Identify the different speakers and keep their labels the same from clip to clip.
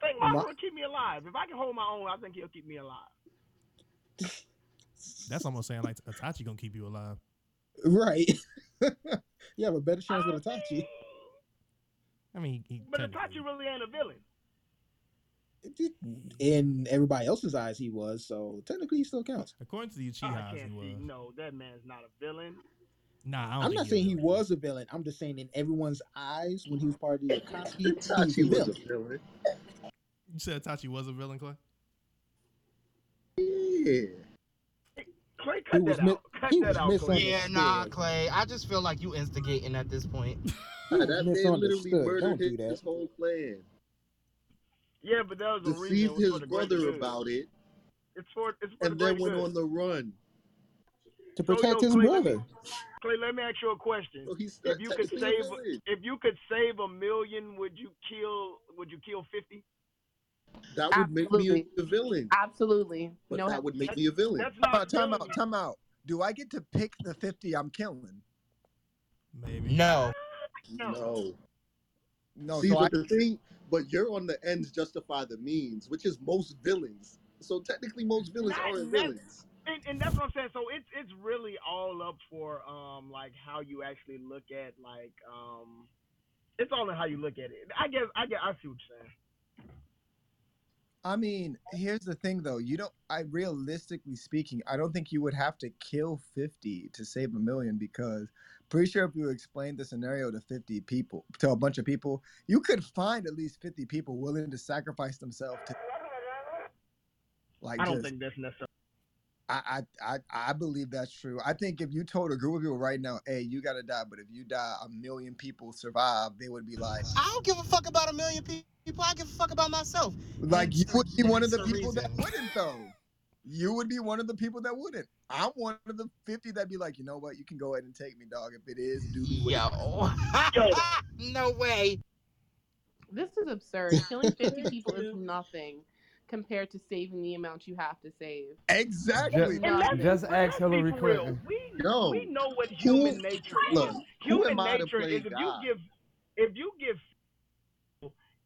Speaker 1: Fox
Speaker 2: my,
Speaker 1: will keep me alive. If I can hold my own, I think he'll keep me alive.
Speaker 3: That's almost saying like Itachi gonna keep you alive.
Speaker 2: right. you have a better chance with
Speaker 1: I
Speaker 2: Itachi.
Speaker 1: mean,
Speaker 3: I mean, he,
Speaker 1: But
Speaker 3: technically-
Speaker 1: Itachi really ain't a villain.
Speaker 2: In everybody else's eyes, he was so technically he still counts.
Speaker 3: according to the Uchiha,
Speaker 1: I
Speaker 3: he
Speaker 1: can't
Speaker 3: was.
Speaker 1: see. No, that man's not a villain.
Speaker 3: Nah, I don't
Speaker 2: I'm
Speaker 3: think
Speaker 2: not
Speaker 3: a
Speaker 2: saying he
Speaker 3: villain.
Speaker 2: was a villain. I'm just saying in everyone's eyes, when he was part of the Akatsuki, he was a
Speaker 4: Itachi was a
Speaker 2: villain.
Speaker 4: villain.
Speaker 3: You said Itachi was a villain, Clay.
Speaker 4: Yeah.
Speaker 1: Clay, cut
Speaker 2: was
Speaker 1: that
Speaker 2: mi-
Speaker 1: out. Cut
Speaker 2: he was
Speaker 1: that out, Clay.
Speaker 2: misunderstood.
Speaker 5: Yeah, nah, Clay. I just feel like you instigating at this point.
Speaker 2: He was
Speaker 4: That man literally
Speaker 2: misunderstood. Don't
Speaker 4: murdered
Speaker 2: do
Speaker 4: his,
Speaker 2: that.
Speaker 4: his whole clan.
Speaker 1: Yeah, but that was a reason. It
Speaker 4: Deceived
Speaker 1: was
Speaker 4: his
Speaker 1: for the greater
Speaker 4: brother
Speaker 1: good.
Speaker 4: about it,
Speaker 1: It's for it's for
Speaker 4: and
Speaker 1: the
Speaker 4: then
Speaker 1: greater
Speaker 4: went
Speaker 1: good.
Speaker 4: on the run.
Speaker 2: To
Speaker 1: So, yo,
Speaker 2: protect his
Speaker 1: Clay, let me-
Speaker 2: brother.
Speaker 1: Clay, let me ask you a question.
Speaker 4: So he's
Speaker 1: If
Speaker 4: not
Speaker 1: you could
Speaker 4: technically a
Speaker 1: save,
Speaker 4: villain.
Speaker 1: if you could save a million, would you kill? Would you kill fifty?
Speaker 4: That would make me
Speaker 6: Absolutely.
Speaker 4: a villain.
Speaker 6: Absolutely.
Speaker 4: But
Speaker 6: no,
Speaker 4: that would make me a villain.
Speaker 1: That's
Speaker 7: Time
Speaker 1: not
Speaker 7: out, time
Speaker 1: killing.
Speaker 7: out, time out. Do I get to pick the 50 I'm killing?
Speaker 3: Maybe.
Speaker 5: No.
Speaker 1: No.
Speaker 4: No.
Speaker 7: No,
Speaker 4: See,
Speaker 7: so I,
Speaker 4: but the thing, but you're on the ends justify the means, which is most villains. So technically, most villains
Speaker 1: Not
Speaker 4: aren't
Speaker 1: nec-
Speaker 4: villains.
Speaker 1: And, and that's what I'm saying. So it's it's really all up for um like how you actually look at like um it's all in how you look at it. I guess I guess I see what you're saying.
Speaker 7: I mean, here's the thing though. You don't I realistically speaking, I don't think you would have to kill 50 to save a million because pretty sure if you explained the scenario to 50 people, to a bunch of people, you could find at least 50 people willing to sacrifice themselves to like
Speaker 1: I don't
Speaker 7: just-
Speaker 1: think that's necessary.
Speaker 7: I, I I I believe that's true. I think if you told a group of people right now, hey, you gotta die, but if you die, a million people survive, they would be like,
Speaker 5: I don't give a fuck about a million pe- people. I give a fuck about myself.
Speaker 7: like you would be one of the
Speaker 5: That's the
Speaker 7: people that
Speaker 5: reason.
Speaker 7: wouldn't though. You would be one of the people that wouldn't. I'm one of the fifty that'd be like, you know what, you can go ahead and take me, dog. If it is, do me. what it
Speaker 5: Yo.
Speaker 1: Yo.
Speaker 5: no way.
Speaker 6: This is absurd. Killing 50 people is nothing compared to saving the amount you have to save.
Speaker 7: is." Exactly.
Speaker 6: Yeah.
Speaker 1: let's-
Speaker 8: Just
Speaker 1: but
Speaker 8: ask
Speaker 1: let's
Speaker 8: Hillary
Speaker 1: be real.
Speaker 8: Clinton.
Speaker 1: We,
Speaker 4: No.
Speaker 1: we know what
Speaker 4: Who-
Speaker 1: human nature is.
Speaker 4: Look, who
Speaker 1: human
Speaker 4: am I to
Speaker 1: nature
Speaker 4: play
Speaker 1: is if
Speaker 4: God?
Speaker 1: you give if you give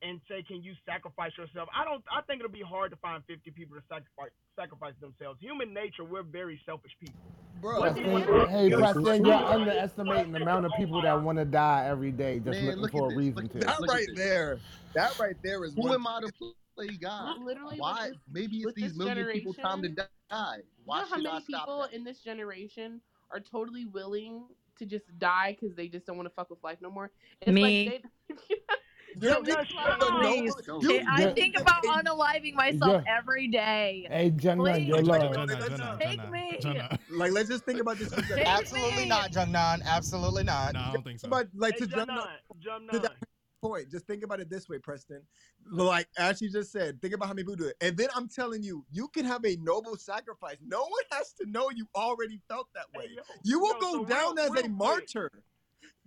Speaker 1: and say can you sacrifice yourself i don't i think it'll be hard to find 50 people to sacrifice sacrifice themselves human nature we're very selfish people
Speaker 7: Bro,
Speaker 1: What do you-
Speaker 8: Preston, hey,
Speaker 2: Yo,
Speaker 8: Preston,
Speaker 2: so-
Speaker 8: you're underestimating the amount of people that want to die every day just looking
Speaker 4: Man, look
Speaker 8: for
Speaker 4: at
Speaker 8: a
Speaker 4: this,
Speaker 8: reason
Speaker 4: look at
Speaker 8: to.
Speaker 7: that
Speaker 4: look at
Speaker 7: right
Speaker 4: this.
Speaker 7: there, that right there is
Speaker 4: Who
Speaker 7: one.
Speaker 4: am I to play God?
Speaker 6: Literally, with
Speaker 4: Why?
Speaker 6: this-
Speaker 4: Maybe it's
Speaker 6: with
Speaker 4: these
Speaker 6: this
Speaker 4: million people time to
Speaker 6: generation-
Speaker 4: die.
Speaker 6: you
Speaker 4: Why
Speaker 6: know how
Speaker 4: should I
Speaker 6: many
Speaker 4: stop
Speaker 6: people
Speaker 4: that?
Speaker 6: in this generation are totally willing to just die because they just don't want to fuck with life no more? It's
Speaker 9: Me.
Speaker 6: Like
Speaker 7: You're
Speaker 6: Yo,
Speaker 7: just
Speaker 6: that's
Speaker 7: the
Speaker 6: wild.
Speaker 7: noble-
Speaker 4: Don't
Speaker 7: you-
Speaker 4: do
Speaker 9: I
Speaker 8: Yeah.
Speaker 9: think about unaliving myself
Speaker 8: Yeah.
Speaker 9: every day.
Speaker 8: Hey, Jenna,
Speaker 9: Please.
Speaker 8: you're
Speaker 3: Jenna,
Speaker 8: low.
Speaker 3: Jenna,
Speaker 1: Take
Speaker 3: Jenna,
Speaker 9: me.
Speaker 3: Jenna.
Speaker 7: Like, let's just think about this. for a second.
Speaker 9: Take
Speaker 5: Absolutely
Speaker 9: me.
Speaker 5: not, Jungnan. Absolutely not.
Speaker 3: Nah, I don't think so.
Speaker 7: But like
Speaker 1: hey,
Speaker 7: to jump
Speaker 1: jump nine, jump
Speaker 7: to
Speaker 1: nine.
Speaker 7: that point, just think about it this way, Preston. Like as you just said, think about how many people do it. And then I'm telling you, you can have a noble sacrifice. No one has to know you already felt that way.
Speaker 1: Hey, yo,
Speaker 7: You will
Speaker 1: yo,
Speaker 7: go
Speaker 1: so
Speaker 7: down
Speaker 1: real-
Speaker 7: as
Speaker 1: real
Speaker 7: a
Speaker 1: quick,
Speaker 7: martyr.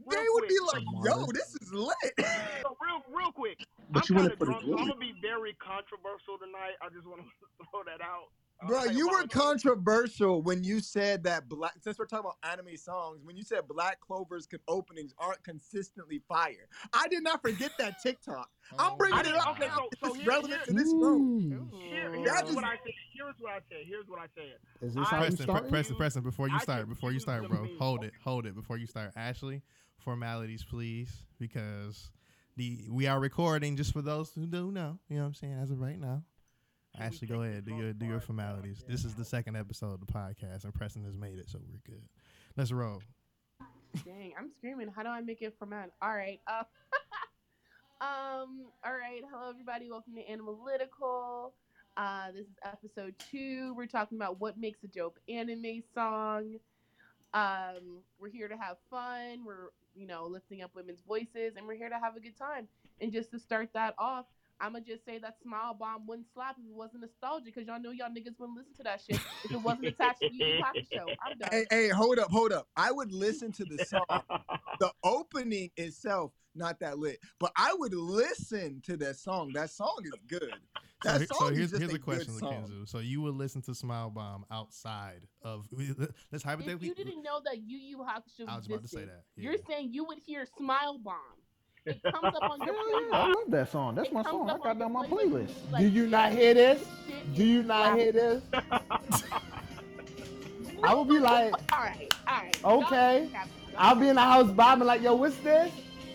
Speaker 7: They
Speaker 1: real
Speaker 7: would be
Speaker 1: quick.
Speaker 7: like,
Speaker 8: A
Speaker 7: yo,
Speaker 8: martyr?
Speaker 7: this is lit.
Speaker 1: So real, real quick.
Speaker 4: But you
Speaker 1: I'm kind
Speaker 4: want it
Speaker 1: of
Speaker 4: for the
Speaker 1: drunk, so I'm
Speaker 4: glory.
Speaker 1: gonna be very controversial tonight. I just want to throw that out. Uh,
Speaker 7: Bro,
Speaker 1: hey,
Speaker 7: you were
Speaker 1: Obama.
Speaker 7: controversial when you said that black. Since we're talking about anime songs, when you said Black Clover's con- openings aren't consistently fire, I did not forget that TikTok.
Speaker 3: Oh
Speaker 7: I'm bringing
Speaker 1: I
Speaker 7: it
Speaker 1: didn't-
Speaker 7: up
Speaker 1: okay,
Speaker 7: now.
Speaker 1: so- so
Speaker 7: it's
Speaker 1: here-
Speaker 7: relevant
Speaker 1: here-
Speaker 7: to this room.
Speaker 1: Here,
Speaker 6: they.
Speaker 1: here's
Speaker 7: That is-
Speaker 1: what I said. Here's what I said. Here's what I said.
Speaker 8: Is this
Speaker 1: I-
Speaker 8: how you
Speaker 3: Preston, pre-
Speaker 8: started?
Speaker 3: Preston, Preston, before you
Speaker 1: I
Speaker 3: start, before you
Speaker 1: confuse
Speaker 3: start,
Speaker 1: the
Speaker 3: bro,
Speaker 1: means.
Speaker 3: hold it, hold it, before you start. Ashley, formalities, please, because the we are recording. Just for those who do know, you know what I'm saying. As of right now,
Speaker 1: Can we
Speaker 3: Ashley,
Speaker 1: take
Speaker 3: go
Speaker 1: the
Speaker 3: ahead, do
Speaker 1: drunk
Speaker 3: your do your
Speaker 1: part out
Speaker 3: formalities.
Speaker 1: there?
Speaker 3: This is the second episode of the podcast, and Preston has made it, so we're good. Let's roll.
Speaker 6: Dang, I'm screaming. How do I make it for man? All right. Uh, um. All right. Hello, everybody. Welcome to Animalitical. Uh, this is episode two. We're talking about what makes a dope anime song. Um, we're here to have fun. We're you know lifting up women's voices, and we're here to have a good time. And just to start that off, I'ma just say that smile bomb wouldn't slap if it wasn't nostalgic, cause y'all know y'all niggas wouldn't listen to that shit if it wasn't attached to you Pocket Show. I'm done.
Speaker 7: Hey, hey, hold up, hold up. I would listen to the song. the opening itself, not that lit, but I would listen to that song. That song is good.
Speaker 3: So,
Speaker 7: That
Speaker 3: he- so
Speaker 7: song is
Speaker 3: here's
Speaker 7: just
Speaker 3: here's
Speaker 7: a,
Speaker 3: a question,
Speaker 7: good song.
Speaker 3: Lakenzu. So you would listen to Smile Bomb outside of let's
Speaker 6: If
Speaker 3: hypothetically.
Speaker 6: you didn't know that Yu Yu Hakusho
Speaker 3: I was about to say
Speaker 6: existed,
Speaker 3: that.
Speaker 6: you're saying you would hear Smile Bomb. It comes up on your
Speaker 8: Hell yeah, I
Speaker 6: playlist.
Speaker 8: love that song. That's
Speaker 6: It
Speaker 8: my
Speaker 6: comes
Speaker 8: song. I
Speaker 6: up
Speaker 8: got
Speaker 6: on
Speaker 8: that on my
Speaker 6: your playlist.
Speaker 8: playlist.
Speaker 6: Like-
Speaker 8: Do you not hear this?
Speaker 6: Shit.
Speaker 8: Do you not hear this? I would be like,
Speaker 6: All right, all right.
Speaker 8: Okay. I'll be in the house bobbing like, yo, what's this?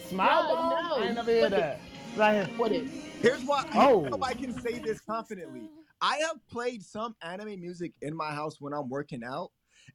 Speaker 8: Smile
Speaker 6: No,
Speaker 8: bomb?
Speaker 6: no,
Speaker 8: I ain't
Speaker 6: you
Speaker 8: never hear
Speaker 6: wouldn't.
Speaker 8: that. Right here.
Speaker 6: What is?
Speaker 7: Here's why.
Speaker 8: Oh.
Speaker 7: Here's how I can say this confidently. I have played some anime music in my house when I'm working out,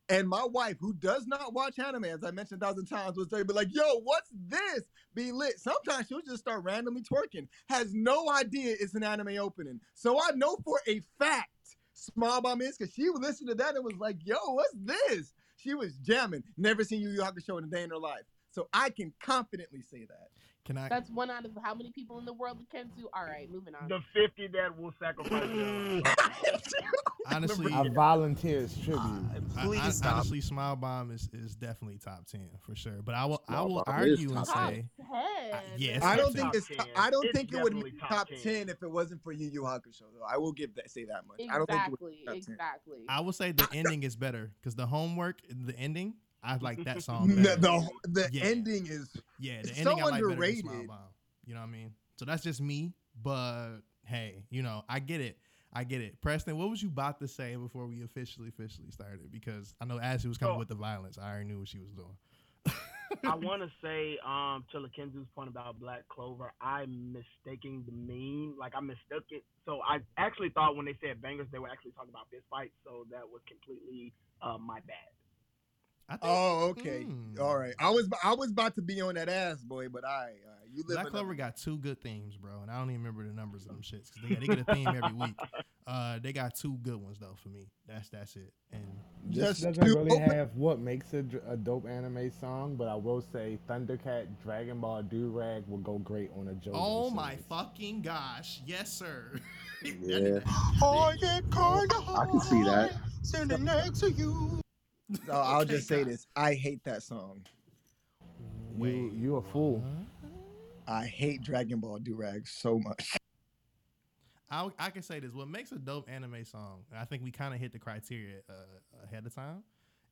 Speaker 7: and my wife, who does not watch anime, as I mentioned a thousand times, was like, "Be like, yo, what's this? Be lit." Sometimes she'll just start randomly twerking, has no idea it's an anime opening. So I know for a fact, Small Bomb is because she listened to that and was like, "Yo, what's this?" She was jamming. Never seen Yu Yu Hakusho in a day in her life. So I can confidently say that.
Speaker 3: Can I?
Speaker 6: That's one out of how many people in the world that can do. All right, moving on.
Speaker 10: The 50 that will sacrifice. themselves.
Speaker 3: Honestly,
Speaker 8: I volunteer as tribute.
Speaker 3: I-
Speaker 11: Please
Speaker 3: I-
Speaker 11: stop.
Speaker 3: honestly, Smile Bomb is, is definitely top ten for sure. But I will I
Speaker 12: Smile
Speaker 3: will
Speaker 12: Bomb is
Speaker 3: argue and
Speaker 12: top
Speaker 6: Top
Speaker 3: say
Speaker 6: ten.
Speaker 3: yes.
Speaker 7: I don't
Speaker 10: It's
Speaker 7: think
Speaker 10: top
Speaker 7: it's.
Speaker 10: 10.
Speaker 7: Top, I don't
Speaker 10: It's
Speaker 7: think it would
Speaker 10: definitely
Speaker 7: make
Speaker 10: top
Speaker 7: top
Speaker 10: 10.
Speaker 7: ten if it wasn't for Yu Yu Hakusho. Though I will give that say that much. I don't think it would.
Speaker 6: Exactly,
Speaker 7: top 10.
Speaker 6: exactly.
Speaker 3: I will say the ending is better because the homework, the ending, I like that song.
Speaker 7: No,
Speaker 3: Better.
Speaker 7: the the
Speaker 3: Yeah.
Speaker 7: ending is
Speaker 3: yeah, the
Speaker 7: it's
Speaker 3: ending
Speaker 7: so
Speaker 3: I like better than Smile
Speaker 7: underrated.
Speaker 3: Bomb. You know what I mean? So that's just me. But hey, you know I get it. I get it. Preston, what was you about to say before we officially officially started? Because I know Ashley was coming
Speaker 10: Oh.
Speaker 3: with the violence. I already knew what she was doing.
Speaker 10: I want to say um, to Lakenzu's point about Black Clover, I'm mistaking the meme. Like, I mistook it. So, I actually thought when they said bangers, they were actually talking about fist fights. So, that was completely uh, my bad.
Speaker 3: I think,
Speaker 7: Oh, okay,
Speaker 3: Mm.
Speaker 7: all right. I was I was about to be on that ass boy, but I uh, you live.
Speaker 3: Black Clover got two good themes, bro, and I don't even remember the numbers of them shits because they, they get a theme every week. Uh, they got two good ones though for me. That's that's it. And
Speaker 8: This
Speaker 7: Just
Speaker 8: doesn't
Speaker 7: to
Speaker 8: really
Speaker 7: open-
Speaker 8: have what makes it a dope anime song, but I will say Thundercat Dragon Ball Durag will go great on a JoJo.
Speaker 3: oh
Speaker 8: series.
Speaker 3: my fucking gosh, yes sir. I need
Speaker 12: Yeah.
Speaker 3: that.
Speaker 11: Oh, yeah, kind of
Speaker 12: I can see that.
Speaker 11: Standing next to you.
Speaker 7: So I'll
Speaker 3: Okay,
Speaker 7: just say
Speaker 3: God.
Speaker 7: this: I hate that song.
Speaker 3: Wait,
Speaker 8: you a fool.
Speaker 3: what?
Speaker 7: I hate Dragon Ball Durag so much.
Speaker 3: I, I can say this. What makes a dope anime song, and I think we kind of hit the criteria uh, ahead of time,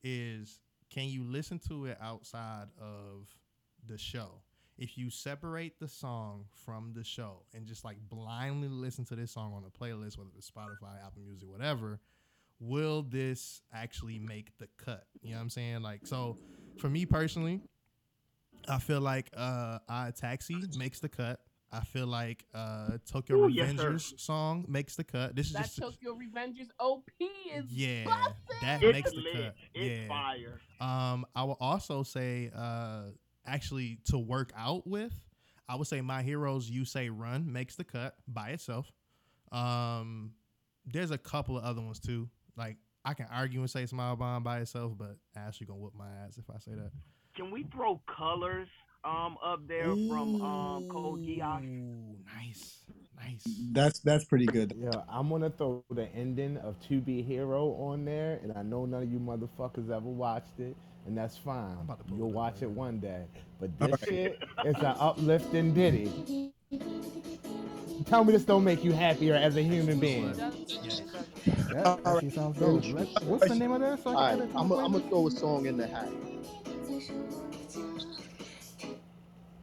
Speaker 3: is can you listen to it outside of the show? If you separate the song from the show and just like blindly listen to this song on a playlist, whether it's Spotify, Apple Music, whatever, will this actually make the cut? You know what I'm saying? Like, so for me personally, I feel like uh, I Taxi makes the cut. I feel like uh, Tokyo
Speaker 10: Ooh, yes, sir.
Speaker 3: Revengers song makes the cut. This is
Speaker 6: That
Speaker 3: just
Speaker 6: Tokyo Revengers OP is
Speaker 3: yeah, that
Speaker 10: It's
Speaker 3: makes the
Speaker 10: lit.
Speaker 3: cut.
Speaker 10: It's
Speaker 3: yeah.
Speaker 10: fire.
Speaker 3: Um, I will also say, uh, actually, to work out with, I would say My Heroes You Say Run makes the cut by itself. Um, there's a couple of other ones too. Like I can argue and say Smile Bomb by itself, but Ashley gonna whoop my ass if I say that.
Speaker 10: Can we throw colors um, up there from um, Code Geass?
Speaker 3: Ooh, nice, nice.
Speaker 7: That's that's pretty good.
Speaker 8: Yeah, I'm gonna throw the ending of To Be Hero on there, and I know none of you motherfuckers ever watched it, and that's fine.
Speaker 3: I'm about to pull
Speaker 8: You'll
Speaker 3: it up
Speaker 8: watch
Speaker 3: later.
Speaker 8: it one day. But this shit is an uplifting ditty. Tell me this don't make you happier as a human being. That actually sounds dope. Let- What's the name of that? So I can
Speaker 12: All right,
Speaker 8: add it to
Speaker 12: I'm
Speaker 8: my
Speaker 12: gonna
Speaker 8: playlist?
Speaker 12: throw a song in the hat.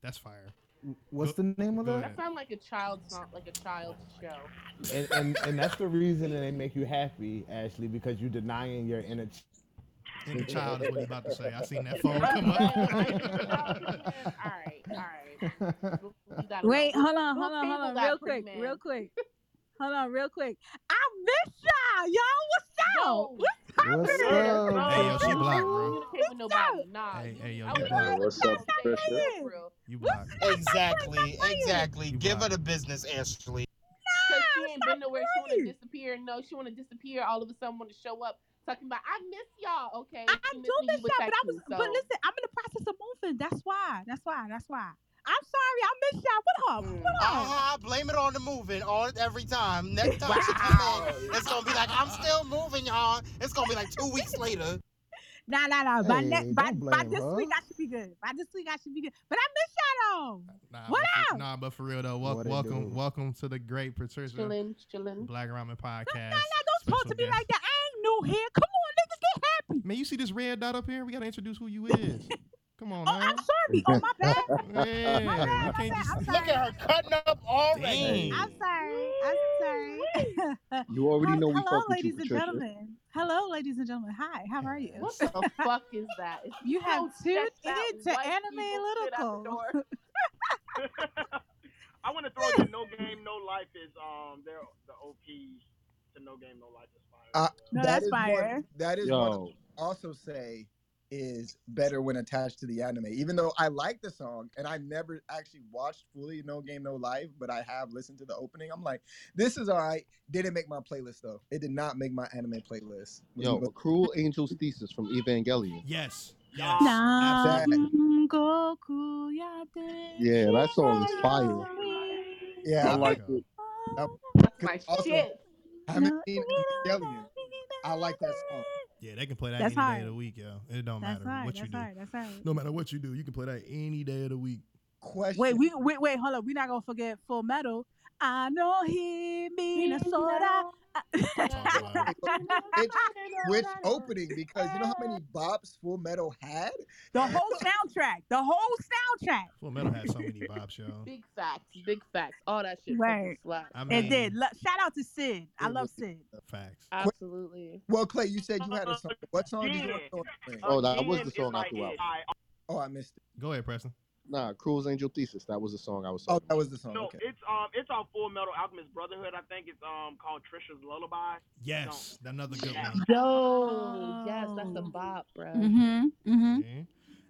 Speaker 3: That's fire.
Speaker 8: What's the name of
Speaker 3: Go
Speaker 8: that?
Speaker 3: ahead.
Speaker 6: That sounds like a child's not like a child's show.
Speaker 8: And, and and that's the reason that they make you happy, Ashley, because you denying your inner. ch-
Speaker 3: Inner child is what he's about to say. I seen that phone
Speaker 6: Right,
Speaker 3: come
Speaker 6: right, right.
Speaker 3: up.
Speaker 6: Child's in there. All right, all right. We- we gotta go.
Speaker 13: Wait, hold on,
Speaker 6: We'll
Speaker 13: hold on, hold
Speaker 6: table
Speaker 13: on,
Speaker 6: that
Speaker 13: real
Speaker 6: for
Speaker 13: quick,
Speaker 6: now.
Speaker 13: real quick. Hold on, real quick. I miss y'all, y'all.
Speaker 6: Yo.
Speaker 13: What's up?
Speaker 8: What's
Speaker 13: What's happening?
Speaker 8: up?
Speaker 3: Hey, yo, she
Speaker 6: I
Speaker 3: blocked, bro.
Speaker 6: don't communicate with
Speaker 13: What's up?
Speaker 6: nobody. Nah,
Speaker 3: Hey,
Speaker 6: you-
Speaker 3: hey, yo,
Speaker 6: I
Speaker 3: you
Speaker 6: was
Speaker 3: blocked.
Speaker 6: on
Speaker 12: What's
Speaker 6: the
Speaker 12: up,
Speaker 6: phone saying
Speaker 12: Patricia?
Speaker 6: that for real.
Speaker 3: You
Speaker 13: What's
Speaker 3: blocked.
Speaker 11: Exactly, exactly.
Speaker 3: You
Speaker 11: Give her
Speaker 3: blocked.
Speaker 11: the business, Ashley.
Speaker 6: Cause
Speaker 13: Ah,
Speaker 6: she ain't been nowhere. She wanna
Speaker 13: playing.
Speaker 6: disappear. No, she wanna disappear. All of a sudden, wanna show up talking about I miss y'all. Okay,
Speaker 13: I-
Speaker 6: if you
Speaker 13: I'm
Speaker 6: miss me,
Speaker 13: doing this
Speaker 6: you would
Speaker 13: shit, but I
Speaker 6: text
Speaker 13: was,
Speaker 6: me,
Speaker 13: but
Speaker 6: so-
Speaker 13: listen, I'm in the process of moving. That's why. That's why. That's why. I'm sorry. I
Speaker 4: Oh,
Speaker 13: miss y'all. What up? What
Speaker 8: Oh,
Speaker 13: up?
Speaker 11: Ah, blame it on the moving all every time. Next time she come in, it's gonna be like I'm still moving, y'all. It's gonna be like two weeks later.
Speaker 13: Nah, nah, nah. By, ne-
Speaker 8: Hey,
Speaker 13: by,
Speaker 8: don't
Speaker 13: by
Speaker 8: blame
Speaker 13: this
Speaker 8: her.
Speaker 13: week, I should be good. By this week, I should be good. But I miss y'all though.
Speaker 3: Nah,
Speaker 13: What
Speaker 3: but for,
Speaker 13: up?
Speaker 3: nah, but for real though, wel-
Speaker 8: What it
Speaker 3: welcome,
Speaker 8: do?
Speaker 3: welcome to the great Patricia
Speaker 6: Chillin', chillin'.
Speaker 3: Black Ramen Podcast.
Speaker 13: Nah, nah, don't
Speaker 3: special
Speaker 13: talk to me
Speaker 3: guest.
Speaker 13: like that. I ain't new here. Come on, niggas, get happy.
Speaker 3: Man, you see this red dot up here? We gotta introduce who you is. Come on,
Speaker 13: Oh,
Speaker 3: now.
Speaker 13: I'm sorry. Oh, my bad.
Speaker 3: Yeah,
Speaker 13: My bad.
Speaker 3: you
Speaker 13: My
Speaker 3: can't
Speaker 13: bad.
Speaker 3: just-
Speaker 13: I'm sorry.
Speaker 11: Look at her cutting up already.
Speaker 3: Dang.
Speaker 13: I'm sorry. I'm sorry.
Speaker 12: You already
Speaker 13: Hel-
Speaker 12: know we
Speaker 13: Hello,
Speaker 12: fuck with you,
Speaker 13: ladies and
Speaker 12: Patricia.
Speaker 13: gentlemen. Hello, ladies and gentlemen. Hi, how are you?
Speaker 6: What the fuck is that? If
Speaker 13: You have
Speaker 6: don't
Speaker 13: tuned
Speaker 6: check that
Speaker 13: in to
Speaker 6: white
Speaker 13: Anime
Speaker 6: people shit out the
Speaker 13: Lyrical.
Speaker 6: door.
Speaker 10: I want to throw that no game, no life is um they're the OP to no game, no life is fire.
Speaker 7: Uh,
Speaker 10: as well.
Speaker 13: No,
Speaker 7: That
Speaker 13: that's
Speaker 7: is one-
Speaker 13: fire.
Speaker 7: that is one
Speaker 8: Yo,
Speaker 7: I also say is better when attached to the anime. Even though I like the song and I never actually watched fully No Game No Life, but I have listened to the opening. I'm like, this is all right. Didn't make my playlist though. It did not make my anime playlist.
Speaker 12: Yo, a cruel angel's thesis from Evangelion.
Speaker 3: Yes.
Speaker 10: Nah.
Speaker 3: Yes.
Speaker 13: Now,
Speaker 3: absolutely.
Speaker 13: Goku, yate.
Speaker 12: Yeah, that song is fire.
Speaker 7: yeah, I
Speaker 12: I
Speaker 3: There
Speaker 7: like.
Speaker 12: like
Speaker 3: you go.
Speaker 12: it.
Speaker 6: That's my
Speaker 7: Also-
Speaker 6: shit.
Speaker 7: I haven't seen Evangelion. I like that song.
Speaker 3: Yeah, they can play that any
Speaker 13: That's
Speaker 3: day
Speaker 13: hard.
Speaker 3: of the week, yo. It don't
Speaker 13: That's
Speaker 3: matter
Speaker 13: right.
Speaker 3: what you
Speaker 13: That's
Speaker 3: do.
Speaker 13: right. That's right.
Speaker 3: No matter what you do, you can play that any day of the week.
Speaker 7: Question.
Speaker 13: Wait, we wait, wait, hold up. We're not gonna forget Full Metal. I know he Minnesota.
Speaker 3: Talk about it.
Speaker 7: Which- which opening? Because you know how many bops Full Metal had.
Speaker 13: The whole soundtrack. The whole soundtrack.
Speaker 3: Full Metal had so many bops, yo.
Speaker 6: Big facts, big facts. All that shit
Speaker 13: Right.
Speaker 6: fucking slaps.
Speaker 3: I mean,
Speaker 13: It did. Lo- shout out to Sid. I
Speaker 7: It
Speaker 13: love
Speaker 7: was-
Speaker 13: Sid.
Speaker 3: Facts.
Speaker 6: Absolutely.
Speaker 7: Well, Clay, you said you had a song. What song did you want to throw in?
Speaker 12: Oh, that was
Speaker 10: Again,
Speaker 12: the song
Speaker 10: it's
Speaker 12: I
Speaker 10: like
Speaker 12: threw out.
Speaker 10: it's high.
Speaker 7: Oh, I missed it.
Speaker 3: Go ahead, Preston.
Speaker 12: Nah, Cruel's Angel Thesis. That was the song I was
Speaker 7: Oh,
Speaker 12: talking
Speaker 7: that was the song.
Speaker 10: No,
Speaker 7: Okay.
Speaker 10: it's um it's on Full Metal Alchemist Brotherhood. I think it's um called Trisha's Lullaby.
Speaker 3: Yes, another good
Speaker 10: Yeah.
Speaker 3: one.
Speaker 6: Yo, yes, that's a
Speaker 13: Oh.
Speaker 6: bop, bro.
Speaker 13: Mm-hmm. Mm-hmm.
Speaker 3: Yeah.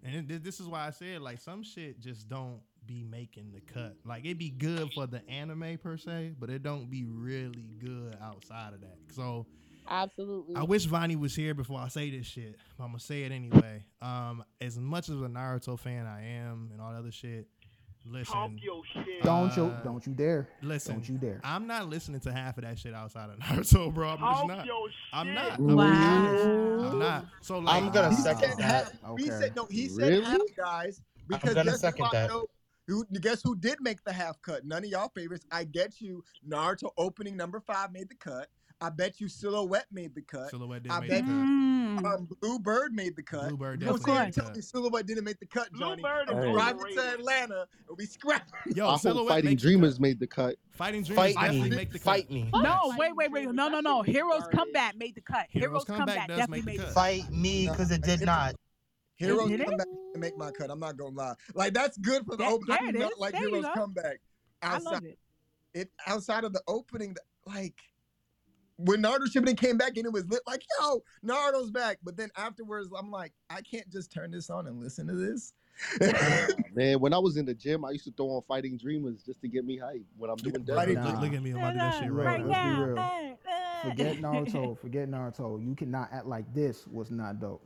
Speaker 3: And th- this is why I said like some shit just don't be making the cut. Like it be good for the anime per se, but it don't be really good outside of that. So
Speaker 6: Absolutely.
Speaker 8: Mm.
Speaker 3: I wish Vonnie was here before I say this shit, but I'm gonna say it anyway. Um, as much as a Naruto fan I am and all that other shit,
Speaker 10: Talk
Speaker 3: listen,
Speaker 10: your shit.
Speaker 3: Dog.
Speaker 8: don't you
Speaker 3: Uh,
Speaker 8: don't you dare.
Speaker 3: listen,
Speaker 8: Don't you dare.
Speaker 3: I'm not listening to half of that shit outside of Naruto, bro. I'm just
Speaker 10: Talk
Speaker 3: not.
Speaker 10: your shit.
Speaker 3: I'm not. I'm,
Speaker 13: Wow.
Speaker 3: I'm not. So like,
Speaker 11: I'm gonna
Speaker 7: He
Speaker 11: second
Speaker 7: said
Speaker 11: that.
Speaker 7: half. He
Speaker 8: Okay.
Speaker 7: said no. He said
Speaker 12: Really?
Speaker 7: half, guys. Because
Speaker 11: gonna
Speaker 7: guess who
Speaker 11: second
Speaker 7: I
Speaker 11: that.
Speaker 7: know- Who, guess who did make the half cut? None of y'all favorites. I get you. Naruto opening number five made the cut. I bet you Silhouette made the cut.
Speaker 3: Silhouette
Speaker 7: I
Speaker 3: didn't make
Speaker 7: bet-
Speaker 3: the
Speaker 7: Um, Blue Bird made the
Speaker 3: cut.
Speaker 7: cut.
Speaker 3: Bluebird
Speaker 7: You know what
Speaker 3: definitely
Speaker 7: I'm
Speaker 13: course.
Speaker 7: saying?
Speaker 3: made the
Speaker 7: Tell
Speaker 3: cut.
Speaker 7: me Silhouette didn't make the cut, Johnny.
Speaker 10: Bluebird is
Speaker 8: Hey.
Speaker 7: Driving
Speaker 10: overrated.
Speaker 7: to Atlanta, and we scrapped.
Speaker 3: Yo,
Speaker 12: about. I hope
Speaker 3: Silhouette makes
Speaker 12: Fighting
Speaker 3: the cut.
Speaker 12: Dreamers made the cut.
Speaker 3: Fighting Dreamers
Speaker 11: Fight
Speaker 3: definitely
Speaker 11: me.
Speaker 3: make the cut.
Speaker 11: Fight me.
Speaker 6: Fuck.
Speaker 13: No,
Speaker 6: Yes.
Speaker 13: wait, wait, wait. No, no, no.
Speaker 6: That shit is
Speaker 13: Heroes
Speaker 6: garbage.
Speaker 13: Comeback made the cut.
Speaker 3: Heroes
Speaker 13: Heroes,
Speaker 3: Comeback
Speaker 13: Comeback,
Speaker 3: does
Speaker 13: definitely
Speaker 3: make the
Speaker 13: made the
Speaker 3: cut.
Speaker 13: cut.
Speaker 11: Fight me because it did not.
Speaker 7: Heroes
Speaker 13: did it?
Speaker 7: comeback to make my cut. I'm not gonna lie. Like that's good for the
Speaker 13: That-
Speaker 7: opening. I
Speaker 13: there
Speaker 7: do
Speaker 13: it
Speaker 7: not
Speaker 13: is.
Speaker 7: like
Speaker 13: There you
Speaker 7: Heroes
Speaker 13: go.
Speaker 7: comeback.
Speaker 13: I
Speaker 7: Outside
Speaker 13: love it.
Speaker 7: it outside of the opening, th- like when Naruto Shippuden came back and it was lit, like yo, Naruto's back. But then afterwards, I'm like, I can't just turn this on and listen to this.
Speaker 12: Man, when I was in the gym, I used to throw on Fighting Dreamers just to get me hype when I'm doing
Speaker 3: Bro,
Speaker 12: that.
Speaker 8: Fighting-
Speaker 3: look, look at me, I'm about to do that shit
Speaker 8: Nah,
Speaker 3: right
Speaker 8: right
Speaker 3: now.
Speaker 8: now.
Speaker 13: real.
Speaker 8: Forget Naruto. Forget Naruto. You cannot act like this was not dope.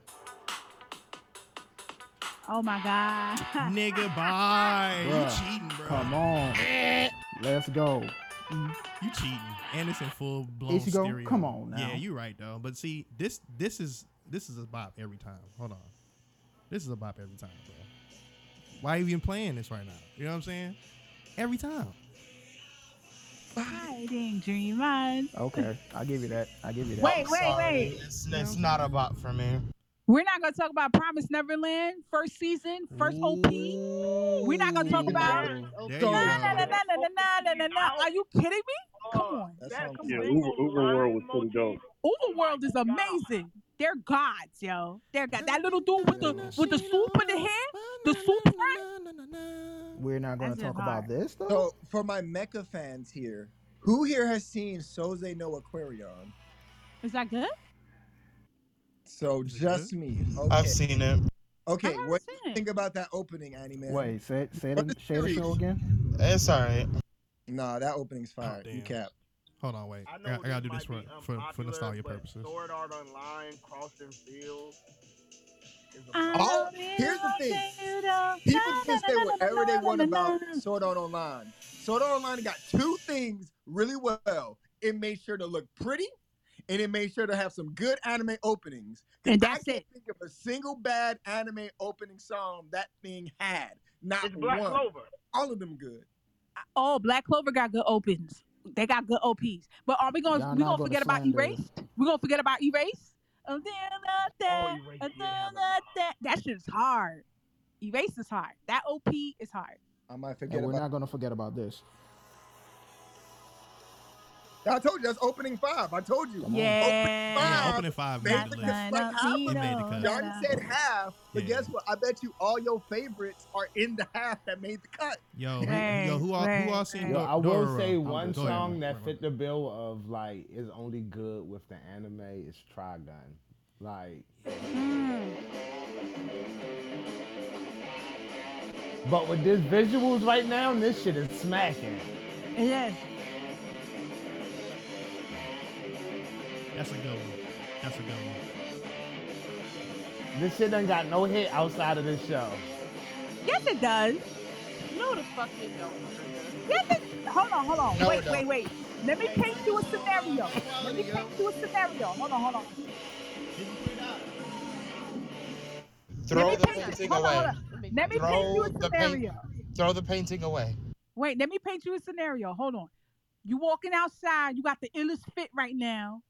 Speaker 13: Oh my god.
Speaker 3: Nigga, bye.
Speaker 8: Bruh,
Speaker 3: You cheating, bro. Eh.
Speaker 8: Come on. Let's go.
Speaker 3: You cheating. And it's in full blown
Speaker 8: Ichigo,
Speaker 3: stereo.
Speaker 8: come on now.
Speaker 3: Yeah, you right though. But see, this this is this is a bop every time. Hold on. This is a bop every time, bro. Why even playing this right now? You know what I'm saying? Every time.
Speaker 13: Fighting dreamers.
Speaker 8: Okay. I'll give you that. I'll give you that.
Speaker 13: Wait, wait, wait.
Speaker 11: It's, it's not a bop for me.
Speaker 13: We're not gonna talk about Promise Neverland first season, first OP. We're not gonna talk about.
Speaker 3: There you
Speaker 13: No,
Speaker 3: go.
Speaker 13: no, no, no, no, no, no, no, no. Are you kidding me?
Speaker 10: Uh,
Speaker 13: Come on.
Speaker 7: That
Speaker 10: that
Speaker 7: sounds
Speaker 10: complete
Speaker 2: Yeah, Uber,
Speaker 10: line
Speaker 2: Uber World was pretty dope.
Speaker 10: motif.
Speaker 13: Overworld is amazing. They're gods, yo. They're god. That little dude with the with the swoop in the hair, the swoop right.
Speaker 8: We're not going
Speaker 13: That's
Speaker 8: to
Speaker 13: just
Speaker 8: talk about
Speaker 13: hard.
Speaker 8: this though.
Speaker 7: So for my mecha fans here, who here has seen Soze no Aquarion?
Speaker 13: Is that good?
Speaker 7: So
Speaker 3: Is it
Speaker 7: just me.
Speaker 11: I've
Speaker 7: Okay.
Speaker 11: seen it.
Speaker 7: Okay.
Speaker 13: I haven't
Speaker 7: What
Speaker 13: seen
Speaker 7: do you
Speaker 13: it.
Speaker 7: think about that opening anime?
Speaker 8: wait, say say
Speaker 7: What
Speaker 8: the
Speaker 7: the
Speaker 8: say the
Speaker 7: series?
Speaker 8: show again.
Speaker 11: It's alright.
Speaker 7: Nah, that opening's fire. you
Speaker 3: Oh, damn.
Speaker 7: cap.
Speaker 3: Hold on, wait.
Speaker 10: I,
Speaker 3: I,
Speaker 10: know
Speaker 3: I gotta do
Speaker 10: might
Speaker 3: this for,
Speaker 10: be
Speaker 3: for, for
Speaker 10: unpopular,
Speaker 3: nostalgia
Speaker 10: but
Speaker 3: purposes.
Speaker 10: Sword Art Online, Crossing Fields. is a
Speaker 13: I
Speaker 10: bop.
Speaker 7: Oh,
Speaker 13: love you,
Speaker 7: here's the thing.
Speaker 13: Alfredo.
Speaker 7: People can say whatever they want about
Speaker 13: Na-na-na-na-na-na-na.
Speaker 7: Sword Art Online. Sword Art Online got two things really well. It made sure to look pretty, and it made sure to have some good anime openings. 'Cause
Speaker 13: And that's
Speaker 7: I can't
Speaker 13: it.
Speaker 7: think of a single bad anime opening song that thing had. Not
Speaker 10: It's Black
Speaker 7: one.
Speaker 10: Clover.
Speaker 7: All of them good.
Speaker 13: Oh, Black Clover got good opens. They got good OPs. But are we gonna
Speaker 8: Y'all not
Speaker 13: we gonna
Speaker 8: gonna
Speaker 13: forget about
Speaker 8: slander.
Speaker 13: erase? We gonna forget about erase? Until that,
Speaker 10: Oh, Erase did have a
Speaker 13: until that, that shit is hard. Erase is hard. That OP is hard.
Speaker 7: I might
Speaker 2: And
Speaker 7: forget
Speaker 2: we're
Speaker 7: about.
Speaker 2: not gonna forget about this.
Speaker 7: I told you that's opening five. I told you.
Speaker 13: Yeah.
Speaker 3: Yeah,
Speaker 7: Five.
Speaker 3: opening five made
Speaker 7: That's
Speaker 3: the
Speaker 7: not-
Speaker 3: list.
Speaker 7: Like, how-
Speaker 3: He made the cut.
Speaker 7: You already said half, but
Speaker 3: Yeah.
Speaker 7: guess what? I bet you all your favorites are in the half that made the cut.
Speaker 3: Yo, who-
Speaker 13: Dang,
Speaker 3: yo, who all who all
Speaker 13: dang,
Speaker 3: seen?
Speaker 13: dang.
Speaker 3: Do-
Speaker 8: Yo, I will
Speaker 3: Dororo?
Speaker 8: say
Speaker 3: Oh,
Speaker 8: one
Speaker 3: go ahead,
Speaker 8: song
Speaker 3: Ro-
Speaker 8: that
Speaker 3: Ro-
Speaker 8: fit the bill of like is only good with the anime is Trigun. Like,
Speaker 12: Hmm.
Speaker 8: but with this visuals right now, this shit is smacking.
Speaker 13: Yes.
Speaker 3: That's a good one. That's a good one.
Speaker 8: This shit done got no hit outside of this show.
Speaker 13: Yes, it does.
Speaker 6: No, the fuck you don't.
Speaker 13: Yes, it. Hold on, hold on.
Speaker 12: No,
Speaker 13: wait,
Speaker 12: no.
Speaker 13: wait, wait. Let me paint you a scenario. Let me paint you a scenario. Hold on, hold on.
Speaker 11: Throw
Speaker 13: Let
Speaker 11: the
Speaker 13: me paint-
Speaker 11: painting
Speaker 13: hold on,
Speaker 11: away.
Speaker 13: hold Let me paint
Speaker 11: Throw
Speaker 13: you a
Speaker 11: the paint-
Speaker 13: scenario.
Speaker 11: Throw the painting away.
Speaker 13: Wait, let me paint you a scenario. Hold on. You walking outside, you got the illest fit right now.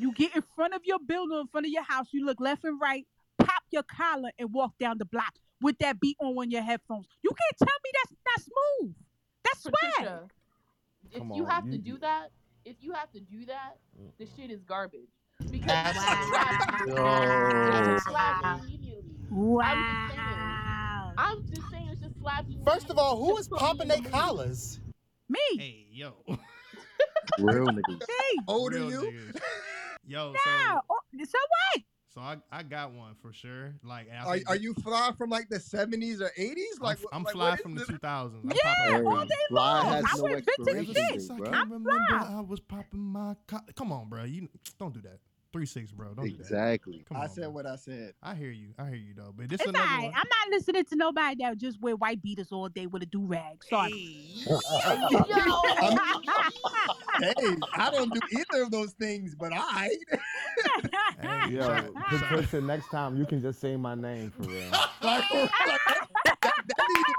Speaker 13: You get in front of your building, in front of your house, you look left and right, pop your collar and walk down the block with that beat on one of your headphones. You can't tell me that's not smooth. That's swag.
Speaker 6: Patricia, if
Speaker 8: Come
Speaker 6: you
Speaker 8: on,
Speaker 6: have
Speaker 8: you-
Speaker 6: to do that, if you have to do that, the shit is garbage. Because
Speaker 11: Absolutely.
Speaker 6: it's just slap immediately.
Speaker 13: Wow.
Speaker 6: I'm just saying, it's just slap you.
Speaker 11: First of all, who
Speaker 6: Just
Speaker 11: is
Speaker 6: put me
Speaker 11: popping
Speaker 6: in
Speaker 11: their
Speaker 6: the mood.
Speaker 11: collars?
Speaker 13: Me.
Speaker 3: Hey, yo.
Speaker 2: Real niggas.
Speaker 13: See.
Speaker 7: Older
Speaker 3: Real
Speaker 7: you?
Speaker 3: niggas. Yo,
Speaker 13: Now.
Speaker 3: so,
Speaker 13: Oh, so what?
Speaker 3: so I, I got one for sure. Like, and I
Speaker 7: Are,
Speaker 3: think
Speaker 7: are you fly from like the seventies or eighties?
Speaker 3: I'm,
Speaker 7: Like
Speaker 3: f- I'm
Speaker 7: like,
Speaker 3: fly
Speaker 7: what is
Speaker 3: from the
Speaker 7: this?
Speaker 3: 2000s. I'm
Speaker 13: Yeah,
Speaker 3: popping my
Speaker 13: all
Speaker 3: collar.
Speaker 13: day
Speaker 2: Fly
Speaker 13: long.
Speaker 2: has
Speaker 13: I
Speaker 2: no
Speaker 13: went vintage
Speaker 2: expiration
Speaker 13: shit.
Speaker 2: date,
Speaker 3: I
Speaker 2: bro.
Speaker 3: can't remember
Speaker 13: fly.
Speaker 3: I was popping my co- Come on, bro. You don't do that. Three six, bro. Don't do that.
Speaker 2: Exactly.
Speaker 3: Come
Speaker 7: I
Speaker 3: on,
Speaker 7: said
Speaker 3: bro.
Speaker 7: what I said.
Speaker 3: I hear you. I hear you though. But this
Speaker 13: It's
Speaker 3: is
Speaker 13: all
Speaker 3: another
Speaker 13: right.
Speaker 3: one.
Speaker 13: I'm not listening to nobody that just wear white beaters all day with a do rag. Sorry.
Speaker 7: Hey, I don't do either of those things, but I
Speaker 3: Hey,
Speaker 8: Yo,
Speaker 3: shout- shout-
Speaker 8: Patricia, next time you can just say my name for real.
Speaker 7: like, like, that, that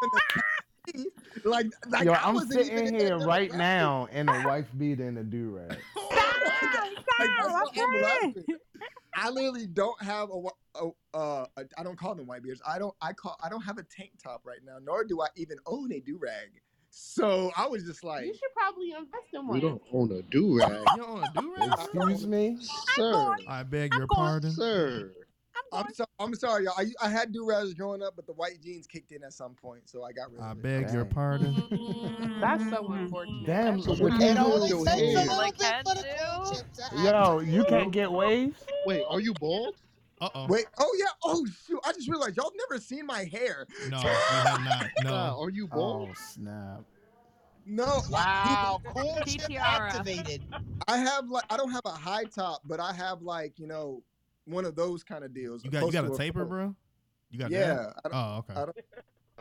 Speaker 7: didn't even like like
Speaker 8: Yo,
Speaker 7: I
Speaker 8: I'm
Speaker 7: wasn't even
Speaker 8: sitting
Speaker 7: in that
Speaker 8: here right
Speaker 7: demographic.
Speaker 8: now in a wife beater and a do rag.
Speaker 13: Stop,
Speaker 7: Like, that's
Speaker 13: stop,
Speaker 7: what I'm
Speaker 13: okay.
Speaker 7: laughing. I literally don't have a, wh- a uh a, I don't call them white beards. I don't I call I don't have a tank top right now, nor do I even own a do rag. So I was just like,
Speaker 6: You should probably invest in one.
Speaker 12: We don't own a do rag,
Speaker 3: you don't want to do right.
Speaker 8: Excuse me.
Speaker 12: sir.
Speaker 3: I beg
Speaker 13: I'm
Speaker 3: your
Speaker 13: going-
Speaker 3: pardon.
Speaker 12: Sir,
Speaker 13: I'm
Speaker 7: I'm so, I'm sorry, y'all. I, I had do rags growing up, but the white jeans kicked in at some point, so I got rid
Speaker 3: I
Speaker 7: of it.
Speaker 3: beg your
Speaker 8: Dang.
Speaker 3: pardon.
Speaker 13: going.
Speaker 6: That's
Speaker 7: Mm-hmm.
Speaker 6: so unfortunate.
Speaker 8: Damn.
Speaker 12: So what
Speaker 8: you
Speaker 12: you
Speaker 11: It only
Speaker 12: With your
Speaker 11: takes a
Speaker 12: hair.
Speaker 11: little
Speaker 12: Like
Speaker 11: bit for the
Speaker 14: that
Speaker 11: cool
Speaker 14: too?
Speaker 11: chip to
Speaker 8: do-
Speaker 11: happen.
Speaker 8: Yo, you can't get waves.
Speaker 12: wait, are you bald?
Speaker 3: Uh oh.
Speaker 7: Wait, oh yeah, oh shoot! I just realized y'all never seen my hair.
Speaker 3: No, we have not.
Speaker 12: Nah,
Speaker 3: No.
Speaker 12: are you
Speaker 2: Oh
Speaker 12: bald?
Speaker 2: snap.
Speaker 7: No,
Speaker 11: Wow, cool chip
Speaker 14: PTRF.
Speaker 11: activated.
Speaker 7: I have like I don't have a high top, but I have like you know one of those kind of deals.
Speaker 3: You got you
Speaker 7: close
Speaker 3: got
Speaker 7: to
Speaker 3: a taper,
Speaker 7: phone.
Speaker 3: bro? You got that?
Speaker 7: Yeah, I don't-
Speaker 3: Oh, okay.
Speaker 7: I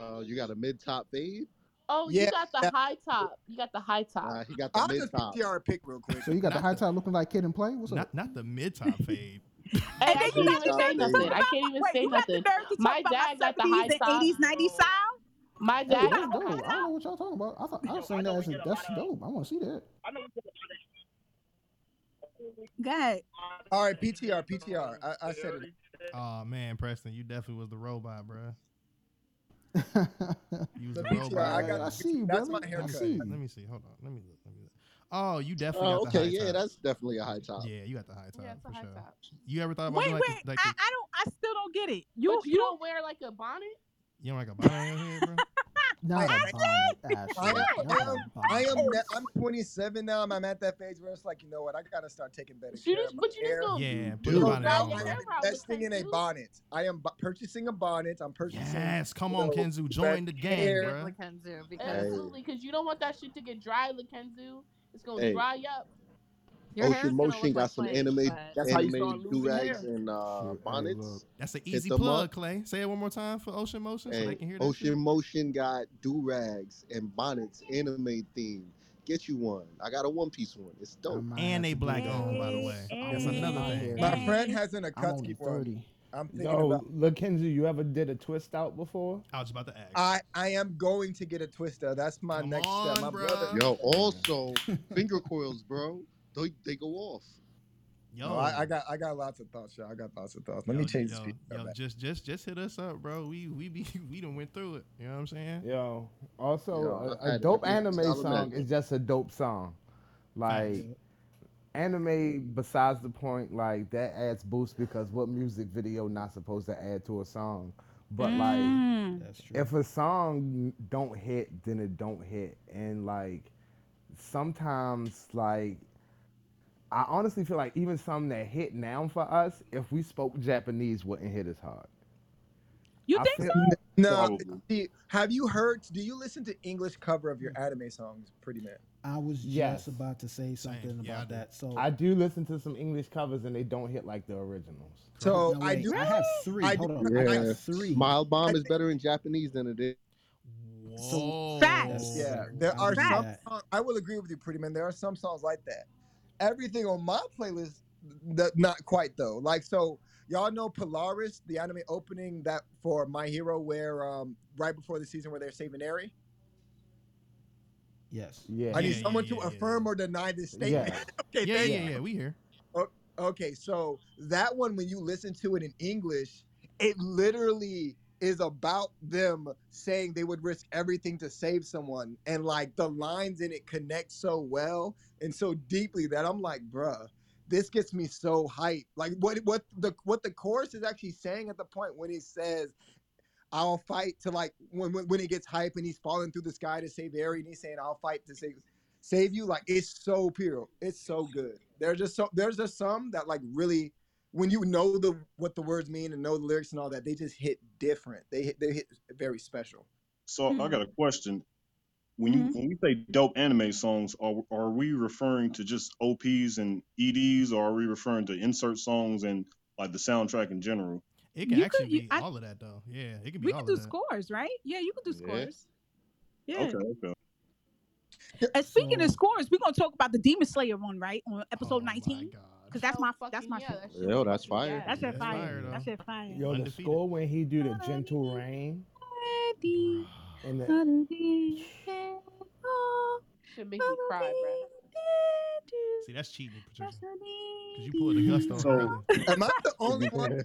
Speaker 7: don't-
Speaker 12: Uh, you got a mid top fade.
Speaker 6: Oh,
Speaker 7: Yeah.
Speaker 6: you got the high top. You got the high
Speaker 12: Nah,
Speaker 6: top.
Speaker 12: he got the
Speaker 7: I'll
Speaker 12: mid
Speaker 7: just
Speaker 12: top.
Speaker 7: PTR a pic real quick.
Speaker 2: So you got the
Speaker 3: Not
Speaker 2: high
Speaker 3: the-
Speaker 2: top looking like Kid and Play? What's up?
Speaker 3: Not not the mid top fade.
Speaker 6: Hey,
Speaker 13: And
Speaker 6: I
Speaker 13: then you got
Speaker 6: can't even
Speaker 12: the
Speaker 6: say
Speaker 12: thing
Speaker 6: nothing. I
Speaker 13: about-
Speaker 6: can't even
Speaker 13: Wait,
Speaker 6: say
Speaker 13: you got the
Speaker 6: nothing.
Speaker 13: nerve to talk
Speaker 6: My
Speaker 13: about
Speaker 6: dad got the
Speaker 13: 70s
Speaker 6: high
Speaker 13: and
Speaker 6: top.
Speaker 13: 80s, 90s style?
Speaker 6: My
Speaker 2: Hey,
Speaker 6: dad
Speaker 2: that's
Speaker 6: got the
Speaker 2: dope. I
Speaker 6: high
Speaker 2: don't know
Speaker 6: top.
Speaker 2: what y'all talking about. I thought
Speaker 10: Yo,
Speaker 2: I've
Speaker 10: I
Speaker 2: seen
Speaker 10: know
Speaker 2: that
Speaker 10: we
Speaker 2: as a,
Speaker 10: get a
Speaker 2: that's
Speaker 10: lot of-
Speaker 2: dope. I want to see that.
Speaker 10: I know we get a lot of
Speaker 13: Go ahead.
Speaker 7: All right, PTR, PTR. I, I said it.
Speaker 3: Oh man, Preston, you definitely was the robot, bro. You was the
Speaker 7: The picture
Speaker 3: robot.
Speaker 7: I got-
Speaker 2: I see you,
Speaker 7: that's
Speaker 2: brother.
Speaker 7: my
Speaker 2: I
Speaker 7: haircut.
Speaker 2: see you.
Speaker 3: Let me see. Hold on. Let me look. Let me look. Oh, you definitely
Speaker 12: Oh,
Speaker 3: got the
Speaker 12: okay,
Speaker 3: high
Speaker 12: yeah,
Speaker 3: top.
Speaker 12: that's definitely a high top.
Speaker 3: Yeah, you got the high top
Speaker 6: Yeah, it's a
Speaker 3: for
Speaker 6: high
Speaker 3: sure.
Speaker 6: top.
Speaker 3: You ever thought about
Speaker 13: Wait,
Speaker 3: doing
Speaker 13: wait.
Speaker 3: like, the, like
Speaker 13: I,
Speaker 3: the,
Speaker 13: I don't. I still don't get it.
Speaker 6: You,
Speaker 13: You,
Speaker 6: but you,
Speaker 13: you.
Speaker 6: don't wear like a bonnet?
Speaker 3: you know like a bonnet on your head, bro?
Speaker 2: Not
Speaker 7: I
Speaker 2: a bonnet,
Speaker 3: Ah,
Speaker 7: I
Speaker 2: Ashley.
Speaker 7: am,
Speaker 2: Not
Speaker 7: I
Speaker 2: a
Speaker 7: am, I am
Speaker 2: bonnet.
Speaker 7: ne- I'm 27 now. and I'm at that phase where it's like, you know what? I gotta start taking better
Speaker 6: You
Speaker 7: care
Speaker 6: just,
Speaker 7: of my
Speaker 6: but you just
Speaker 7: hair.
Speaker 6: don't.
Speaker 3: Yeah,
Speaker 12: dude.
Speaker 3: put a
Speaker 12: Dude,
Speaker 3: bonnet
Speaker 6: now
Speaker 3: on,
Speaker 6: your
Speaker 7: I
Speaker 3: bro.
Speaker 7: am
Speaker 6: hair probably
Speaker 7: investing in a
Speaker 6: tattooed.
Speaker 7: bonnet. I am bu- purchasing a bonnet. I'm purchasing.
Speaker 3: Yes, come on,
Speaker 7: know,
Speaker 3: Kenzu, join the game,
Speaker 7: hair,
Speaker 3: bro.
Speaker 14: Kenzu, because
Speaker 6: Absolutely, because you don't want that shit to get dry, Lakenzu. It's gonna
Speaker 12: Hey.
Speaker 6: dry up.
Speaker 14: your hair
Speaker 12: Ocean
Speaker 14: is gonna
Speaker 12: Motion
Speaker 14: look
Speaker 12: got
Speaker 14: like
Speaker 12: some
Speaker 14: flames,
Speaker 12: anime-
Speaker 14: but-
Speaker 12: That's
Speaker 7: how you start
Speaker 12: Anime do
Speaker 7: losing
Speaker 12: rags
Speaker 7: hair.
Speaker 12: and uh,
Speaker 2: Shit, hey,
Speaker 12: bonnets.
Speaker 2: look.
Speaker 3: That's an
Speaker 12: Hit
Speaker 3: easy
Speaker 12: them
Speaker 3: plug,
Speaker 12: up.
Speaker 3: Clay. Say it one more time for Ocean Motion so they
Speaker 12: Hey,
Speaker 3: can hear that.
Speaker 12: Ocean
Speaker 3: shit.
Speaker 12: Motion got do rags and bonnets, anime themed. Get you one. I got a one piece one. It's
Speaker 2: I
Speaker 12: dope.
Speaker 2: might have
Speaker 3: And they
Speaker 2: to do
Speaker 3: black
Speaker 2: that.
Speaker 3: owned, by the way. That's
Speaker 2: I'm
Speaker 3: another
Speaker 2: on
Speaker 3: thing.
Speaker 2: it.
Speaker 7: My
Speaker 2: Hey.
Speaker 7: friend has an
Speaker 2: I'm only
Speaker 7: Akatsuki one.
Speaker 2: 30.
Speaker 7: I'm thinking
Speaker 8: Yo,
Speaker 7: about.
Speaker 8: Lakenzu, you ever did a twist out before?
Speaker 3: I was about to ask.
Speaker 7: I I am going to get a twister. That's my
Speaker 3: Come
Speaker 7: next
Speaker 3: on,
Speaker 7: step. My
Speaker 3: bruh.
Speaker 7: brother.
Speaker 12: Yo, also finger coils, bro. They, they go off.
Speaker 7: Yo, I, I got I got lots of thoughts, y'all. I got lots of thoughts. Let me change the
Speaker 3: yo,
Speaker 7: speed.
Speaker 3: yo, just just just hit us up, bro. We we be we done went through it. You know what I'm saying?
Speaker 8: Yo, also uh,
Speaker 3: Yo,
Speaker 8: a, a
Speaker 3: I- I-
Speaker 8: dope
Speaker 3: I-
Speaker 8: anime
Speaker 3: I-
Speaker 8: song is just a dope song. Like anime, besides the point, like that adds boost because what music video not supposed to add to a song? But
Speaker 13: Mm.
Speaker 8: like,
Speaker 13: That's true.
Speaker 8: if a song don't hit, then it don't hit, and like sometimes like I honestly feel like even something that hit now for us, if we spoke Japanese, wouldn't hit as hard.
Speaker 13: You
Speaker 8: think so?
Speaker 7: No, see, have you heard? Do you listen to English cover of your anime songs, Pretty Man?
Speaker 2: Mm. I was
Speaker 8: Yes.
Speaker 2: just about to say something
Speaker 8: yeah,
Speaker 2: about that. So
Speaker 8: I do listen to some English covers and they don't hit like the originals.
Speaker 7: So
Speaker 2: No, I wait, do- I have three. I Hold do- on, I got three.
Speaker 12: Mild Bomb is better in Japanese than it is.
Speaker 7: So
Speaker 12: Facts.
Speaker 7: Yeah, there are
Speaker 12: Facts.
Speaker 7: some. Songs, I will agree with you, Pretty Man. There are some songs like that. Everything on my playlist, that not quite though. Like so, y'all know Polaris, the anime opening that for My Hero, where um right before the season where they're saving Eri.
Speaker 2: yes.
Speaker 8: Yeah.
Speaker 7: I need someone to affirm or deny this statement. okay,
Speaker 3: yeah,
Speaker 7: thank
Speaker 3: yeah,
Speaker 7: you.
Speaker 3: yeah, We here.
Speaker 7: O- Okay, so that one, when you listen to it in English, it literally is about them saying they would risk everything to save someone. And like the lines in it connect so well and so deeply that I'm like, bruh, this gets me so hyped. Like what what the what the chorus is actually saying at the point when he says, I'll fight to like when when, when it gets hype and he's falling through the sky to save Aerie and he's saying I'll fight to save save you like it's so pure it's so good there's just so there's just some that like really when you know the what the words mean and know the lyrics and all that they just hit different they hit they hit very special
Speaker 15: So I got a question. When you
Speaker 13: Mm-hmm.
Speaker 15: when we say dope anime songs, are are we referring to just OPs and EDs, or are we referring to insert songs and like the soundtrack in general?
Speaker 3: It can
Speaker 13: You
Speaker 3: actually
Speaker 13: could- you-
Speaker 3: be
Speaker 13: I-
Speaker 3: all of that though. Yeah, it can be
Speaker 13: We
Speaker 3: all
Speaker 13: can
Speaker 3: of
Speaker 13: do
Speaker 3: that.
Speaker 13: scores, right? Yeah, you can do
Speaker 3: Yeah.
Speaker 13: scores. Yeah.
Speaker 15: Okay, okay.
Speaker 13: And speaking of scores, we're gonna talk about the Demon Slayer one, right? On episode nineteen, because
Speaker 6: Oh,
Speaker 13: that's my that's my shit.
Speaker 12: Yo, that's fire.
Speaker 13: That's your fire. That's your fire.
Speaker 8: Yo, the score when he do the gentle rain and the
Speaker 6: Should make me cry,
Speaker 3: See, that's cheating, Patricia.
Speaker 13: Because
Speaker 3: you pulled the gusto
Speaker 7: So-
Speaker 3: early.
Speaker 7: am i the only one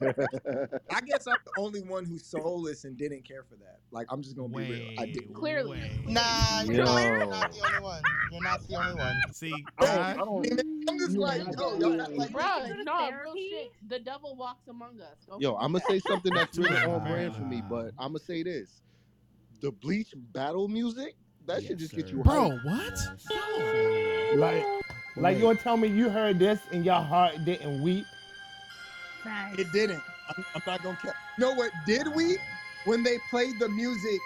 Speaker 7: i guess i'm the only one who's soulless and didn't care for that like i'm just gonna be real i did
Speaker 6: Clearly.
Speaker 11: Nah, you're not, you're not
Speaker 12: Yo.
Speaker 11: the only one. You're not the only one.
Speaker 3: See,
Speaker 7: I don't, I'm just like, yo, y'all got like,
Speaker 6: bro. No, real shit. The devil walks among us. Go
Speaker 12: Yo,
Speaker 6: for
Speaker 12: I'm gonna say something that's really
Speaker 3: Wow.
Speaker 12: on brand for me, but I'm gonna say this: the Bleach battle music that should just get you
Speaker 3: Bro,
Speaker 12: hyped.
Speaker 3: what?
Speaker 8: like like
Speaker 12: Wait.
Speaker 8: you gonna tell me you heard this and your heart didn't weep?
Speaker 7: It didn't. I'm, I'm not gonna care. You know what? Did we when they played the music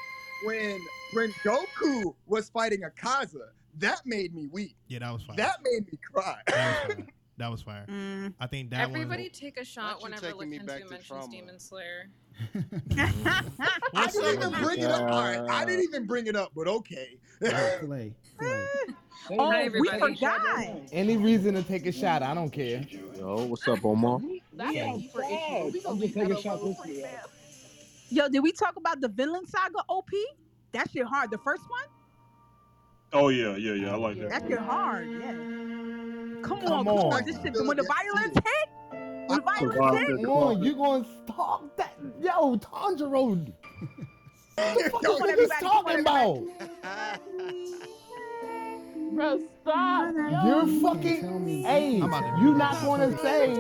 Speaker 7: when when Goku was fighting Akaza? That made me weep.
Speaker 3: Yeah, that was fire.
Speaker 7: That made me cry.
Speaker 3: That was fire. I think that
Speaker 9: Mm. Everybody
Speaker 3: one.
Speaker 9: take a shot
Speaker 12: you
Speaker 9: whenever
Speaker 12: taking me
Speaker 9: Lakenzu
Speaker 12: back to
Speaker 9: mentions
Speaker 12: trauma?
Speaker 9: Demon Slayer.
Speaker 7: I didn't even bring it up.
Speaker 12: Uh,
Speaker 7: All right, I didn't even bring it up, but okay.
Speaker 2: Play.
Speaker 13: Oh,
Speaker 8: Hi,
Speaker 13: we
Speaker 8: everybody.
Speaker 13: forgot.
Speaker 8: Any reason to take a shot, I don't care.
Speaker 12: Yo, what's up, Omar?
Speaker 6: That's a deeper issue. We gonna leave that alone for now.
Speaker 13: Yo, did we talk about the villain saga? Op, that shit hard. The first one,
Speaker 15: Oh yeah, yeah, yeah. I like that.
Speaker 13: that shit hard. Yeah. Come on,
Speaker 8: Come
Speaker 13: come on.
Speaker 8: on.
Speaker 13: This shit, when the violence hit, when the violence hit,
Speaker 8: Come on, you gonna talk that? Yo, Tanjiro. What the fuck
Speaker 13: Come
Speaker 8: is
Speaker 13: on,
Speaker 8: niggas
Speaker 13: everybody, come
Speaker 8: talking about?
Speaker 6: Bro, stop.
Speaker 8: You're
Speaker 2: Oh,
Speaker 8: fucking. Hey, you not going to say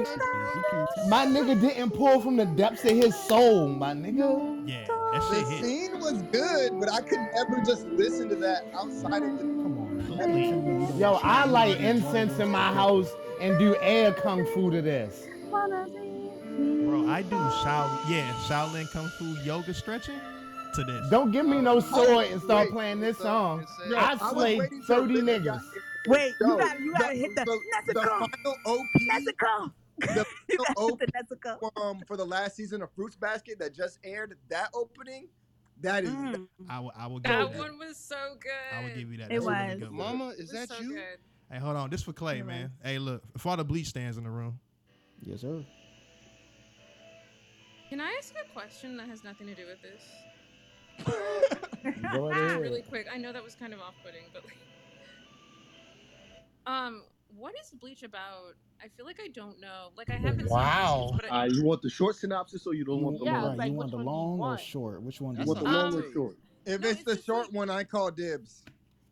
Speaker 8: my nigga didn't pull from the depths of his soul, my nigga.
Speaker 3: Yeah,
Speaker 7: the scene was good, but I could never just listen to that outside of the. Come
Speaker 8: on. Yo, I light incense in my house and do air kung fu to this.
Speaker 3: Bro, I do Shaolin, yeah, Shaolin Kung Fu yoga stretching to this.
Speaker 8: Don't give me no sword and start
Speaker 3: Wait,
Speaker 8: playing this song.
Speaker 3: Yo, I
Speaker 8: I
Speaker 3: was
Speaker 8: slay
Speaker 3: waiting till
Speaker 8: 30 niggas.
Speaker 13: Wait, you
Speaker 7: Yo,
Speaker 13: gotta, you gotta hit the,
Speaker 7: the
Speaker 13: Nezuko.
Speaker 7: final OP.
Speaker 13: Nezuko.
Speaker 7: The final OP um, for the last season of Fruits Basket that just aired. That opening, that is.
Speaker 13: Mm.
Speaker 3: I will, I will give you
Speaker 9: That
Speaker 3: that.
Speaker 9: one was so good.
Speaker 3: I will give you that. That's a really good one.
Speaker 9: is that you?
Speaker 3: Hey, hold on. This for Clay, man. Hey, look, for all the bleach stands in the room.
Speaker 2: Yes, sir.
Speaker 9: Can I ask a question that has nothing to do with this? Ah,
Speaker 8: Go
Speaker 9: Just
Speaker 8: ahead.
Speaker 9: really quick. I know that was kind of off-putting, but like, um, what is Bleach about? I feel like I don't know. Like I haven't. seen
Speaker 2: Wow.
Speaker 9: Bleach, but I-
Speaker 12: Uh, you want the short synopsis or you don't want the
Speaker 2: yeah,
Speaker 12: long?
Speaker 2: right. you want the long or short? Which one? do
Speaker 12: You want the
Speaker 9: Um,
Speaker 12: long or short?
Speaker 7: If it's the short one, I call dibs.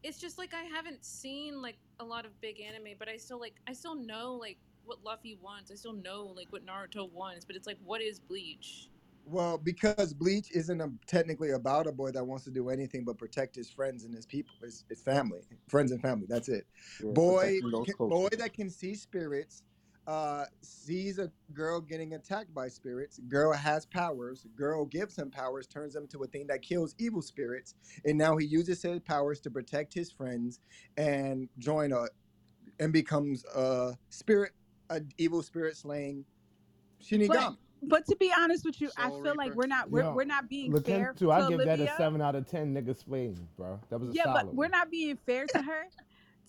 Speaker 9: it's just like I haven't seen like a lot of big anime, but I still like I still know like what Luffy wants. I still know like what Naruto wants, but it's like what is Bleach?
Speaker 7: Well, because Bleach isn't a, technically about a boy that wants to do anything but protect his friends and his people, his, his family, friends and family. That's it.
Speaker 12: Yeah,
Speaker 7: boy,
Speaker 12: protecting those
Speaker 7: ca-
Speaker 12: close to
Speaker 7: boy
Speaker 12: them.
Speaker 7: that can see spirits, uh, sees a girl getting attacked by spirits. Girl has powers. Girl gives him powers, turns him to a thing that kills evil spirits, and now he uses his powers to protect his friends and join a and becomes a spirit, a evil spirit slaying
Speaker 13: But,
Speaker 7: Shinigami.
Speaker 13: but to be honest with you, I
Speaker 7: Soul
Speaker 13: feel like we're not we're,
Speaker 8: Yo,
Speaker 13: we're not being
Speaker 8: look
Speaker 13: fair
Speaker 8: into. I
Speaker 13: to
Speaker 8: give that
Speaker 13: Olivia.
Speaker 8: a seven out of ten. Niggas spleen, bro. That was a
Speaker 13: yeah,
Speaker 8: solid.
Speaker 13: but we're not being fair to her.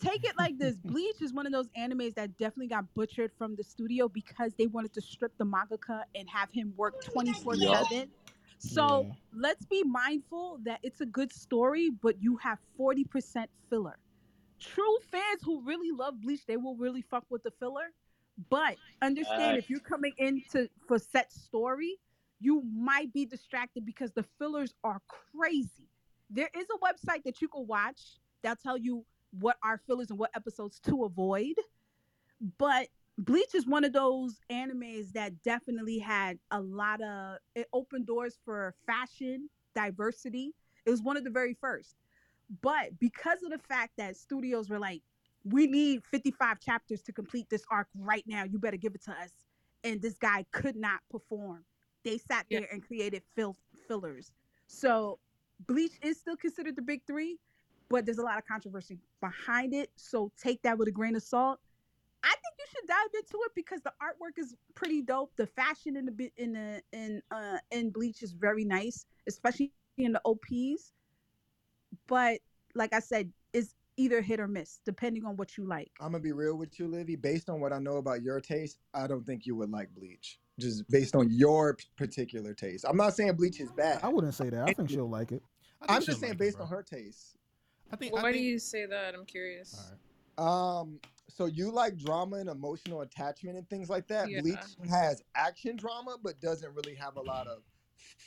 Speaker 13: Take it like this: Bleach is one of those animes that definitely got butchered from the studio because they wanted to strip the mangaka and have him work twenty four seven. So
Speaker 2: Yeah.
Speaker 13: let's be mindful that it's a good story, but you have forty percent filler. True fans who really love Bleach, they will really fuck with the filler. But understand
Speaker 16: Alright.
Speaker 13: if you're coming into for set story, you might be distracted because the fillers are crazy. There is a website that you can watch that'll tell you what are fillers and what episodes to avoid. But Bleach is one of those animes that definitely had a lot of it opened doors for fashion, diversity. It was one of the very first. But because of the fact that studios were like, we need 55 chapters to complete this arc right now, you better give it to us. And this guy could not perform. They sat there and created fill- fillers. So Bleach is still considered the big three, but there's a lot of controversy behind it. So take that with a grain of salt. I think you should dive into it because the artwork is pretty dope. The fashion in the bi- in the in uh in Bleach is very nice, especially in the OPs. But like I said, it's either hit or miss depending on what you like.
Speaker 7: I'm gonna be real with you, Livy. Based on what I know about your taste, I don't think you would like Bleach. Just based on your p- particular taste. I'm not saying Bleach is bad.
Speaker 2: I wouldn't say that. I think she'll like it.
Speaker 7: I'm just saying based on her taste.
Speaker 3: I think.
Speaker 9: Why do you say that? I'm curious.
Speaker 7: Um, so you like drama and emotional attachment and things like that.
Speaker 9: Yeah.
Speaker 7: Bleach has action drama, but doesn't really have a lot of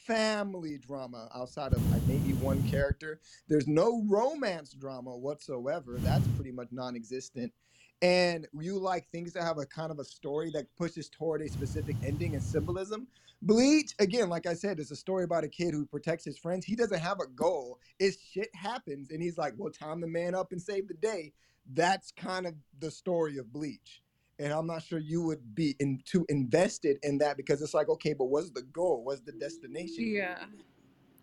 Speaker 7: family drama outside of like maybe one character. There's no romance drama whatsoever. That's pretty much non-existent. And you like things that have a kind of a story that pushes toward a specific ending and symbolism. Bleach, again, like I said, is a story about a kid who protects his friends. He doesn't have a goal. It's shit happens, and he's like, "Well, time to man up and save the day." That's kind of the story of Bleach and I'm not sure you would be in, too invested in that because it's like, okay, but what's the goal? What's the destination?
Speaker 9: Yeah.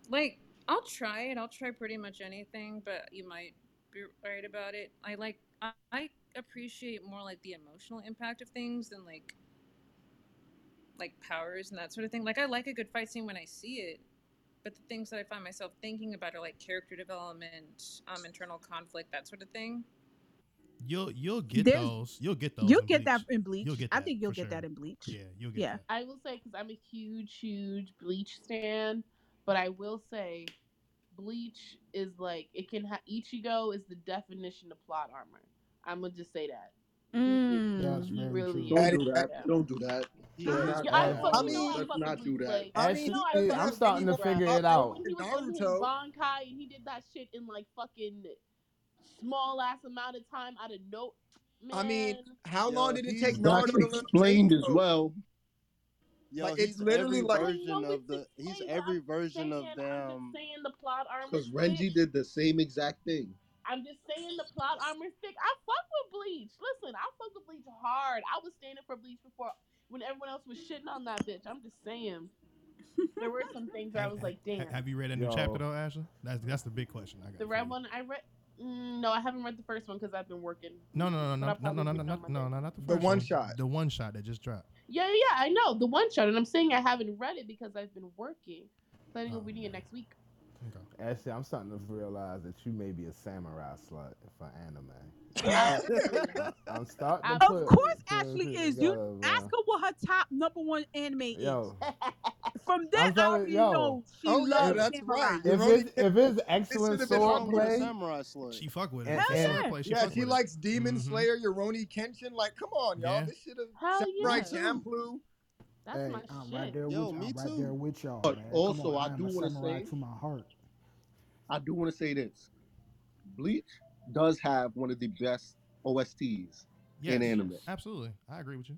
Speaker 9: Like I'll try it. I'll try pretty much anything, but you might be right about it. I like I, I appreciate more like the emotional impact of things than like like powers and that sort of thing. Like I like a good fight scene when I see it, but the things that I find myself thinking about are like character development, um, internal conflict, that sort of thing.
Speaker 3: You'll you'll get
Speaker 13: There's-
Speaker 3: those. You'll get those.
Speaker 13: You'll
Speaker 3: in
Speaker 13: get that
Speaker 3: Bleach.
Speaker 13: in Bleach.
Speaker 3: You'll get
Speaker 13: I
Speaker 3: that,
Speaker 13: think you'll
Speaker 3: for
Speaker 13: get
Speaker 3: sure.
Speaker 13: that in Bleach.
Speaker 3: Yeah, you'll get.
Speaker 13: Yeah.
Speaker 6: I will say because I'm a huge, huge Bleach stan, but I will say Bleach is like it can ha- Ichigo is the definition of plot armor. I'm gonna just say that.
Speaker 2: That's
Speaker 6: He
Speaker 2: very
Speaker 6: really
Speaker 2: true.
Speaker 6: is.
Speaker 12: Don't do that.
Speaker 6: Yeah.
Speaker 12: Don't do
Speaker 6: I-
Speaker 12: that. Let's not
Speaker 6: yeah, I
Speaker 12: do that.
Speaker 6: fuck- you know I
Speaker 12: bro. Let's
Speaker 6: fuck with
Speaker 12: not do
Speaker 6: Bleach,
Speaker 12: that.
Speaker 6: like- I mean, you know I
Speaker 8: Actually,
Speaker 6: fuck
Speaker 8: I'm
Speaker 6: with
Speaker 8: starting to
Speaker 6: Bleach, bruh.
Speaker 8: figure it
Speaker 6: Like,
Speaker 8: out.
Speaker 6: when he was in his Bankai and he did that shit in like fucking small ass amount of time out of no man.
Speaker 7: I mean, how long did it
Speaker 12: he's
Speaker 7: take
Speaker 12: not
Speaker 7: Naruto to learn
Speaker 12: explained as
Speaker 7: Zenko?
Speaker 16: well. Yo,
Speaker 7: Like it's
Speaker 16: he's every
Speaker 7: literally like
Speaker 16: version of the. He's
Speaker 6: explained, but
Speaker 16: every
Speaker 6: I'm
Speaker 16: version of
Speaker 6: saying- I'm just
Speaker 16: them.
Speaker 6: saying the plot armor
Speaker 12: Because
Speaker 6: shit.
Speaker 12: Renji did the same exact thing.
Speaker 6: I'm just saying the plot armor stick. I fuck with Bleach. Listen, I fuck with Bleach hard. I was standing for Bleach before when everyone else was shitting on that bitch. I'm just saying. There were some things where I was like,
Speaker 3: Ha-
Speaker 6: damn.
Speaker 3: Have you read a new
Speaker 8: Yo.
Speaker 3: chapter though, Ashley? That's that's the big question I got.
Speaker 6: The
Speaker 3: for you.
Speaker 6: red one I read. Mm, no, I haven't read the first one because I've been working.
Speaker 3: No, no, no,
Speaker 6: But
Speaker 3: no,
Speaker 6: I'll
Speaker 3: no, no, no,
Speaker 6: probably
Speaker 3: no,
Speaker 6: pick
Speaker 3: no,
Speaker 6: on
Speaker 3: no, no, not the first
Speaker 7: The one
Speaker 3: one.
Speaker 7: shot.
Speaker 3: The one shot that just dropped.
Speaker 6: Yeah, yeah, yeah, I know the one shot, and I'm saying I haven't read it because I've been working, planning on
Speaker 3: Oh,
Speaker 6: reading it next week.
Speaker 8: Actually, I'm starting to realize that you may be a samurai slut for anime.
Speaker 6: Absolutely.
Speaker 8: I'm starting to
Speaker 13: Of
Speaker 8: put.
Speaker 13: course,
Speaker 8: two and
Speaker 13: Ashley
Speaker 8: two
Speaker 13: is. You
Speaker 8: together, bro.
Speaker 13: ask her what her top number one anime is.
Speaker 8: Yo,
Speaker 13: From that, I already know she
Speaker 16: Oh, yeah,
Speaker 13: loves
Speaker 16: that's
Speaker 13: him.
Speaker 16: right.
Speaker 13: You're
Speaker 8: If
Speaker 16: only-
Speaker 8: it's if it's excellent
Speaker 16: She fuck with a
Speaker 8: swordplay,
Speaker 16: Samurai Slayer.
Speaker 3: She fuck with
Speaker 8: it. Hell It's yeah. swordplay, she
Speaker 7: Yeah,
Speaker 8: fuck
Speaker 7: she
Speaker 8: with it. Mm-hmm.
Speaker 7: likes Demon Slayer, Yoroni Kenshin. Like, come on, y'all.
Speaker 8: Yeah.
Speaker 7: This should
Speaker 6: Hell
Speaker 7: have Samurai
Speaker 6: yeah.
Speaker 7: Champloo.
Speaker 6: That's
Speaker 2: hey,
Speaker 6: my
Speaker 2: I'm
Speaker 6: shit.
Speaker 2: right there
Speaker 12: Yo,
Speaker 2: with you.
Speaker 12: me
Speaker 2: I'm right
Speaker 12: too.
Speaker 2: there with y'all.
Speaker 12: But
Speaker 2: man. Come
Speaker 12: also,
Speaker 2: on,
Speaker 12: I
Speaker 2: I am
Speaker 12: do
Speaker 2: a
Speaker 12: want to
Speaker 2: samurai
Speaker 12: say,
Speaker 2: to my heart.
Speaker 12: I do want to say this: Bleach does have one of the best OSTs
Speaker 3: Yes,
Speaker 12: in anime.
Speaker 3: absolutely. I agree with you.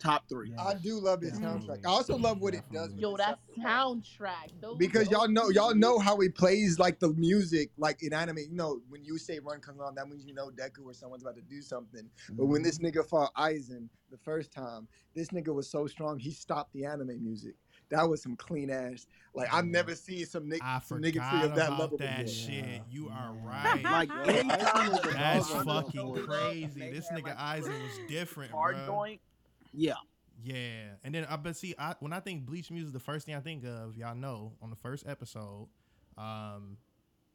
Speaker 12: Top three.
Speaker 7: I do love his soundtrack. I also love what it does.
Speaker 6: Yo, that soundtrack. Those
Speaker 7: Because y'all know
Speaker 6: OSTs.
Speaker 7: y'all know how he plays like the music like in anime. You know when you say run comes on, that means you know Deku or someone's about to do something. But
Speaker 2: Mm-hmm.
Speaker 7: when this
Speaker 3: Mm-hmm.
Speaker 7: nigga fought Aizen the first time, this nigga was so strong he stopped the anime music. That was some clean ass. Like I've never seen some nick
Speaker 3: I
Speaker 7: some
Speaker 3: forgot
Speaker 7: nigga of that level
Speaker 3: about that
Speaker 7: before.
Speaker 3: shit. You are right.
Speaker 7: Like, yo, Aizen was a
Speaker 3: That's
Speaker 7: dog on
Speaker 3: fucking
Speaker 7: the
Speaker 3: crazy. This nigga Isaac was different,
Speaker 5: hard
Speaker 3: bro.
Speaker 5: going.
Speaker 3: Yeah. Yeah. And then I but see I when I think bleach music, the first thing I think of, y'all know, on the first episode, um,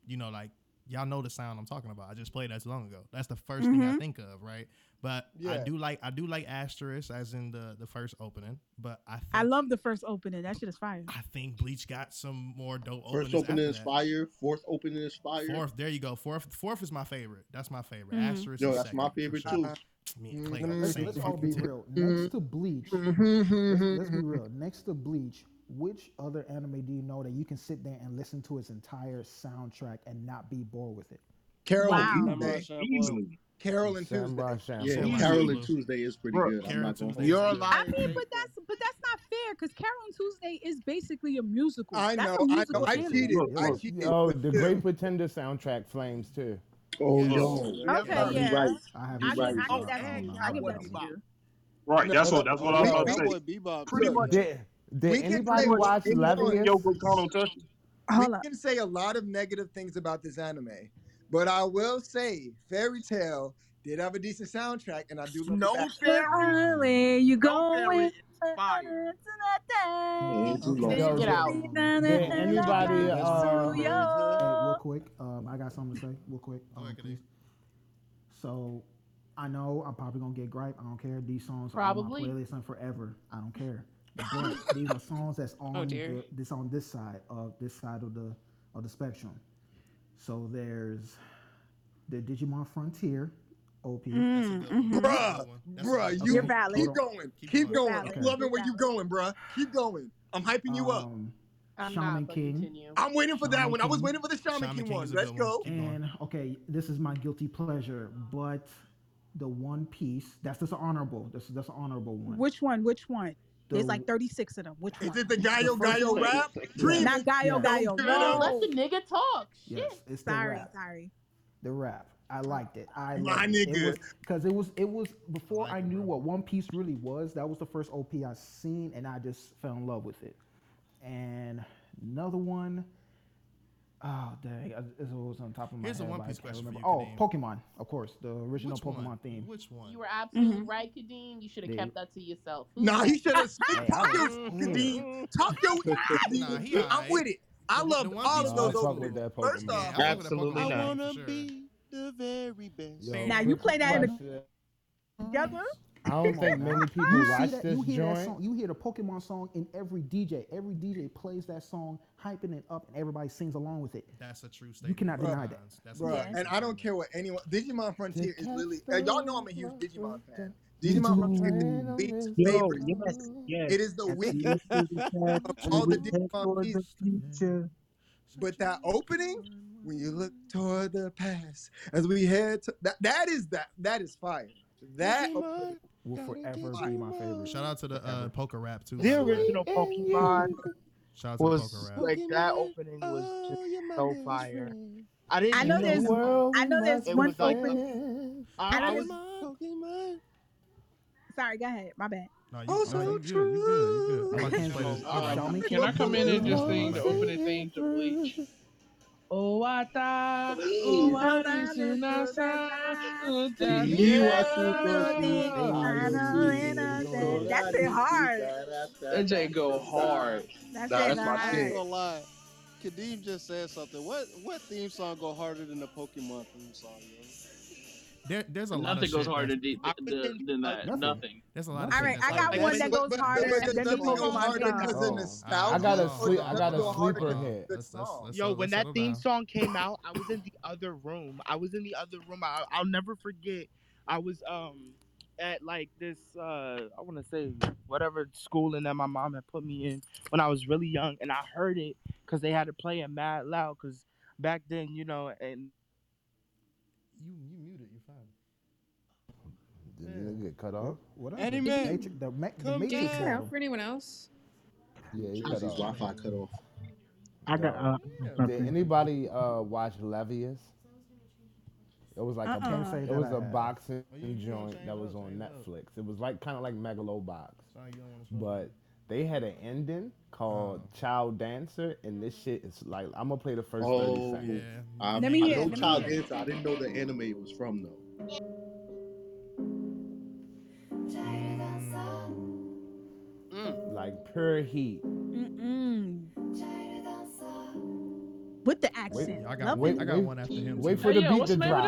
Speaker 3: you know, like y'all know the sound I'm talking about. I just played that too long ago. That's the 1st thing
Speaker 7: Mm-hmm.
Speaker 3: I
Speaker 17: Mhm.
Speaker 3: think of, right? But I
Speaker 17: Yeah.
Speaker 3: do like I do like asterisk as in the the first opening, but I
Speaker 13: I love the first opening. That shit is fire.
Speaker 3: I think Bleach got some more dope openings.
Speaker 12: First opening
Speaker 3: after
Speaker 12: is
Speaker 3: that.
Speaker 12: fire. Fourth opening is fire.
Speaker 3: Fourth, there you go. Fourth, fourth is my favorite. That's my favorite.
Speaker 12: Mhm.
Speaker 3: Asterisk
Speaker 12: Yo,
Speaker 3: is
Speaker 12: that's my
Speaker 3: second, for
Speaker 12: favorite
Speaker 3: sure.
Speaker 12: too.
Speaker 3: Me and Clay. are the
Speaker 2: Let's,
Speaker 3: same
Speaker 2: let's all
Speaker 3: fucking
Speaker 2: be
Speaker 3: team.
Speaker 2: real.
Speaker 12: Mm-hmm.
Speaker 2: Next to Bleach, let's, let's be real. Next to Bleach, which other anime do you know that you can sit there and listen to its entire soundtrack and not be bored with it?
Speaker 7: Carol
Speaker 2: Wow.
Speaker 7: and
Speaker 2: Samurai
Speaker 7: Tuesday. Carol and
Speaker 2: Samurai
Speaker 7: Tuesday.
Speaker 2: Champloo.
Speaker 12: Yeah,
Speaker 2: Samurai
Speaker 12: Carol and
Speaker 2: Champloo.
Speaker 12: Tuesday is pretty
Speaker 2: Bruh,
Speaker 12: good. I'm
Speaker 2: Carol
Speaker 12: not gonna
Speaker 2: Tuesday
Speaker 12: lie.
Speaker 2: is You're a good.
Speaker 13: I mean, but that's but that's not fair because Carol Tuesday is basically a musical.
Speaker 7: I
Speaker 13: That's
Speaker 7: know,
Speaker 13: a
Speaker 7: I
Speaker 13: musical
Speaker 7: know, I
Speaker 13: channel.
Speaker 7: cheated.
Speaker 8: Look,
Speaker 7: I
Speaker 8: look,
Speaker 7: cheated.
Speaker 8: yo,
Speaker 7: but
Speaker 8: the
Speaker 7: still.
Speaker 8: Great Pretender soundtrack flames too.
Speaker 12: Oh
Speaker 8: Yes.
Speaker 12: yo,
Speaker 13: Okay,
Speaker 12: you
Speaker 13: yeah.
Speaker 12: right.
Speaker 2: I
Speaker 12: You
Speaker 13: I
Speaker 12: right.
Speaker 13: give I
Speaker 16: Oh,
Speaker 13: give that to
Speaker 16: and
Speaker 13: you. I give
Speaker 16: Cowboy
Speaker 13: that to
Speaker 16: Bebop.
Speaker 13: you.
Speaker 15: Right.
Speaker 7: No,
Speaker 15: That's what.
Speaker 7: no,
Speaker 15: That's what I
Speaker 7: we-
Speaker 15: was about to
Speaker 7: we-
Speaker 15: say.
Speaker 16: Cowboy Bebop.
Speaker 15: Pretty
Speaker 7: look,
Speaker 15: much.
Speaker 8: Did, did
Speaker 7: we can
Speaker 8: anybody
Speaker 7: say what's
Speaker 8: watch
Speaker 7: influenced
Speaker 8: Levius?
Speaker 15: Yoko Kano Tashi.
Speaker 7: we can say a lot of negative things about this anime, but I will say Fairy Tale did have a decent soundtrack, and I do love the
Speaker 5: No
Speaker 7: back.
Speaker 5: fairy.
Speaker 13: Finally, you
Speaker 5: fairy
Speaker 13: going
Speaker 5: is fire.
Speaker 12: Ain't too
Speaker 2: Okay,
Speaker 12: long.
Speaker 2: so
Speaker 13: Bitch, get out.
Speaker 2: um, did anybody
Speaker 13: Let's
Speaker 2: uh
Speaker 13: do yo.
Speaker 2: hey, real quick, um I got something to say real quick. Um, please. So I know I'm probably gonna get gripe. I don't care. These songs
Speaker 6: Probably.
Speaker 2: are on my playlist and forever. I don't care. But these are songs that's on
Speaker 6: dear.
Speaker 2: the, this on this side of this side of the of the spectrum. So there's the Digimon Frontier OP.
Speaker 7: That's a good one.
Speaker 2: Mm-hmm.
Speaker 7: That's a Bruh, good one. That's a bruh, good one. you- mm-hmm. You're valid. keep
Speaker 2: Hold on.
Speaker 7: going. Keep Keep going. going. I'm
Speaker 2: Okay.
Speaker 7: loving where you going, bruh. Keep going. I'm hyping you up.
Speaker 2: Um,
Speaker 6: I'm
Speaker 2: Shaman
Speaker 6: not, but
Speaker 2: King.
Speaker 6: continue.
Speaker 7: I'm waiting for that
Speaker 2: Shaman
Speaker 7: one. I was
Speaker 2: King.
Speaker 7: waiting for the Uh, Shaman,
Speaker 3: Shaman
Speaker 7: King,
Speaker 3: King
Speaker 7: one.
Speaker 3: is a
Speaker 7: Let's
Speaker 3: good one.
Speaker 7: go.
Speaker 2: And okay, this is my guilty pleasure, but the One Piece. That's just an honorable. That's that's an honorable one.
Speaker 13: Which one? Which one? There's
Speaker 2: The-
Speaker 13: like 36 of them. Which one?
Speaker 7: Is it the Gaio
Speaker 2: first
Speaker 7: Gaio
Speaker 2: one-
Speaker 7: rap?
Speaker 2: Yeah.
Speaker 7: Dreaming.
Speaker 13: Not Gaio
Speaker 2: Yes.
Speaker 13: Gaio.
Speaker 7: give it
Speaker 6: No,
Speaker 7: up.
Speaker 6: let
Speaker 13: No.
Speaker 6: the nigga talk.
Speaker 2: Yes,
Speaker 6: Shit.
Speaker 2: it's the
Speaker 13: Sorry,
Speaker 2: rap.
Speaker 13: sorry.
Speaker 2: The rap. I liked it. I
Speaker 7: My
Speaker 2: loved it. It
Speaker 7: nigga.
Speaker 2: was because it was it was before I, knew what One Piece really was. That was the first OP I seen, and I just fell in love with it. And another one, oh dang, I, this was on top of my
Speaker 3: Here's a
Speaker 2: head.
Speaker 3: One
Speaker 2: but I
Speaker 3: Piece
Speaker 2: can't
Speaker 3: question for
Speaker 2: remember.
Speaker 3: you,
Speaker 2: Oh,
Speaker 3: Kadeem.
Speaker 2: Pokemon, of course, the original
Speaker 3: Which
Speaker 2: Pokemon
Speaker 3: one?
Speaker 2: theme.
Speaker 3: Which one?
Speaker 6: You were absolutely right, Kadeem. You should have
Speaker 2: They-
Speaker 6: kept that to yourself.
Speaker 7: Mm-hmm.
Speaker 6: Who's
Speaker 7: Nah, he
Speaker 6: next?
Speaker 7: should have speak.
Speaker 2: Hey,
Speaker 7: Talk
Speaker 2: I
Speaker 7: your
Speaker 2: was
Speaker 7: shit,
Speaker 2: here.
Speaker 7: Kadeem. Talk your shit,
Speaker 3: Mm. Nah,
Speaker 7: Kadeem.
Speaker 3: he all
Speaker 7: I'm
Speaker 3: right.
Speaker 7: with it. I
Speaker 3: The, the
Speaker 7: loved
Speaker 3: One
Speaker 7: all
Speaker 3: Piece
Speaker 7: of
Speaker 8: No, I
Speaker 7: those
Speaker 3: one's
Speaker 8: fuck
Speaker 7: openings.
Speaker 8: with
Speaker 3: cool.
Speaker 8: that
Speaker 7: First
Speaker 3: Yeah,
Speaker 7: off,
Speaker 8: Pokemon.
Speaker 3: I fuck with that
Speaker 16: I
Speaker 3: Pokemon
Speaker 2: Absolutely
Speaker 3: one
Speaker 16: wanna
Speaker 3: for sure.
Speaker 16: be the very best.
Speaker 8: Yo,
Speaker 13: Now you
Speaker 8: quick
Speaker 13: play that in a
Speaker 8: question.
Speaker 13: together.
Speaker 8: I don't
Speaker 2: Come on
Speaker 8: think
Speaker 2: now.
Speaker 8: many people
Speaker 2: You see
Speaker 8: watch
Speaker 2: that?
Speaker 8: this
Speaker 2: You hear that
Speaker 8: joint.
Speaker 2: song? You hear the Pokemon song in every DJ. Every DJ plays that song, hyping it up, and everybody sings along with it.
Speaker 3: That's a true statement.
Speaker 2: You cannot
Speaker 3: of
Speaker 2: deny
Speaker 3: mine.
Speaker 2: that.
Speaker 3: That's
Speaker 7: Bruh,
Speaker 3: a true
Speaker 7: and I
Speaker 3: statement.
Speaker 7: don't care what anyone. Digimon Frontier is literally. and y'all know I'm a huge Digimon fan. Digimon Frontier is
Speaker 2: Digimon
Speaker 7: least
Speaker 4: Yo,
Speaker 7: favorite.
Speaker 4: yes, yes.
Speaker 7: It is the
Speaker 4: As
Speaker 7: weakest
Speaker 4: we look to the past
Speaker 7: of
Speaker 4: and
Speaker 7: all
Speaker 4: we
Speaker 7: the
Speaker 4: head
Speaker 7: Digimon
Speaker 4: for the
Speaker 7: pieces.
Speaker 4: future.
Speaker 7: But that opening, when you look toward the past, as we head to that, that is that that is fire. That opening
Speaker 2: will
Speaker 7: is
Speaker 2: forever
Speaker 7: fire.
Speaker 2: be my favorite.
Speaker 3: Shout out to the uh, poker rap too. by
Speaker 5: The
Speaker 3: the way.
Speaker 5: original Pokemon
Speaker 3: Shout out to the poker
Speaker 5: was
Speaker 3: rap.
Speaker 5: like that opening was just
Speaker 8: Oh,
Speaker 5: so fire. I didn't
Speaker 13: I know
Speaker 5: even
Speaker 13: there's
Speaker 5: know
Speaker 13: I know there's
Speaker 5: it
Speaker 13: one
Speaker 5: was like a,
Speaker 13: opening.
Speaker 5: I,
Speaker 13: I know
Speaker 5: I
Speaker 13: there's
Speaker 5: was
Speaker 13: sorry, go ahead. My bad.
Speaker 3: No, you, no, you good. You good. You good. I'm about to just play this. I'm about to just
Speaker 2: Shaman
Speaker 18: Can I
Speaker 2: King.
Speaker 18: come in and just sing
Speaker 3: play
Speaker 18: the
Speaker 3: this.
Speaker 18: opening theme to Bleach?
Speaker 13: Oh,
Speaker 18: Owata, owari sunasa, uta,
Speaker 13: That shit hard.
Speaker 18: That J go hard.
Speaker 13: That
Speaker 18: Nah,
Speaker 13: shit
Speaker 18: that's my
Speaker 16: I ain't
Speaker 13: hard.
Speaker 18: shit.
Speaker 16: gonna lie. Kadeem just said something. What what theme song go harder than the Pokemon theme song? Yo?
Speaker 3: There, there's a lot
Speaker 18: Nothing
Speaker 3: of
Speaker 18: goes
Speaker 3: shit
Speaker 18: harder
Speaker 3: that's-
Speaker 18: than, the- than, than that. Nothing.
Speaker 3: There's a lot. Of
Speaker 18: All
Speaker 3: shit
Speaker 18: right,
Speaker 3: that's
Speaker 18: I got
Speaker 3: like-
Speaker 18: one that goes harder
Speaker 19: But
Speaker 18: than
Speaker 19: does it
Speaker 18: people
Speaker 19: go
Speaker 18: who like
Speaker 19: harder because
Speaker 18: rock.
Speaker 3: Oh,
Speaker 19: of nostalgia?
Speaker 8: I got a
Speaker 19: or
Speaker 8: sleep. I
Speaker 19: does
Speaker 8: got
Speaker 19: it go
Speaker 8: a
Speaker 19: harder
Speaker 8: sleeper
Speaker 19: 'cause it's a
Speaker 8: hit.
Speaker 19: good song?
Speaker 3: so
Speaker 5: Yo, when
Speaker 3: let's
Speaker 5: that
Speaker 3: settle
Speaker 5: theme
Speaker 3: down.
Speaker 5: song came out, I was in the other room. I was in the other room. I, I'll never forget. I was um at like this uh I want to say whatever schooling that my mom had put me in when I was really young, and I heard it because they had to play it mad loud. Because back then, you know, and
Speaker 3: You you muted. You fine.
Speaker 8: Did you get cut off?
Speaker 2: What up?
Speaker 8: Anime,
Speaker 2: the Matrix, the, Ma- the
Speaker 11: Did you
Speaker 2: Matrix
Speaker 11: turn it off
Speaker 2: album.
Speaker 11: for anyone else?
Speaker 8: Yeah, you cut
Speaker 20: Jesse's
Speaker 8: off.
Speaker 20: Wi-Fi cut off.
Speaker 21: I got uh,
Speaker 8: Did anybody uh, watch Levius? It was like
Speaker 2: Uh-uh. Can't
Speaker 8: a
Speaker 2: say
Speaker 8: it
Speaker 2: that
Speaker 8: was
Speaker 2: I
Speaker 8: a
Speaker 2: have.
Speaker 8: boxing
Speaker 3: you- you don't
Speaker 8: joint
Speaker 3: change
Speaker 8: that
Speaker 3: it
Speaker 8: was
Speaker 3: up,
Speaker 8: on
Speaker 3: change it up.
Speaker 8: Netflix. It was like kind of like Megalobox,
Speaker 3: Sorry, you don't want to
Speaker 8: but they had an ending called
Speaker 20: Oh.
Speaker 8: Child Dancer, and this shit is like I'm gonna play the first thirty
Speaker 20: Oh,
Speaker 8: seconds.
Speaker 20: I,
Speaker 13: Let me
Speaker 20: I
Speaker 13: hear it,
Speaker 20: know
Speaker 13: let me
Speaker 20: Child
Speaker 13: hear it.
Speaker 20: Dancer. I didn't know the anime was from though.
Speaker 8: Mm. Like pure heat.
Speaker 13: Mm-mm. With the
Speaker 8: Wait,
Speaker 13: accent.
Speaker 3: I got
Speaker 13: Love
Speaker 8: wait,
Speaker 3: I got
Speaker 8: wait,
Speaker 3: one after him.
Speaker 8: Wait
Speaker 3: too.
Speaker 8: for the beat to
Speaker 13: the
Speaker 8: drop.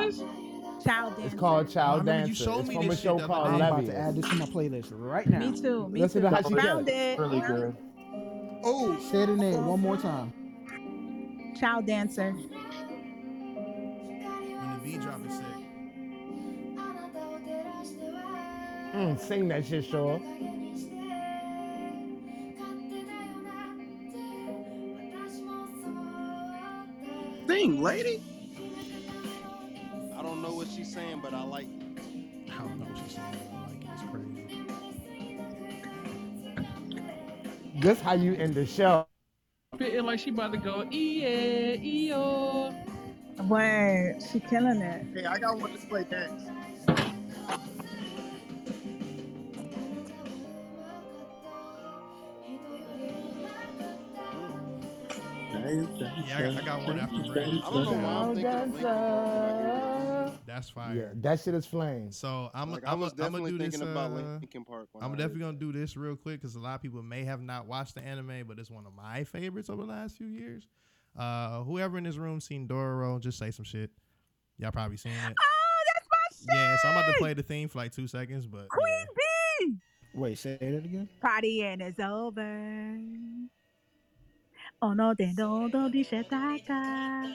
Speaker 13: Child
Speaker 8: It's
Speaker 13: dancer.
Speaker 8: called
Speaker 3: I
Speaker 8: Child
Speaker 3: remember you
Speaker 8: Dancer.
Speaker 3: showed
Speaker 8: It's
Speaker 3: me
Speaker 8: from
Speaker 3: this
Speaker 8: a
Speaker 3: shit
Speaker 8: show
Speaker 3: the other
Speaker 8: called
Speaker 2: I'm about to
Speaker 8: Levius.
Speaker 2: add this to my playlist right now.
Speaker 13: Me too. Me
Speaker 8: Listen to
Speaker 13: too.
Speaker 8: how she got
Speaker 13: Found
Speaker 8: it.
Speaker 13: it.
Speaker 8: Really good.
Speaker 13: Oh,
Speaker 2: Say the name one more time.
Speaker 13: child dancer.
Speaker 3: When the beat drop is sick.
Speaker 8: Mm, sing that shit, Shaw.
Speaker 5: Sing, lady.
Speaker 4: I don't know what she's saying, but I like it.
Speaker 3: I don't know what she's saying. but I like it. It's crazy.
Speaker 8: This how you end the show.
Speaker 18: Spitting like she about to go, yeah, yeah.
Speaker 13: Word. She killing it.
Speaker 19: Hey, I got one to play next.
Speaker 3: Yeah, I got, I got one after Brandon.
Speaker 4: I don't know why
Speaker 8: Child
Speaker 4: I'm thinking of Lincoln Park right here.
Speaker 8: Dancer.
Speaker 3: That's
Speaker 8: Yeah,
Speaker 3: fire.
Speaker 8: that shit is flame.
Speaker 3: So I'm
Speaker 4: Like I
Speaker 3: I'm
Speaker 4: was
Speaker 3: I'm gonna
Speaker 4: definitely
Speaker 3: do this.
Speaker 4: thinking about
Speaker 3: Uh,
Speaker 4: Lincoln Park when I
Speaker 3: I'm
Speaker 4: heard
Speaker 3: definitely gonna
Speaker 4: that.
Speaker 3: do this real quick because a lot of people may have not watched the anime, but it's one of my favorites over the last few years. Uh, whoever in this room seen Dororo, just say some shit. Y'all probably seen it.
Speaker 13: Oh, that's my shit.
Speaker 3: Yeah, so I'm about to play the theme for like two seconds, but yeah.
Speaker 13: Queen Bee.
Speaker 2: Wait, say that again.
Speaker 13: Party and it's over. Oh no, they don't don't be shit like that.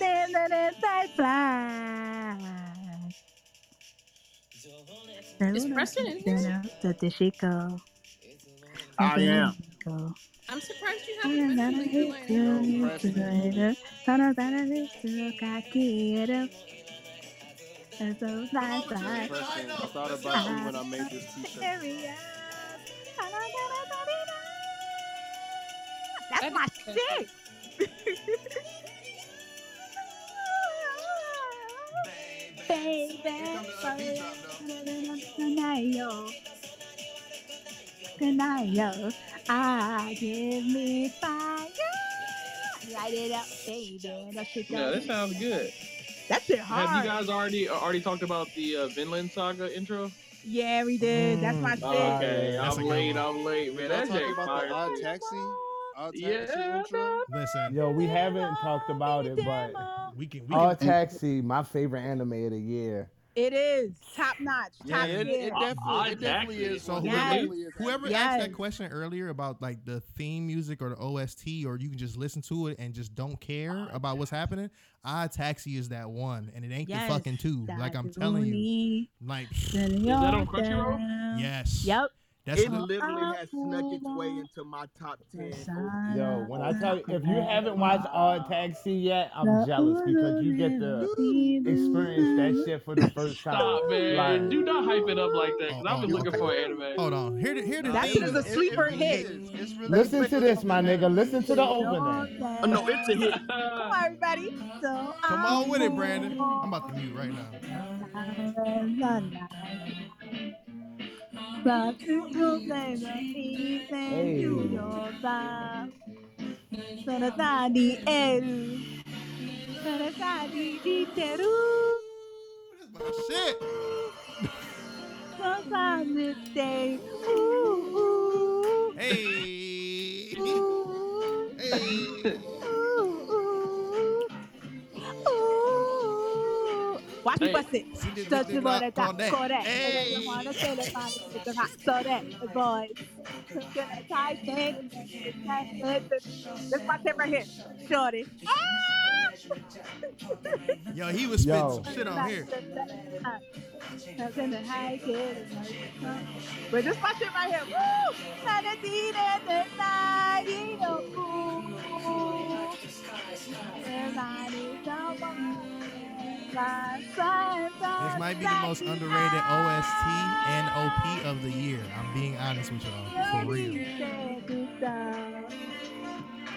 Speaker 13: Then the red light flash.
Speaker 11: Is Preston in here?
Speaker 13: The Dishiko.
Speaker 5: I am.
Speaker 13: Go.
Speaker 11: I'm surprised you haven't mentioned Lincoln Lane.
Speaker 4: Yo, Preston.
Speaker 13: That's so nice,
Speaker 4: Yo,
Speaker 13: right?
Speaker 4: Preston, I thought about you
Speaker 13: I
Speaker 4: when I made this t-shirt.
Speaker 13: area. That's
Speaker 11: That
Speaker 13: my
Speaker 11: is
Speaker 13: shit. Baby, Tonight, tonight, I give me fire. Light it up, baby. That shit
Speaker 18: Yeah, that
Speaker 13: goes.
Speaker 18: sounds good.
Speaker 13: That shit
Speaker 18: Have you
Speaker 13: hard.
Speaker 18: guys already uh, already talked about the uh, Vinland Saga intro?
Speaker 13: Yeah, we did. That's my shit.
Speaker 18: Oh, okay,
Speaker 3: That's a
Speaker 18: I'm
Speaker 3: good
Speaker 18: late.
Speaker 3: one.
Speaker 18: I'm late,
Speaker 4: Did y'all
Speaker 18: man. That
Speaker 4: talk
Speaker 18: shit
Speaker 4: about the
Speaker 18: fire.
Speaker 4: odd taxi? Odd taxi
Speaker 18: Yeah.
Speaker 4: intro?
Speaker 3: Listen,
Speaker 8: Yo, we haven't talked about it, but
Speaker 3: we can we
Speaker 8: All
Speaker 3: can
Speaker 8: Taxi, my favorite anime of the year.
Speaker 13: It is top notch,
Speaker 4: Yeah,
Speaker 13: top
Speaker 3: Yeah.
Speaker 4: it,
Speaker 13: tier.
Speaker 4: it definitely
Speaker 18: Odd
Speaker 4: it definitely
Speaker 18: Taxi.
Speaker 4: is
Speaker 3: So
Speaker 4: one. It
Speaker 13: Yes.
Speaker 3: whoever
Speaker 4: definitely is
Speaker 3: whoever
Speaker 4: anime.
Speaker 3: asked
Speaker 13: Yes.
Speaker 3: that question earlier about like the theme music or the OST, or you can just listen to it and just don't care
Speaker 13: Oh,
Speaker 3: about what's happening. I Taxi is that one, and it ain't
Speaker 13: Yes.
Speaker 3: the fucking two. Like I'm telling you, like
Speaker 13: Is
Speaker 18: Is that on Crunchyroll?
Speaker 3: yes,
Speaker 13: Yep. Uh-huh.
Speaker 3: That's
Speaker 1: It
Speaker 3: the,
Speaker 1: literally has snuck its way into my top ten. Uh,
Speaker 8: Yo,
Speaker 1: oh,
Speaker 8: when I tell you, if you haven't watched Odd Taxi yet, I'm jealous because you get to experience that shit for the first time.
Speaker 18: Stop, man.
Speaker 8: Like,
Speaker 18: Do not hype it up like that,
Speaker 3: Oh,
Speaker 18: because I've
Speaker 3: oh,
Speaker 18: been looking
Speaker 3: okay.
Speaker 18: for an anime.
Speaker 3: Hold on. Here the here the
Speaker 4: Nah,
Speaker 13: That
Speaker 4: it,
Speaker 13: shit
Speaker 3: thing.
Speaker 13: is
Speaker 4: it,
Speaker 13: a
Speaker 4: it
Speaker 13: sleeper
Speaker 4: really
Speaker 13: hit.
Speaker 4: is. It's really
Speaker 8: listen to
Speaker 4: expected to
Speaker 8: this,
Speaker 4: be
Speaker 8: my
Speaker 4: an
Speaker 8: nigga.
Speaker 4: anime.
Speaker 8: Listen to the opening.
Speaker 5: Oh, no, it's a hit.
Speaker 13: Come on, everybody. So um,
Speaker 3: Come
Speaker 13: I
Speaker 3: on with it, Brandon. I'm
Speaker 13: move
Speaker 3: about to mute right now.
Speaker 13: on the night. But you will never be sent to
Speaker 8: Hey,
Speaker 13: your bar. So the daddy eru. So the daddy diteru.
Speaker 3: That's my shit.
Speaker 13: Sometimes it say, ooh, ooh,
Speaker 3: Hey.
Speaker 13: ooh,
Speaker 3: Hey.
Speaker 13: ooh, ooh. Watch me
Speaker 3: Hey,
Speaker 13: bust it.
Speaker 3: she did
Speaker 13: Touch
Speaker 3: the
Speaker 13: the one that
Speaker 3: dick
Speaker 13: got
Speaker 3: on that.
Speaker 13: so that.
Speaker 3: Hey.
Speaker 13: Hey. wanna say that my niggas hot. So that, boys. Cooking that Thai thing. That's my tip right here. Shorty.
Speaker 3: Yo, Ah. he was spitting
Speaker 8: Yo.
Speaker 3: some shit on here.
Speaker 13: But this my shit right here. Woo! Now that he did the night, he a fool. Everybody come on. My son,
Speaker 3: This
Speaker 13: son,
Speaker 3: might be the most underrated OST and OP of the year. I'm being honest with y'all. For real.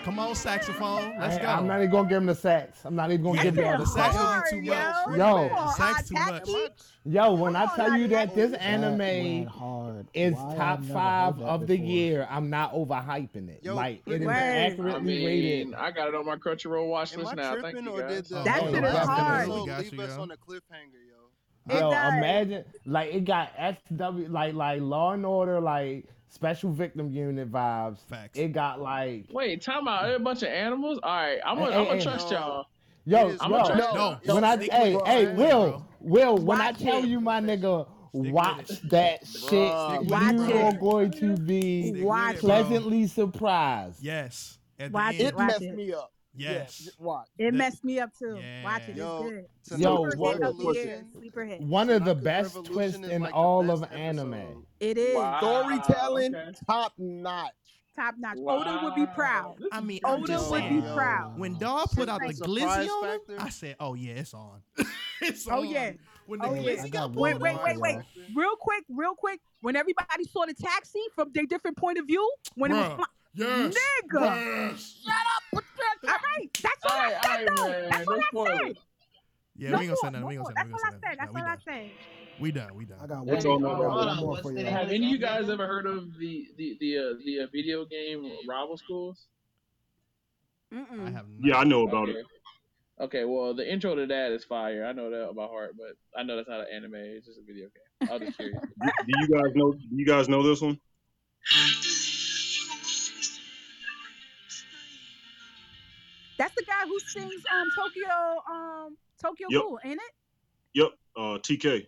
Speaker 3: Come on,
Speaker 2: uh,
Speaker 3: saxophone. Let's
Speaker 8: I-
Speaker 3: go.
Speaker 8: I'm not even gonna give him the sax. I'm not even gonna give him all the
Speaker 3: the sax
Speaker 8: sax.
Speaker 3: would be too much.
Speaker 8: Yo.
Speaker 3: the sax too much.
Speaker 8: Yo, when I tell you that this
Speaker 2: went
Speaker 8: anime
Speaker 2: hard.
Speaker 8: is
Speaker 2: Why I
Speaker 8: top
Speaker 2: never
Speaker 8: five
Speaker 2: heard that
Speaker 8: of the
Speaker 2: before?
Speaker 8: year, I'm not overhyping it. like it is
Speaker 18: Word.
Speaker 8: accurately
Speaker 18: I mean,
Speaker 8: rated.
Speaker 18: I got it on my Crunchyroll watch
Speaker 16: Am
Speaker 18: list
Speaker 16: I
Speaker 18: now. Thank
Speaker 16: tripping
Speaker 18: you
Speaker 16: or
Speaker 18: guys.
Speaker 16: did the-
Speaker 8: That shit is hard.
Speaker 16: Leave
Speaker 8: Got you,
Speaker 16: us
Speaker 8: yo.
Speaker 16: on a cliffhanger, yo.
Speaker 8: Yo,
Speaker 16: does.
Speaker 8: imagine like it got SW like like Law and Order like Special Victim Unit vibes. Facts. It got like
Speaker 18: Wait, time out. There a bunch of animals. All right, I'm gonna,
Speaker 8: Hey,
Speaker 18: I'm gonna
Speaker 8: hey,
Speaker 18: trust
Speaker 8: no.
Speaker 18: y'all.
Speaker 8: Yo,
Speaker 18: It is-
Speaker 8: yo,
Speaker 18: I'ma try- No, no,
Speaker 8: when I
Speaker 18: stick
Speaker 8: hey,
Speaker 18: with it,
Speaker 8: hey,
Speaker 18: bro.
Speaker 8: Will, Will, when
Speaker 18: Watch
Speaker 8: I tell
Speaker 18: it.
Speaker 8: you my nigga, watch that shit,
Speaker 18: Bro.
Speaker 8: you
Speaker 18: Stick with it, bro.
Speaker 8: are going to be
Speaker 18: Stick with it, Watch it. bro.
Speaker 8: pleasantly surprised.
Speaker 3: Yes. At the
Speaker 13: Watch
Speaker 3: end.
Speaker 13: it, watch it.
Speaker 5: up.
Speaker 3: Yes.
Speaker 5: Watch.
Speaker 13: It
Speaker 3: That-
Speaker 13: messed me up too. Watch it,
Speaker 16: Yo,
Speaker 13: it's good.
Speaker 8: Yo,
Speaker 13: Sleeper
Speaker 8: what-
Speaker 13: hit of the year.
Speaker 16: Revolution.
Speaker 13: Sleeper hit.
Speaker 8: One of the best twists in all of anime.
Speaker 13: It is.
Speaker 8: Wow,
Speaker 5: Storytelling top notch.
Speaker 13: Top notch. Oda would be proud.
Speaker 3: I mean, I'm
Speaker 13: Oda
Speaker 3: just
Speaker 13: would
Speaker 3: saying,
Speaker 13: be proud.
Speaker 3: When Dog put out the
Speaker 13: Surprise
Speaker 3: glizzy on him,
Speaker 13: factor.
Speaker 3: I said, "Oh yeah, it's on." it's
Speaker 13: Oh
Speaker 3: on.
Speaker 13: yeah.
Speaker 3: When the
Speaker 13: Oh
Speaker 3: glizzy
Speaker 13: yeah.
Speaker 3: got
Speaker 13: Wait,
Speaker 3: pulled
Speaker 13: wait,
Speaker 3: on,
Speaker 13: wait, wait. Real quick, real quick. When everybody saw the taxi from their different point of view, when it was
Speaker 3: Bruh,
Speaker 13: fly-
Speaker 3: yes,
Speaker 13: nigga,
Speaker 3: yes.
Speaker 13: shut up. with that. All right, that's all I said though. That's all I said.
Speaker 3: Yeah,
Speaker 13: No
Speaker 3: we ain't gonna say nothing.
Speaker 13: more, no
Speaker 3: We ain't
Speaker 13: more.
Speaker 3: gonna say
Speaker 13: That's
Speaker 3: nothing.
Speaker 13: all I said. That's all I said.
Speaker 3: We done. We done. I got
Speaker 18: Hey, uh, hold on. Have any of you guys ever heard of the the the uh, the uh, video game Rival Schools?
Speaker 13: Mm-mm. I
Speaker 3: have
Speaker 15: Yeah, I know about it.
Speaker 18: Okay, well the intro to that is fire. I know that by heart, but I know that's not an anime. It's just a video game. I was just curious.
Speaker 15: Do you guys know? Do you guys know this one?
Speaker 13: That's the guy who sings um Tokyo um Tokyo
Speaker 15: Yep.
Speaker 13: Ghoul, ain't it?
Speaker 15: Yep. Uh, TK.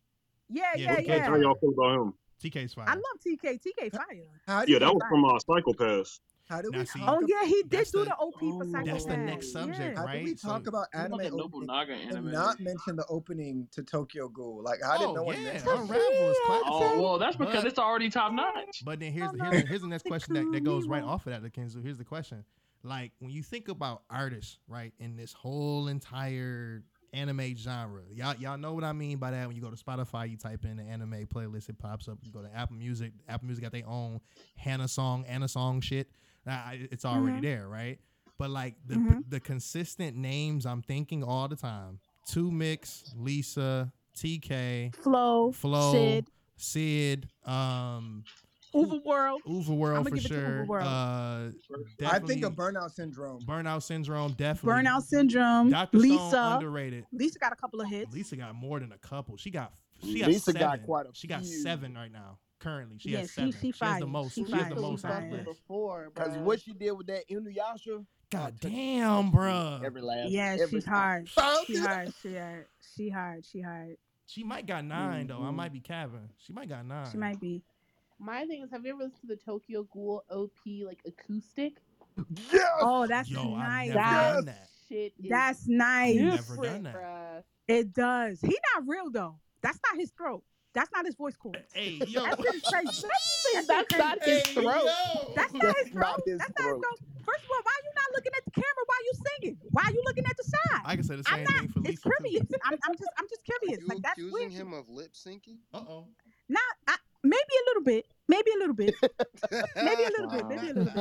Speaker 13: Yeah, yeah,
Speaker 15: What-
Speaker 13: yeah.
Speaker 15: How y'all feel about him?
Speaker 3: TK's fine.
Speaker 13: I love TK. TK fire.
Speaker 15: Yeah, that was from uh, Psychopath.
Speaker 7: How do
Speaker 3: Now,
Speaker 7: we
Speaker 3: see,
Speaker 7: talk
Speaker 13: Oh yeah, he did
Speaker 3: That's
Speaker 13: do
Speaker 3: the-
Speaker 13: the, OP for Psycho.
Speaker 3: that's the
Speaker 13: Man.
Speaker 3: next subject,
Speaker 13: yeah.
Speaker 7: How
Speaker 3: right?
Speaker 7: do we
Speaker 3: So-
Speaker 7: talk about
Speaker 3: What about
Speaker 7: anime
Speaker 3: the
Speaker 7: opening
Speaker 18: Nobunaga
Speaker 7: and
Speaker 18: anime?
Speaker 7: not mention the opening to Tokyo Ghoul? Like, how did
Speaker 3: Oh,
Speaker 7: no one
Speaker 3: yeah,
Speaker 7: mention
Speaker 3: Unravel is classic.
Speaker 18: Oh well, that's because
Speaker 3: But-
Speaker 18: it's already top notch.
Speaker 3: But then here's here's, here's the next question that, that goes right off of that, Kenzo. Here's the question: like when you think about artists, right, in this whole entire anime genre, y'all y'all know what I mean by that. When you go to Spotify, you type in the anime playlist, it pops up. You go to Apple Music, Apple Music got their own Hannah song, Anna song shit. Nah, I- it's
Speaker 15: Mhm.
Speaker 3: already
Speaker 13: Mm-hmm.
Speaker 3: there, right? But like the
Speaker 15: Mhm.
Speaker 3: the consistent names I'm thinking all the time: Two Mix, Lisa, TK,
Speaker 13: Flo,
Speaker 3: Flo,
Speaker 13: Sid.
Speaker 3: Sid, um,
Speaker 13: Overworld.
Speaker 3: Overworld
Speaker 13: I'ma
Speaker 3: for
Speaker 13: give it to
Speaker 3: sure.
Speaker 13: Overworld.
Speaker 3: Uh,
Speaker 7: I think
Speaker 3: definitely
Speaker 7: of Burnout Syndrome.
Speaker 3: Burnout Syndrome, definitely.
Speaker 13: Burnout Syndrome.
Speaker 3: Dr.
Speaker 13: Lisa.
Speaker 3: Stone underrated.
Speaker 13: Lisa got a couple of hits.
Speaker 3: Lisa got more than a couple. She got she got
Speaker 5: Lisa
Speaker 3: seven.
Speaker 5: got quite a
Speaker 3: she got
Speaker 5: few.
Speaker 3: seven right now. Currently, she
Speaker 5: Yeah,
Speaker 3: has
Speaker 5: she-
Speaker 3: seven.
Speaker 5: she
Speaker 3: has the
Speaker 5: fire.
Speaker 3: most.
Speaker 5: She
Speaker 3: She has
Speaker 5: fire.
Speaker 3: the most out of
Speaker 5: Busted
Speaker 3: the list.
Speaker 5: before, because what she did with that Inuyasha.
Speaker 3: God damn, bruh.
Speaker 5: Every last.
Speaker 13: Yeah,
Speaker 5: every
Speaker 13: she's hard. She
Speaker 7: Oh,
Speaker 13: hard. She hard. She hard. She hard.
Speaker 3: She might got 9 though. I might be capping. She might got nine.
Speaker 13: She might be.
Speaker 6: My thing is, have you ever listened to the Tokyo Ghoul OP like acoustic?
Speaker 5: Yes.
Speaker 13: Oh, that's
Speaker 3: Yo, I've
Speaker 13: nice.
Speaker 3: never
Speaker 13: That's-
Speaker 3: done that.
Speaker 6: Shit, is
Speaker 13: That's nice.
Speaker 3: Never done that.
Speaker 13: It does. He not real though. That's not his throat. That's not his voice cord.
Speaker 3: Hey, yo.
Speaker 13: That's, his face. That's,
Speaker 6: That's not his Hey, throat.
Speaker 3: yo.
Speaker 13: That's not his throat. That's not his throat. First of all, why you not looking at the camera while you singing? Why you looking at the side?
Speaker 3: I can say the
Speaker 13: I'm
Speaker 3: same
Speaker 13: not-
Speaker 3: thing for Lisa.
Speaker 13: It's curious. I'm, I'm just I'm just curious.
Speaker 16: You
Speaker 13: Like that's
Speaker 16: accusing
Speaker 13: weird.
Speaker 16: him of lip syncing?
Speaker 3: Uh oh.
Speaker 13: Not I, maybe a little bit. Maybe a little bit. maybe a little bit. Maybe a little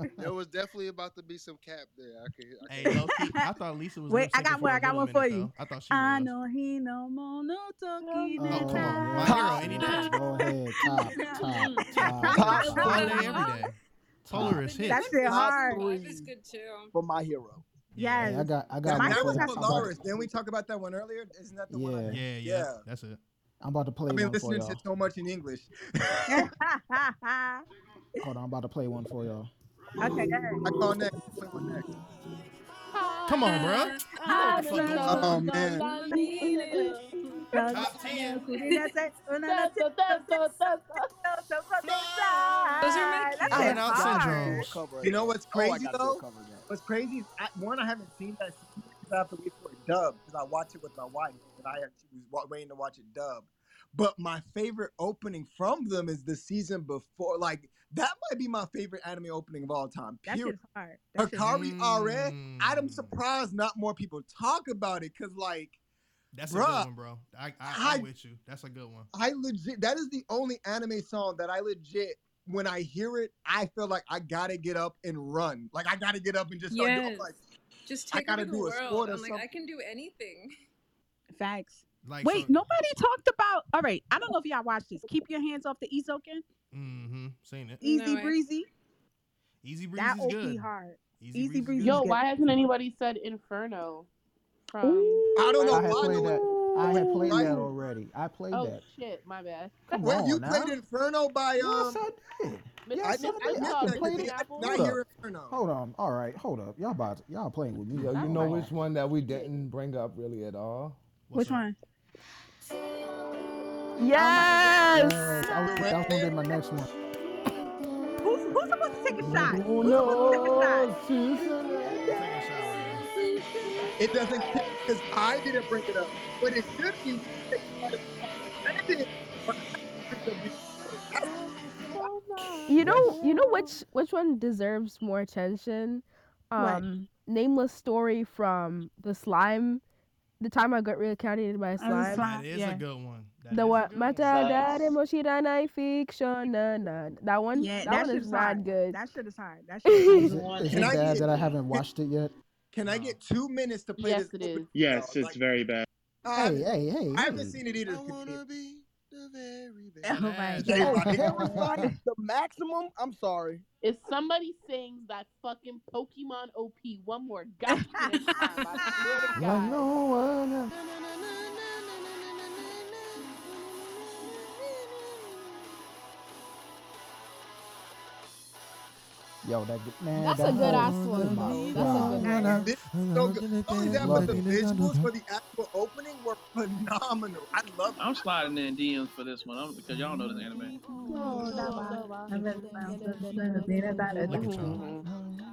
Speaker 13: bit.
Speaker 16: There was definitely about to be some cap there. I could. I
Speaker 3: Hey,
Speaker 16: could-
Speaker 3: low key, I thought Lisa was.
Speaker 13: Wait, I
Speaker 3: lip-syncing
Speaker 13: got one.
Speaker 3: a
Speaker 13: I got
Speaker 3: little
Speaker 13: one for
Speaker 3: minute,
Speaker 13: you.
Speaker 3: though. I thought she
Speaker 13: I
Speaker 3: was.
Speaker 13: know he no more no talking.
Speaker 3: Oh, come on. My hero
Speaker 13: Top,
Speaker 3: any day.
Speaker 13: Go
Speaker 2: ahead, top,
Speaker 3: top.
Speaker 2: top,
Speaker 5: Top
Speaker 3: All
Speaker 5: three.
Speaker 3: day, every day. Polaris hit.
Speaker 13: That shit hard.
Speaker 9: is good too.
Speaker 5: For my hero.
Speaker 13: Yes.
Speaker 2: Hey, I got, I got. one
Speaker 7: that
Speaker 2: for
Speaker 7: was
Speaker 2: you. I'm about
Speaker 7: Polaris.
Speaker 2: to-
Speaker 7: Didn't we talk about that one earlier? Isn't that the one? I-
Speaker 2: Yeah.
Speaker 3: Yeah, yeah,
Speaker 7: Yeah.
Speaker 3: That's it.
Speaker 2: I'm about to play
Speaker 7: I've been
Speaker 2: one for
Speaker 7: listening
Speaker 2: y'all.
Speaker 7: to so much in English.
Speaker 2: Hold on, I'm about to play one for y'all.
Speaker 13: okay, go
Speaker 7: I
Speaker 13: ahead.
Speaker 7: call next. Play one next.
Speaker 3: Come on, bro.
Speaker 7: Oh man.
Speaker 13: Top ten. Those are my
Speaker 6: That's
Speaker 13: cute.
Speaker 6: it.
Speaker 13: Burnout
Speaker 6: Hard.
Speaker 7: You know what's crazy though? What's crazy is I, one I haven't seen that since I have to wait for a dub because I watch it with my wife and I actually was wa- waiting to watch a dub. But my favorite opening from them is the season before. Like that might be my favorite anime opening of all time.
Speaker 13: That
Speaker 7: Period.
Speaker 13: shit's hard. That shit's hard.
Speaker 7: Hikari RA, I'm
Speaker 3: Mm.
Speaker 7: surprised not more people talk about it because like,
Speaker 3: That's a
Speaker 7: bruh,
Speaker 3: good one, bro. I, I, I'm
Speaker 7: I-
Speaker 3: with you. That's a good one.
Speaker 7: I legit that is the only anime song that I legit when I hear it, I feel like I gotta get up and run. Like I gotta get up and just start doing
Speaker 11: Yes.
Speaker 7: like
Speaker 11: Just
Speaker 7: I
Speaker 11: take over
Speaker 7: gotta
Speaker 11: the
Speaker 7: do a
Speaker 11: world.
Speaker 7: sport or
Speaker 11: I'm like, I
Speaker 7: something.
Speaker 11: can do anything.
Speaker 13: Facts.
Speaker 3: Like,
Speaker 13: Wait,
Speaker 3: so-
Speaker 13: nobody talked about. All right, I don't know if y'all watched this. Keep your hands off the Izoken.
Speaker 3: Mm-hmm. Seen it.
Speaker 13: Easy breezy.
Speaker 3: Easy breezy
Speaker 13: That
Speaker 3: is
Speaker 13: OP
Speaker 3: good.
Speaker 13: hard.
Speaker 3: Easy,
Speaker 13: Easy
Speaker 3: breezy.
Speaker 13: breezy.
Speaker 3: is
Speaker 6: Yo,
Speaker 3: good.
Speaker 6: why hasn't anybody said Inferno? From
Speaker 7: I don't know
Speaker 2: I had
Speaker 7: why
Speaker 2: played
Speaker 7: no one
Speaker 2: that. I had played
Speaker 7: Right?
Speaker 2: that already. I played
Speaker 6: Oh
Speaker 2: that.
Speaker 6: shit, my bad.
Speaker 2: Come
Speaker 7: Wait,
Speaker 2: on
Speaker 7: you
Speaker 2: now.
Speaker 7: played Inferno by um
Speaker 2: Yes, I did.
Speaker 6: Mr.
Speaker 7: I,
Speaker 2: Yes,
Speaker 7: did, I
Speaker 2: I did.
Speaker 7: missed
Speaker 2: I
Speaker 7: that
Speaker 2: played
Speaker 7: completely.
Speaker 2: it.
Speaker 7: I did
Speaker 2: Hold
Speaker 7: not hear
Speaker 2: up.
Speaker 7: Inferno.
Speaker 2: Hold on. All right. Hold up. Y'all about to, y'all playing with me.
Speaker 8: Yo, you
Speaker 2: All
Speaker 8: know
Speaker 2: right.
Speaker 8: which one that we didn't bring up really at all?
Speaker 13: Which one?
Speaker 2: Yes,
Speaker 13: Yes.
Speaker 2: I was, that was gonna be my next one.
Speaker 13: Who's, who's supposed to take a shot?
Speaker 8: Who
Speaker 13: Who's supposed to take a
Speaker 8: knows?
Speaker 13: shot?
Speaker 7: It doesn't count because I didn't bring it up. But it should be I did, but I should be-
Speaker 22: You know, you know which which one deserves more attention?
Speaker 13: What?
Speaker 22: Um, nameless story from the slime. The time I got recounted by a
Speaker 13: Oh, the
Speaker 22: slime.
Speaker 13: slime,
Speaker 3: That is a good one. That
Speaker 22: The
Speaker 3: is-
Speaker 22: what? My
Speaker 3: one.
Speaker 22: dad emotional fiction. na- na- That one.
Speaker 13: Yeah,
Speaker 22: that
Speaker 13: that
Speaker 22: one
Speaker 13: shit
Speaker 22: is
Speaker 13: is
Speaker 22: mad
Speaker 13: hard.
Speaker 22: good.
Speaker 13: That shit is hard. That shit
Speaker 2: Is
Speaker 13: is
Speaker 2: it,
Speaker 13: hard.
Speaker 2: is it
Speaker 7: Can I
Speaker 2: bad
Speaker 7: get
Speaker 2: that I haven't watched it yet?
Speaker 7: can I get two minutes to play
Speaker 6: Yes,
Speaker 7: this opening?
Speaker 5: Yes, it's very bad.
Speaker 7: I
Speaker 2: Hey,
Speaker 7: haven't,
Speaker 2: hey, hey.
Speaker 7: Uh, I haven't
Speaker 2: hey.
Speaker 7: seen it either.
Speaker 5: I wanna be the very best.
Speaker 4: Oh my
Speaker 7: They
Speaker 4: god.
Speaker 7: rock it.
Speaker 4: Terrifying is the maximum. I'm sorry.
Speaker 6: If somebody sings that fucking Pokemon OP one more goddamn time, I swear to
Speaker 2: Like
Speaker 6: God.
Speaker 2: no one. else. Yo, that man.
Speaker 22: That's
Speaker 2: that
Speaker 22: a good
Speaker 2: whole-
Speaker 22: ass one,
Speaker 2: my
Speaker 22: though. That's a good
Speaker 2: God.
Speaker 22: one.
Speaker 7: This is so good. Not only that,
Speaker 2: Love
Speaker 7: but the
Speaker 2: it.
Speaker 7: visuals for the actual opening were phenomenal. I love
Speaker 18: I'm sliding in DMs for this one I'm, because y'all know this anime.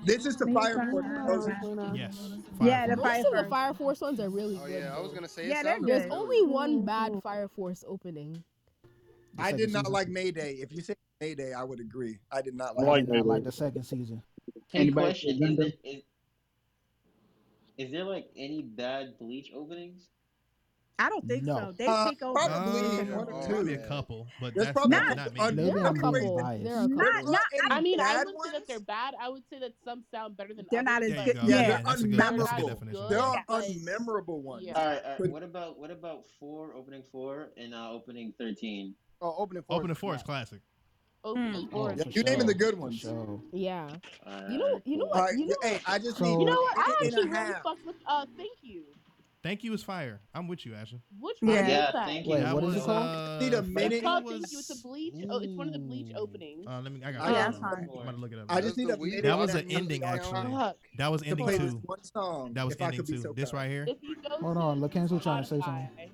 Speaker 7: this is the Fire Force closing.
Speaker 3: Yes.
Speaker 22: Yeah,
Speaker 3: Fire
Speaker 22: the
Speaker 3: Force.
Speaker 22: Most of the Fire Force ones are really
Speaker 5: Oh
Speaker 22: good.
Speaker 5: yeah, I was
Speaker 22: though.
Speaker 5: gonna say
Speaker 13: Yeah,
Speaker 5: it
Speaker 13: they're
Speaker 5: sounded
Speaker 22: There's
Speaker 13: good.
Speaker 5: familiar.
Speaker 22: only one bad Fire Force opening.
Speaker 2: The
Speaker 7: I
Speaker 2: second
Speaker 7: did not
Speaker 2: season.
Speaker 7: like Mayday. If you say Mayday, I would agree. I did not
Speaker 2: I
Speaker 7: like
Speaker 2: did
Speaker 7: it.
Speaker 2: not like the second season.
Speaker 14: Hey,
Speaker 2: Anybody
Speaker 14: question:
Speaker 2: play
Speaker 14: Is
Speaker 2: Gundam?
Speaker 14: there is, is there like any bad Bleach openings?
Speaker 13: I don't think
Speaker 2: No.
Speaker 13: so. They
Speaker 7: Uh,
Speaker 13: take over.
Speaker 7: probably
Speaker 13: They take
Speaker 7: one
Speaker 13: over.
Speaker 7: or
Speaker 3: Um,
Speaker 7: two.
Speaker 3: probably a couple, but
Speaker 7: There's
Speaker 3: that's
Speaker 7: probably
Speaker 3: not,
Speaker 7: like
Speaker 3: not many.
Speaker 7: un-
Speaker 2: Maybe
Speaker 22: There are a
Speaker 2: I'm
Speaker 7: underrated.
Speaker 2: being
Speaker 22: couple. There are
Speaker 2: biased.
Speaker 22: a
Speaker 13: Not,
Speaker 7: There's not
Speaker 22: couple.
Speaker 13: not. I,
Speaker 7: any
Speaker 6: I mean, I
Speaker 7: bad
Speaker 6: wouldn't say that they're
Speaker 7: ones.
Speaker 6: bad. I would say that some sound better than
Speaker 13: they're
Speaker 6: others,
Speaker 13: not as
Speaker 3: There
Speaker 6: but
Speaker 3: you go.
Speaker 13: good.
Speaker 7: Yeah,
Speaker 13: Yeah.
Speaker 7: they're
Speaker 3: Yeah, that's a good. That's a good
Speaker 7: unmemorable.
Speaker 6: they're not
Speaker 3: definition.
Speaker 7: There
Speaker 6: good.
Speaker 3: Yeah.
Speaker 7: are
Speaker 6: But
Speaker 7: unmemorable ones.
Speaker 6: yeah,
Speaker 14: All right, all right.
Speaker 7: But
Speaker 14: What about what about four opening four and uh, opening thirteen?
Speaker 4: Oh, opening for
Speaker 3: Open the forest classic.
Speaker 6: opening
Speaker 2: Oh,
Speaker 6: for
Speaker 2: for
Speaker 7: Hmm. you naming
Speaker 2: sure.
Speaker 7: the good
Speaker 2: For
Speaker 7: ones.
Speaker 2: sure.
Speaker 22: Yeah.
Speaker 14: All
Speaker 22: You know.
Speaker 14: right,
Speaker 22: You know
Speaker 7: All
Speaker 22: what?
Speaker 7: right,
Speaker 22: You know
Speaker 7: hey,
Speaker 22: what?
Speaker 7: I just need
Speaker 6: You know
Speaker 2: So
Speaker 6: what? I
Speaker 7: minute and
Speaker 6: actually
Speaker 7: a
Speaker 6: really
Speaker 7: half.
Speaker 6: fucked with uh thank you.
Speaker 3: Thank you is fire. I'm with you, Ashley.
Speaker 6: Which one
Speaker 13: Yeah.
Speaker 6: was
Speaker 14: Yeah,
Speaker 6: that?
Speaker 14: thank
Speaker 2: wait,
Speaker 14: you.
Speaker 3: That
Speaker 2: what is it
Speaker 3: was
Speaker 2: called?
Speaker 3: uh,
Speaker 7: Need a
Speaker 3: I
Speaker 6: It's
Speaker 7: minute.
Speaker 3: think it
Speaker 6: called thank you. It's a
Speaker 3: was.
Speaker 6: bleach. Oh, it's one of the bleach
Speaker 8: Ooh.
Speaker 6: openings.
Speaker 3: Uh, let me. I got.
Speaker 7: I
Speaker 3: I
Speaker 13: Yeah,
Speaker 7: just
Speaker 3: got
Speaker 13: that's
Speaker 3: it.
Speaker 7: need a,
Speaker 13: hard.
Speaker 3: I'm about to look it up.
Speaker 7: I
Speaker 3: Now.
Speaker 7: just
Speaker 5: Does
Speaker 7: need
Speaker 5: the
Speaker 7: a
Speaker 5: weed
Speaker 7: minute
Speaker 3: That
Speaker 7: and
Speaker 3: was
Speaker 7: a
Speaker 3: an
Speaker 5: opening
Speaker 7: half
Speaker 3: ending
Speaker 5: really count?
Speaker 3: actually.
Speaker 6: Fuck.
Speaker 3: That was
Speaker 7: to
Speaker 3: ending
Speaker 7: play this
Speaker 3: two.
Speaker 7: one song.
Speaker 3: That was
Speaker 7: If I
Speaker 3: ending
Speaker 7: could be
Speaker 3: two.
Speaker 7: so
Speaker 3: This
Speaker 7: kind.
Speaker 3: right here.
Speaker 6: If you go
Speaker 2: Hold
Speaker 6: to
Speaker 2: on, Lakenzo trying to say
Speaker 6: Spotify,
Speaker 2: something.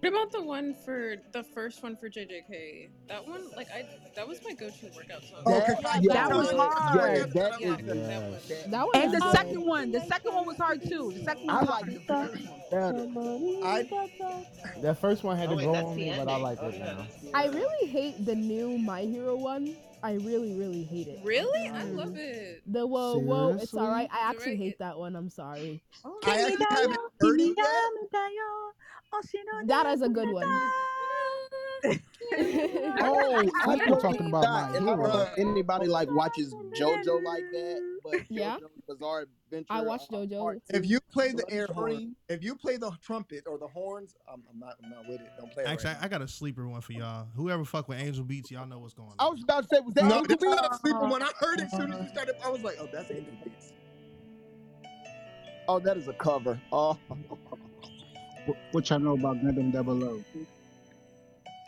Speaker 11: What about the one for the first one for JJK? That one, like I, that was my go-to workout song.
Speaker 7: Oh,
Speaker 2: That
Speaker 7: Katana,
Speaker 6: yeah,
Speaker 2: yo,
Speaker 13: That
Speaker 6: that
Speaker 13: was
Speaker 7: Katana,
Speaker 6: was
Speaker 7: Katana
Speaker 2: yo,
Speaker 13: hard.
Speaker 7: Yatra,
Speaker 2: that
Speaker 7: that
Speaker 11: Yeah,
Speaker 2: is
Speaker 7: was good.
Speaker 11: that one.
Speaker 2: yes.
Speaker 22: That one
Speaker 13: And
Speaker 22: was
Speaker 13: the
Speaker 22: good.
Speaker 13: second one. The second one was hard too. The second one
Speaker 2: I
Speaker 13: was
Speaker 2: like
Speaker 13: hard.
Speaker 2: the first one better.
Speaker 7: I
Speaker 8: That first one had
Speaker 14: Oh
Speaker 8: to
Speaker 14: wait,
Speaker 8: grow
Speaker 5: That's
Speaker 8: on
Speaker 5: the
Speaker 8: me, but I
Speaker 5: ending.
Speaker 8: like
Speaker 5: Oh
Speaker 8: it
Speaker 5: yeah,
Speaker 8: now.
Speaker 5: that's the
Speaker 22: I
Speaker 5: uh.
Speaker 22: really hate the new My Hero one. I really, really hate it.
Speaker 11: Really, I
Speaker 22: Mm.
Speaker 11: love it.
Speaker 22: The whoa, whoa, it's
Speaker 2: Seriously?
Speaker 22: alright. I
Speaker 11: It's
Speaker 22: actually
Speaker 11: alright.
Speaker 22: hate
Speaker 11: It,
Speaker 22: that one. I'm sorry.
Speaker 11: oh
Speaker 7: I
Speaker 11: my
Speaker 7: actually
Speaker 11: god.
Speaker 7: haven't heard it yet.
Speaker 22: That is a good one.
Speaker 11: I
Speaker 22: I
Speaker 11: really
Speaker 4: Oh,
Speaker 11: like
Speaker 4: I know
Speaker 11: that one.
Speaker 4: you're talking about that,
Speaker 2: My
Speaker 4: and I don't know
Speaker 2: hero.
Speaker 4: if
Speaker 7: Uh,
Speaker 4: anybody like watches JoJo like that, but
Speaker 22: Yeah,
Speaker 4: JoJo's Bizarre
Speaker 22: I
Speaker 4: Adventure
Speaker 22: watched
Speaker 4: uh, Part
Speaker 22: JoJo.
Speaker 7: if
Speaker 4: Two,
Speaker 7: you play the
Speaker 4: Blood
Speaker 7: air horn,
Speaker 4: Stream.
Speaker 7: if you play the trumpet or the horns, I'm, I'm not, I'm not with it. Don't play it right
Speaker 3: Actually, I, I got a sleeper one for y'all. Whoever fuck with Angel Beats, y'all know what's going
Speaker 4: I
Speaker 3: on.
Speaker 4: was about to say, was that
Speaker 7: now. No,
Speaker 4: Angel
Speaker 7: that's
Speaker 4: Beats?
Speaker 7: not a sleeper one. I heard it as soon as you started. I was like, oh, that's Angel Beats.
Speaker 4: Oh, that is a cover. Oh,
Speaker 7: Wh- What y'all know about Gundam Double O?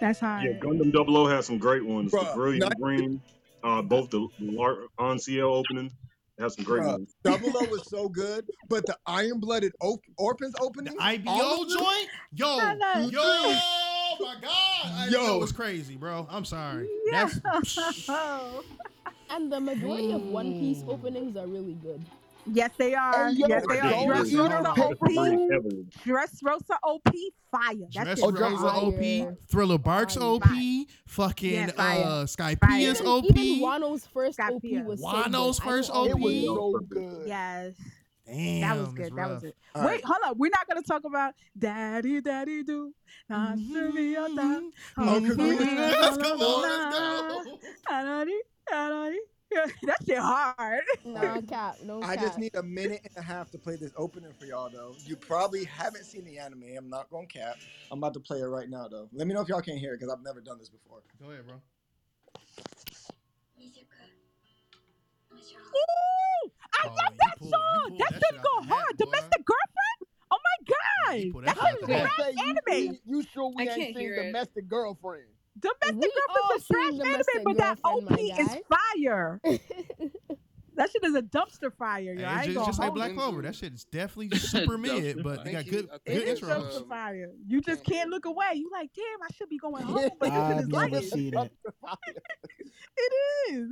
Speaker 13: That's
Speaker 15: Yeah,
Speaker 13: hard.
Speaker 15: Gundam 00 has some great ones. The
Speaker 7: Bruh, not
Speaker 15: Brilliant Green, uh, both the, the Lar- on CL opening has some great
Speaker 7: Bruh,
Speaker 15: ones.
Speaker 7: Double O was so good, but the Iron Blooded o- Orphans opening, the
Speaker 3: IBO joint? Yo, yo,
Speaker 7: Oh,
Speaker 3: my God. I didn't
Speaker 7: Yo.
Speaker 3: know it was crazy, bro. I'm sorry. That's
Speaker 22: and the majority of One Piece openings are really good.
Speaker 13: Yes, they are.
Speaker 22: yo,
Speaker 13: yes, they are.
Speaker 22: Gold
Speaker 13: Dress
Speaker 22: Eater
Speaker 13: Rosa
Speaker 22: Overlord.
Speaker 13: OP. Dress Rosa OP. Fire. That's
Speaker 3: Dress
Speaker 13: it.
Speaker 3: Rosa OP, Thriller Barks OP, fucking
Speaker 13: Yeah, fire.
Speaker 3: uh, Sky
Speaker 13: Fire.
Speaker 3: Pia's
Speaker 13: Even-
Speaker 3: OP.
Speaker 22: Even Wano's first OP was
Speaker 3: Wano's
Speaker 22: so good. I
Speaker 3: first
Speaker 22: don't
Speaker 3: OP.
Speaker 22: know.
Speaker 13: Yes.
Speaker 3: Damn,
Speaker 13: that was
Speaker 3: it's
Speaker 13: good. That was
Speaker 3: rough.
Speaker 13: it.
Speaker 3: All
Speaker 13: Wait,
Speaker 3: right.
Speaker 13: hold on. We're not gonna talk about Daddy, Daddy Do. Not to be your dad.
Speaker 3: Oh, come on, let's go,
Speaker 13: Daddy, Daddy. Yeah, That shit hard.
Speaker 22: No cap. No
Speaker 7: I just need a minute and a half to play this opening for y'all though. You probably haven't seen the anime. I'm not going to cap. I'm about to play it right now though. Let me know if y'all can't hear it because I've never done this before.
Speaker 3: Go ahead, bro.
Speaker 13: Ooh,
Speaker 3: Oh,
Speaker 13: I love that song. That shit go hard. Domestic girlfriend. Oh my god. That shit is
Speaker 4: Wait,
Speaker 13: trash
Speaker 4: say you-
Speaker 13: anime.
Speaker 4: You, you sure we
Speaker 13: I
Speaker 4: ain't
Speaker 13: can't
Speaker 4: seen
Speaker 13: hear it.
Speaker 4: domestic girlfriend?
Speaker 13: Domestic girlfriend's a trash anime, but that OP is fire. that shit is a dumpster fire, yo.
Speaker 3: Hey,
Speaker 13: I
Speaker 3: it's
Speaker 13: ain't
Speaker 3: just,
Speaker 13: gonna
Speaker 3: just like
Speaker 13: hold
Speaker 3: Black
Speaker 13: you.
Speaker 3: Clover. That shit is definitely super mid, but they got good, good
Speaker 13: It is
Speaker 3: intro.
Speaker 13: dumpster fire. You just can't look away. You like, damn, I should be going home, but this shit is
Speaker 2: that.
Speaker 13: light. It is.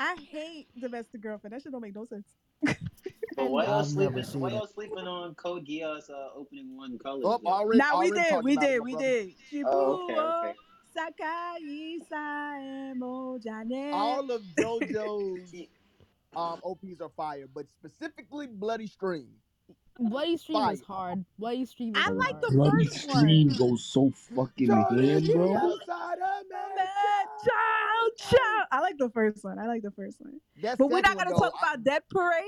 Speaker 13: I hate domestic girlfriend. That shit don't make no sense.
Speaker 23: But why y'all
Speaker 13: I've
Speaker 23: sleeping?
Speaker 13: never seen
Speaker 23: Why
Speaker 13: it.
Speaker 23: y'all sleeping on Code Geass uh, opening one color?
Speaker 13: Oh,
Speaker 23: though?
Speaker 13: already- Nah, we already did, talked we about it, did, my we brother. did.
Speaker 23: Oh, okay,
Speaker 13: Shibuya.
Speaker 23: okay.
Speaker 13: Sakai Saemo Jane.
Speaker 4: All of JoJo's um, OPs are fire, but specifically Bloody String.
Speaker 22: Bloody Stream
Speaker 4: Fire.
Speaker 22: was hard. Bloody Stream. Was
Speaker 4: I like
Speaker 22: hard.
Speaker 4: the
Speaker 1: Bloody stream goes so fucking ham, bro.
Speaker 13: Child, child. I like the first one. I like the first one.
Speaker 4: That's
Speaker 13: but we're not
Speaker 7: second
Speaker 13: gonna
Speaker 7: one, though,
Speaker 13: talk about Death Parade.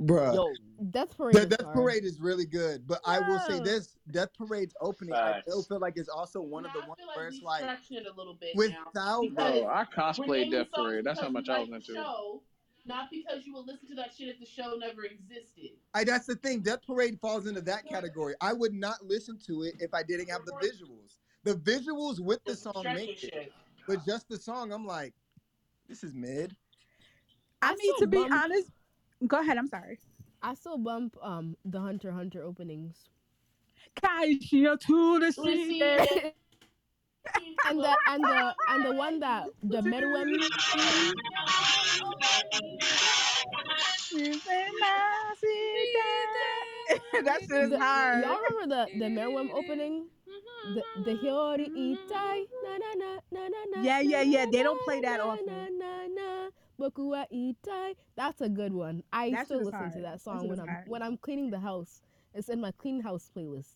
Speaker 7: Bruh.
Speaker 13: Yo,
Speaker 22: Death Parade.
Speaker 7: Death, Death Parade is really good, but I will say
Speaker 22: Yeah.
Speaker 7: this: Death Parade's opening, I
Speaker 18: Facts.
Speaker 7: still feel like it's also one of the ones where it's like
Speaker 6: Section a little bit now.
Speaker 7: without.
Speaker 6: Because
Speaker 18: Bro, Oh,
Speaker 6: we're
Speaker 18: I
Speaker 6: naming
Speaker 18: cosplayed Death
Speaker 6: songs
Speaker 18: Parade. That's how
Speaker 6: because
Speaker 18: much
Speaker 6: we
Speaker 18: I
Speaker 6: like
Speaker 18: was
Speaker 6: the
Speaker 18: into it.
Speaker 6: Show, not because you would listen to that shit if the show never existed.
Speaker 7: I, that's the thing. Death Parade falls into that category. I would not listen to it if I didn't have the visuals. The visuals with the song make it, but just the song, I'm like, this is mid.
Speaker 13: I mean, to be honest, go ahead. I'm sorry.
Speaker 22: I still bump um the Hunter x Hunter openings.
Speaker 13: Kaishia to the sea.
Speaker 22: and the and the and the one that the Medwem.
Speaker 13: that shit is
Speaker 22: The-
Speaker 13: hard.
Speaker 22: Y'all remember the the Medwem opening? The the Hiori Itai na na na na na na.
Speaker 13: Yeah, yeah,
Speaker 22: na,
Speaker 13: yeah.
Speaker 22: na,
Speaker 13: They don't
Speaker 22: na,
Speaker 13: play that
Speaker 22: na,
Speaker 13: often.
Speaker 22: Na na na. Boku wa Itai. That's a good one. I
Speaker 13: That shit
Speaker 22: still
Speaker 13: is
Speaker 22: listen
Speaker 13: hard.
Speaker 22: to
Speaker 13: That
Speaker 22: that song
Speaker 13: shit
Speaker 22: when
Speaker 13: is
Speaker 22: I'm
Speaker 13: hard.
Speaker 22: when I'm cleaning the house. It's in my clean house playlist.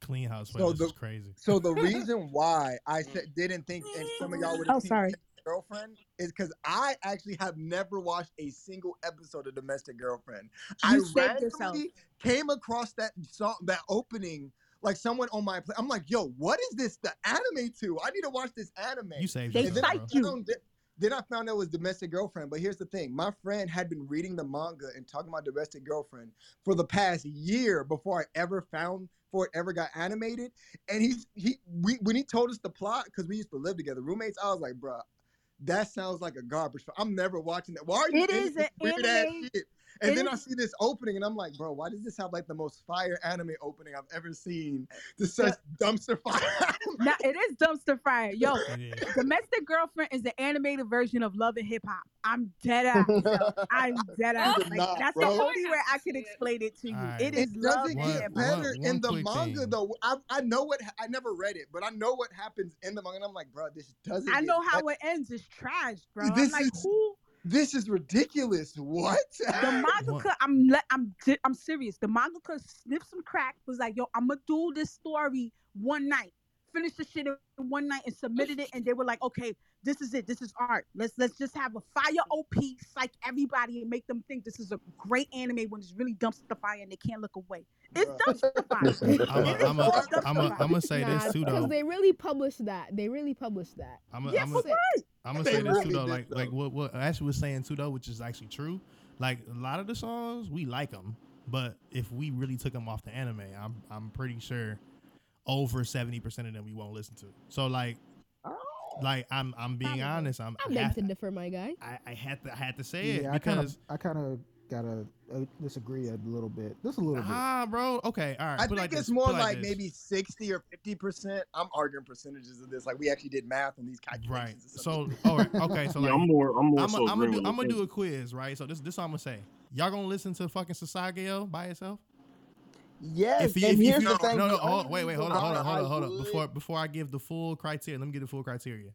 Speaker 3: Clean house
Speaker 7: So
Speaker 3: playlist
Speaker 7: the-
Speaker 3: is crazy.
Speaker 7: So the reason why I said, didn't think, and some of y'all would have
Speaker 13: Oh,
Speaker 7: seen
Speaker 13: sorry.
Speaker 7: Domestic girlfriend is because I actually have never watched a single episode of Domestic Girlfriend. I
Speaker 13: You saved yourself.
Speaker 7: randomly came across that song, that opening, like someone on my play. I'm like, yo, what is this? The anime to? I need to watch this anime.
Speaker 3: You saved
Speaker 7: And
Speaker 3: yourself,
Speaker 7: then I
Speaker 3: bro.
Speaker 7: found it- Then I found out it was Domestic Girlfriend. But here's the thing: my friend had been reading the manga and talking about Domestic Girlfriend for the past year before I ever found before it ever got animated. And he's he we when he told us the plot because we used to live together, roommates. I was like, bruh, that sounds like a garbage. Film. I'm never watching that. Why are you
Speaker 13: It
Speaker 7: in
Speaker 13: is
Speaker 7: this
Speaker 13: an
Speaker 7: weird ass
Speaker 13: anime.
Speaker 7: shit? And
Speaker 13: It
Speaker 7: then I
Speaker 13: is-
Speaker 7: see this opening, and I'm like, bro, why does this have like the most fire anime opening I've ever seen? This such dumpster fire.
Speaker 13: Now it is dumpster fire, yo.
Speaker 7: It
Speaker 13: Domestic Girlfriend is the animated version of Love and Hip Hop. I'm dead ass. yo. I'm dead ass.
Speaker 7: It's
Speaker 13: Like,
Speaker 7: not,
Speaker 13: that's
Speaker 7: bro.
Speaker 13: the only way I could explain it to you.
Speaker 3: Alright.
Speaker 13: It is
Speaker 7: it
Speaker 13: Love
Speaker 7: doesn't
Speaker 13: and
Speaker 3: One-
Speaker 13: Hip
Speaker 7: get
Speaker 13: Hop.
Speaker 7: better
Speaker 3: one- one
Speaker 7: in the
Speaker 3: quick
Speaker 7: manga
Speaker 3: thing.
Speaker 7: though. I, I know what I never read it, but I know what happens in the manga. And I'm like, bro, this doesn't.
Speaker 13: I
Speaker 7: get
Speaker 13: know how
Speaker 7: better.
Speaker 13: it ends. It's trash, bro. I'm
Speaker 7: This
Speaker 13: like,
Speaker 7: is-
Speaker 13: who?
Speaker 7: This is ridiculous. What?
Speaker 13: The mangaka, I'm le- I'm di- I'm serious. The mangaka sniffed some crack. Was like, yo, I'm gonna do this story one night. Finished the shit in one night and submitted it, and they were like, okay, this is it. This is art. Let's let's just have a fire op, psych everybody, and make them think this is a great anime when it's really dumpster fire and they can't look away. It's dumpster fire. It is
Speaker 3: I'm
Speaker 13: all dumpster
Speaker 3: gonna
Speaker 13: fire.
Speaker 3: say this too,
Speaker 22: because
Speaker 3: though.
Speaker 22: they really published that. They really published that.
Speaker 3: I'm gonna
Speaker 22: Yes,
Speaker 3: I'm
Speaker 22: sick.
Speaker 3: I'm
Speaker 22: They
Speaker 3: say this too
Speaker 22: really
Speaker 3: though,
Speaker 22: did,
Speaker 3: like like what what Ashley was saying too though, which is actually true. Like a lot of the songs, we like them, but if we really took them off the anime,
Speaker 7: Oh.
Speaker 3: I'm I'm pretty sure over seventy percent of them we won't listen to. So like, Like I'm, I'm being honest. I'm,
Speaker 22: I
Speaker 3: I,
Speaker 22: beg
Speaker 3: have,
Speaker 22: to differ, my guy.
Speaker 3: I, I had to, I had to say it
Speaker 2: yeah, I kind of,
Speaker 3: because
Speaker 2: I kind of gotta uh, disagree a little bit. Just a little bit.
Speaker 3: ah, bro. Okay, all right.
Speaker 7: I
Speaker 3: put it like
Speaker 7: think it's
Speaker 3: this,
Speaker 7: more
Speaker 3: put it
Speaker 7: like
Speaker 3: this.
Speaker 7: maybe sixty or fifty percent. I'm arguing percentages of this. Like we actually did math on these
Speaker 3: Right.
Speaker 7: calculations.
Speaker 3: So, all right. Okay. So,
Speaker 7: Yeah,
Speaker 3: like,
Speaker 7: I'm more- I'm more
Speaker 3: I'm
Speaker 7: so
Speaker 3: gonna
Speaker 7: agreeing
Speaker 3: do,
Speaker 7: with
Speaker 3: I'm gonna
Speaker 7: you.
Speaker 3: do a quiz, right? So this, this all I'm gonna say. Y'all gonna listen to fucking Sasageo by yourself?
Speaker 4: Yes.
Speaker 3: If you,
Speaker 4: and
Speaker 3: if you-
Speaker 4: here's
Speaker 3: no,
Speaker 4: the thing.
Speaker 3: no, no,
Speaker 4: the
Speaker 3: hold,
Speaker 4: only
Speaker 3: wait, wait, hold
Speaker 4: reason
Speaker 3: on, hold
Speaker 4: why
Speaker 3: on, hold on,
Speaker 4: I
Speaker 3: hold on.
Speaker 4: would-
Speaker 3: Before, before I give the full criteria, let me get the full criteria.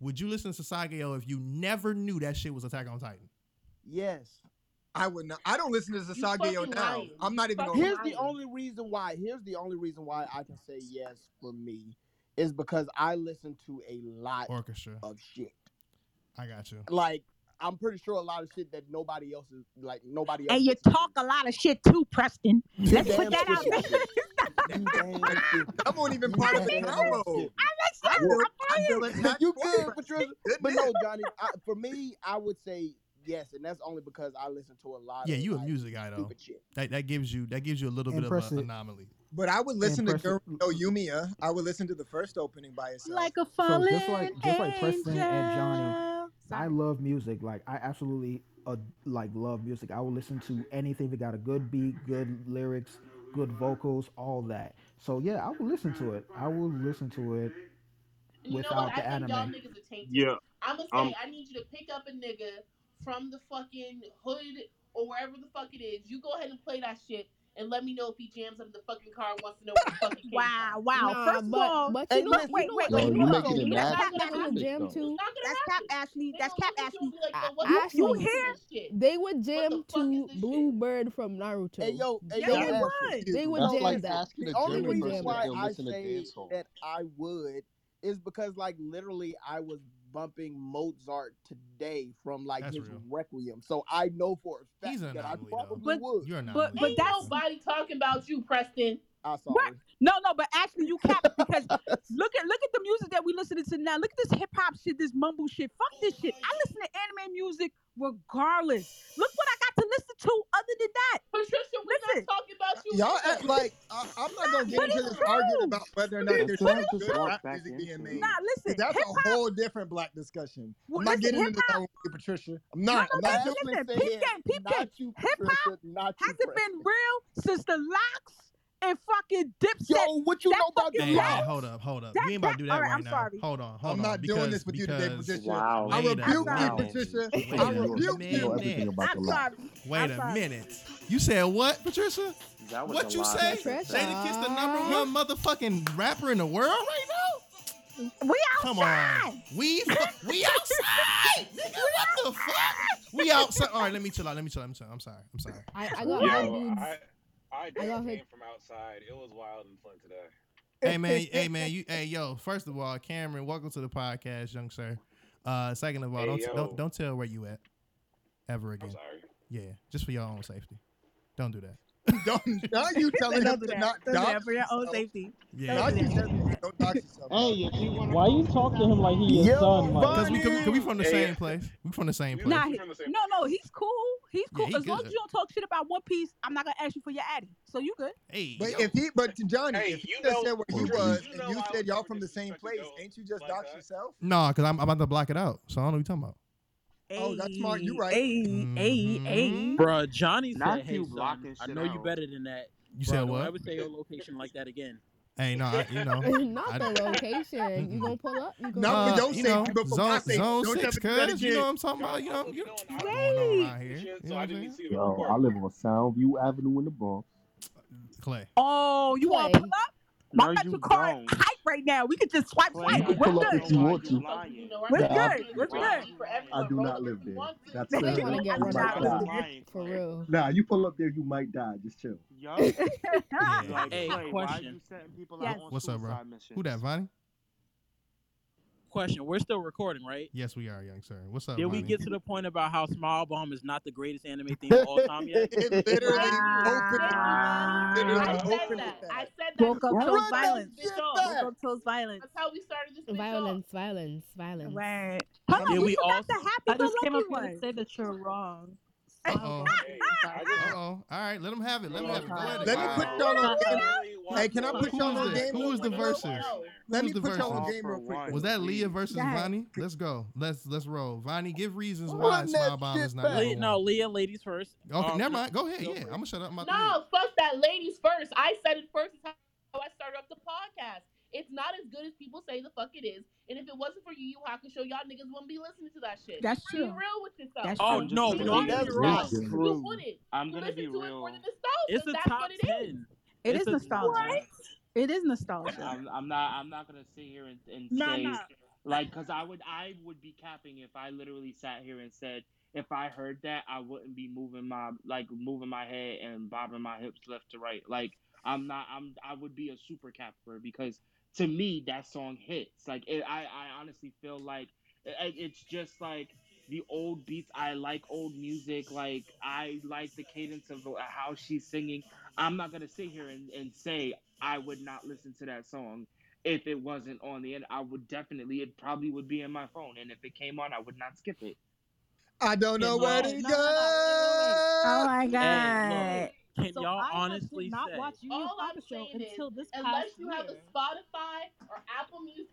Speaker 3: Would you listen to Sasageo if you never knew that shit was Attack on Titan?
Speaker 4: Yes.
Speaker 7: I would not. I don't listen to Sasageo
Speaker 4: fucking
Speaker 7: now.
Speaker 4: lying.
Speaker 7: I'm not even going.
Speaker 4: Here's the only reason why. Here's the only reason why I can say yes for me is because I listen to a lot
Speaker 3: orchestra
Speaker 4: of shit.
Speaker 3: I got you.
Speaker 4: Like I'm pretty sure a lot of shit that nobody else is like nobody else.
Speaker 13: And you talk a lot of shit too, Preston. Let's
Speaker 4: damn
Speaker 13: put that out there.
Speaker 7: I won't even part of the combo.
Speaker 13: Oh, I
Speaker 4: you could, Patricia. But no, Johnny. I, for me, I would say yes, and that's only because I listen to a lot.
Speaker 3: Yeah,
Speaker 4: of,
Speaker 3: you a
Speaker 4: like,
Speaker 3: music guy though.
Speaker 4: stupid shit.
Speaker 3: That that gives you that gives you a little bit of
Speaker 2: Impressive.
Speaker 3: an anomaly.
Speaker 7: But I would listen to
Speaker 2: Impressive.
Speaker 7: Girl No Yumiya. I would listen to the first opening by itself.
Speaker 13: Like a
Speaker 2: So
Speaker 13: fallen
Speaker 2: just like just like Preston and Johnny,
Speaker 13: angel.
Speaker 2: I love music. Like I absolutely uh, like love music. I will listen to anything that got a good beat, good lyrics, good vocals, all that. So yeah, I will listen to it. I will listen to it
Speaker 6: And you know
Speaker 2: without
Speaker 6: what?
Speaker 2: the
Speaker 6: I think y'all
Speaker 2: anime.
Speaker 6: niggas are tainted.
Speaker 2: Yeah,
Speaker 6: I'm gonna say
Speaker 2: um,
Speaker 6: I need you to pick up a nigga from the fucking hood or wherever the fuck it is. You go ahead and play that shit and let me know if he jams up the fucking car and wants to know where the fuck it came
Speaker 13: Wow,
Speaker 6: from.
Speaker 13: wow.
Speaker 22: Nah,
Speaker 13: First
Speaker 22: but-
Speaker 13: of all,
Speaker 22: but you
Speaker 13: hey,
Speaker 22: know-
Speaker 13: look,
Speaker 22: you
Speaker 13: wait,
Speaker 22: know
Speaker 13: wait,
Speaker 22: what-
Speaker 13: wait.
Speaker 22: No,
Speaker 13: look,
Speaker 22: you make it a
Speaker 13: that's
Speaker 22: massive
Speaker 13: Cap Ashley.
Speaker 22: topic, though. It's
Speaker 13: That's Cap Ashley. That's Cap Ashley. You,
Speaker 22: Ashley,
Speaker 13: you hear?
Speaker 22: They would jam to Bluebird from Naruto.
Speaker 4: Hey yo, hey,
Speaker 22: they
Speaker 4: yo,
Speaker 22: would,
Speaker 4: Ashley.
Speaker 22: they would
Speaker 4: No,
Speaker 22: jam
Speaker 4: like,
Speaker 22: that.
Speaker 4: The only
Speaker 22: They would
Speaker 4: reason
Speaker 22: jam
Speaker 4: why
Speaker 22: that.
Speaker 4: I say that I would is because like literally I was bumping Mozart today from like
Speaker 3: That's
Speaker 4: his
Speaker 3: real.
Speaker 4: Requiem, so I know for a fact
Speaker 3: He's an
Speaker 4: that I
Speaker 3: anomaly, though.
Speaker 4: probably
Speaker 13: But-
Speaker 4: would.
Speaker 3: You're an
Speaker 13: But but
Speaker 6: Ain't
Speaker 13: that's
Speaker 6: nobody talking about you, Preston.
Speaker 4: I saw.
Speaker 13: Right. No, no, but actually you cap because look at look at the music that we listening to now. Look at this hip hop shit, this mumble shit. Fuck this shit. I listen to anime music regardless. Look what I got to listen to other than that.
Speaker 6: Patricia, we're
Speaker 13: listen.
Speaker 6: not talking about you.
Speaker 7: Y'all act like I, I'm not gonna get
Speaker 13: But
Speaker 7: into
Speaker 13: it's
Speaker 7: this
Speaker 13: true.
Speaker 7: argument about whether or not
Speaker 13: But
Speaker 7: there's
Speaker 13: it's
Speaker 7: good
Speaker 13: true.
Speaker 7: rap music being made.
Speaker 13: Nah, listen,
Speaker 7: that's
Speaker 13: hip-hop-
Speaker 7: a whole different black discussion.
Speaker 13: Well,
Speaker 7: I'm not
Speaker 13: listen,
Speaker 7: getting into
Speaker 13: hip-hop-
Speaker 7: that one with you, Patricia. I'm not.
Speaker 13: No, no,
Speaker 7: I'm not doing
Speaker 13: listen, listen,
Speaker 7: it.
Speaker 13: peep game, peep game. Hip hop hasn't been real since the locks and fucking dipset.
Speaker 4: Yo, what you
Speaker 13: that
Speaker 4: know about
Speaker 13: fucking
Speaker 3: Hey,
Speaker 13: locks?
Speaker 3: hey, hold up, hold up.
Speaker 13: That-
Speaker 3: you ain't about to do that
Speaker 13: all right,
Speaker 3: right
Speaker 13: I'm
Speaker 3: now.
Speaker 13: sorry.
Speaker 3: Hold on, hold
Speaker 7: I'm
Speaker 3: on.
Speaker 7: not doing
Speaker 3: because-
Speaker 7: this with you today,
Speaker 3: because-
Speaker 7: Patricia. Wow. I
Speaker 3: Wait a
Speaker 7: rebuke you,
Speaker 3: minute.
Speaker 7: Patricia.
Speaker 3: Wait
Speaker 7: I
Speaker 3: a
Speaker 7: rebuke you.
Speaker 3: minute.
Speaker 7: everything
Speaker 13: about the lock.
Speaker 3: Wait
Speaker 13: I'm
Speaker 3: a
Speaker 13: sorry.
Speaker 3: minute. You said what, Patricia?
Speaker 16: That
Speaker 13: was
Speaker 3: what
Speaker 13: a
Speaker 3: you
Speaker 13: lot.
Speaker 3: say?
Speaker 13: Patricia.
Speaker 3: Jada Kiss the number one motherfucking rapper in the world right now?
Speaker 13: We
Speaker 3: Come on. We fu- we outside. Nigga, what the fuck? We outside. All right, let me chill out. Let me chill out. I'm sorry. I'm sorry. I'm sorry.
Speaker 22: I, I
Speaker 3: Yo,
Speaker 22: got
Speaker 3: I-
Speaker 22: hood dudes.
Speaker 10: I I
Speaker 22: I got
Speaker 10: just
Speaker 22: hood.
Speaker 10: came from outside. It was wild and fun today.
Speaker 3: hey man, hey man, you hey yo. First of all, Cameron, welcome to the podcast, young sir. Uh, second of all,
Speaker 10: Hey,
Speaker 3: don't,
Speaker 10: yo.
Speaker 3: don't don't tell where you at ever again.
Speaker 10: sorry.
Speaker 3: Yeah, just for your own safety. Don't do that.
Speaker 7: don't now you telling
Speaker 13: Don't
Speaker 7: him
Speaker 13: do
Speaker 7: to
Speaker 13: that.
Speaker 7: not
Speaker 13: Don't do that
Speaker 7: dox
Speaker 13: for your own
Speaker 7: yourself.
Speaker 13: safety.
Speaker 3: Yeah.
Speaker 7: Not
Speaker 13: Don't do
Speaker 7: you
Speaker 13: that.
Speaker 7: telling him don't dox yourself.
Speaker 5: Hey, if you want why you talk to him like he your son? Like
Speaker 3: Because we, 'cause we, 'cause we from the
Speaker 10: Yeah,
Speaker 3: same
Speaker 10: yeah.
Speaker 3: place. We from the same place.
Speaker 13: Nah, he- no, no, he's cool. He's
Speaker 3: Yeah,
Speaker 13: cool.
Speaker 3: he
Speaker 13: as long
Speaker 3: good.
Speaker 13: as you don't talk shit about One Piece, I'm not gonna ask you for your addy. So you good?
Speaker 3: Hey,
Speaker 7: But
Speaker 3: yo.
Speaker 7: if he, but to Johnny, if you just
Speaker 10: know-
Speaker 7: said where you
Speaker 10: Patricia,
Speaker 7: was
Speaker 10: you
Speaker 7: and you
Speaker 10: know I
Speaker 7: said
Speaker 10: would
Speaker 7: y'all
Speaker 10: never
Speaker 7: from the same
Speaker 10: disrespect a
Speaker 7: place,
Speaker 10: girl
Speaker 7: ain't you just
Speaker 10: like
Speaker 7: dox
Speaker 10: that.
Speaker 7: yourself?
Speaker 3: No, because I'm, I'm about to block it out. So I don't know what you're talking about.
Speaker 7: Oh, that's smart. You
Speaker 13: Ayy,
Speaker 7: right. Mm-hmm.
Speaker 13: ayy, ayy, ayy.
Speaker 14: Bruh, Johnny
Speaker 24: Not
Speaker 14: said, "Hey,
Speaker 24: you
Speaker 14: son,
Speaker 24: blocking
Speaker 14: I
Speaker 24: shit
Speaker 14: know you
Speaker 24: out.
Speaker 14: better than that.
Speaker 3: You
Speaker 14: Bruh,
Speaker 3: said
Speaker 14: don't
Speaker 3: what?
Speaker 14: ever say your location like that again."
Speaker 3: Hey, no, I, you know.
Speaker 22: Not
Speaker 3: I-
Speaker 22: the location. You gonna pull up? You gonna
Speaker 7: No, we
Speaker 3: uh,
Speaker 7: don't
Speaker 3: you
Speaker 7: say
Speaker 3: know,
Speaker 7: people from
Speaker 3: zone,
Speaker 7: my state.
Speaker 3: zone
Speaker 7: Don't
Speaker 3: six,
Speaker 7: ever do that
Speaker 3: cuz. You know
Speaker 7: again.
Speaker 3: what I'm talking about? You know, you know what's going on
Speaker 13: Wait.
Speaker 3: around here. You know
Speaker 10: So
Speaker 3: what
Speaker 10: I
Speaker 3: I'm saying?
Speaker 10: didn't even see the
Speaker 1: Yo,
Speaker 10: report.
Speaker 1: I live on Soundview Avenue in the Bronx.
Speaker 3: Clay.
Speaker 13: Oh, you want to pull up?
Speaker 1: No,
Speaker 13: I bet
Speaker 1: you
Speaker 13: your car is hype right now. We could just swipe,
Speaker 1: You
Speaker 13: swipe.
Speaker 1: can
Speaker 13: We're
Speaker 1: pull up
Speaker 13: good.
Speaker 1: if you want to.
Speaker 13: We're
Speaker 1: Yeah, I-
Speaker 13: good. We're good.
Speaker 1: I do not live there. That's
Speaker 22: They
Speaker 1: clear.
Speaker 22: want to
Speaker 1: up.
Speaker 22: get
Speaker 1: You
Speaker 22: run
Speaker 1: might
Speaker 22: out
Speaker 1: die.
Speaker 22: for real.
Speaker 1: Nah, you pull up there, you might die. Just chill.
Speaker 14: Like, hey,
Speaker 24: Clay, why
Speaker 14: question.
Speaker 24: you setting people
Speaker 13: Yes.
Speaker 24: out on
Speaker 3: What's up, bro?
Speaker 24: suicide missions?
Speaker 3: Who that, Vonnie?
Speaker 14: Question. We're still recording, right?
Speaker 3: Yes, we are, young sir. What's up,
Speaker 14: Did we
Speaker 3: Vonnie?
Speaker 14: get to the point about how Smile Bomb is not the greatest anime theme of all time yet?
Speaker 7: It literally opened.
Speaker 6: I
Speaker 7: Literally
Speaker 6: said
Speaker 7: opened
Speaker 6: that.
Speaker 7: with that.
Speaker 6: I said that.
Speaker 13: Woke up
Speaker 7: Run
Speaker 13: toes
Speaker 7: that
Speaker 13: violence.
Speaker 7: shit
Speaker 13: Woke up toes violence.
Speaker 6: That's how we started this.
Speaker 22: Violence, violence, violence.
Speaker 13: Right.
Speaker 22: Hold
Speaker 14: Did we all?
Speaker 13: happy
Speaker 25: I just came up here
Speaker 13: one.
Speaker 25: to say that you're wrong.
Speaker 3: Uh oh.
Speaker 10: Hey, I just
Speaker 3: Uh oh. All right, let him have it. Let him have it. Go ahead.
Speaker 25: Let me
Speaker 3: Wow.
Speaker 25: put y'all on Wow. camera.
Speaker 7: Hey, can I put
Speaker 3: Who
Speaker 7: y'all
Speaker 3: is that?
Speaker 7: on game?
Speaker 3: Who
Speaker 7: real
Speaker 3: was the
Speaker 7: quick?
Speaker 3: versus?
Speaker 7: Let
Speaker 3: Who
Speaker 7: me
Speaker 3: was the
Speaker 7: put y'all on
Speaker 3: versus?
Speaker 7: game real quick.
Speaker 3: Was that Leah versus
Speaker 7: Yes.
Speaker 3: Vonnie? Let's go. Let's let's roll. Vonnie, give reasons
Speaker 14: Run
Speaker 3: why
Speaker 14: that
Speaker 3: Smile Bomb
Speaker 14: shit
Speaker 3: is not number
Speaker 14: Leah-
Speaker 3: one.
Speaker 14: no, Leah, ladies first.
Speaker 3: Okay,
Speaker 14: Um,
Speaker 3: never
Speaker 14: no,
Speaker 3: mind. Go ahead.
Speaker 14: go
Speaker 3: Yeah, I'm gonna shut up. My
Speaker 6: No, fuck that. Ladies first. I said it first. It's how I started up the podcast. It's not as good as people say the fuck it is. And if it wasn't for Yu Yu Hakusho, y'all niggas wouldn't be listening to that shit.
Speaker 13: That's
Speaker 6: Be
Speaker 13: true.
Speaker 6: real with yourself.
Speaker 13: That's
Speaker 14: Oh,
Speaker 13: true.
Speaker 14: no,
Speaker 13: That's
Speaker 14: no,
Speaker 13: true.
Speaker 14: you're wrong.
Speaker 6: You wouldn't.
Speaker 14: I'm
Speaker 6: You
Speaker 14: gonna
Speaker 6: listen
Speaker 14: be
Speaker 6: to it
Speaker 14: real.
Speaker 6: for the nostalgia.
Speaker 14: It's the
Speaker 6: That's
Speaker 14: top
Speaker 6: what it is.
Speaker 14: ten.
Speaker 13: It
Speaker 14: It's
Speaker 13: is
Speaker 14: a-
Speaker 13: nostalgia.
Speaker 14: What?
Speaker 13: It is nostalgia.
Speaker 5: I'm, I'm not. I'm not gonna sit here and, and
Speaker 13: Nah,
Speaker 5: say
Speaker 13: nah.
Speaker 5: like, cause I would. I would be capping if I literally sat here and said if I heard that I wouldn't be moving my like moving my head and bobbing my hips left to right. Like I'm not. I'm. I would be a super capper because to me that song hits. Like it, I. I honestly feel like it, it's just like. The old beats, I like old music. Like I like the cadence of how she's singing. I'm not gonna sit here and, and say I would not listen to that song if it wasn't on the end. I would definitely it probably would be in my phone and if it came on I would not skip it.
Speaker 7: I don't know
Speaker 5: No,
Speaker 7: where to
Speaker 5: no,
Speaker 7: go.
Speaker 13: Oh my
Speaker 14: Hey,
Speaker 13: god.
Speaker 14: look, can
Speaker 25: So
Speaker 14: y'all
Speaker 25: I have- did
Speaker 14: honestly
Speaker 25: not
Speaker 14: say?
Speaker 25: watch Yu Yu
Speaker 6: All I'm
Speaker 25: Hakusho
Speaker 6: saying is,
Speaker 25: until this
Speaker 6: unless
Speaker 25: past
Speaker 6: you have a
Speaker 25: year.
Speaker 6: Spotify or Apple Music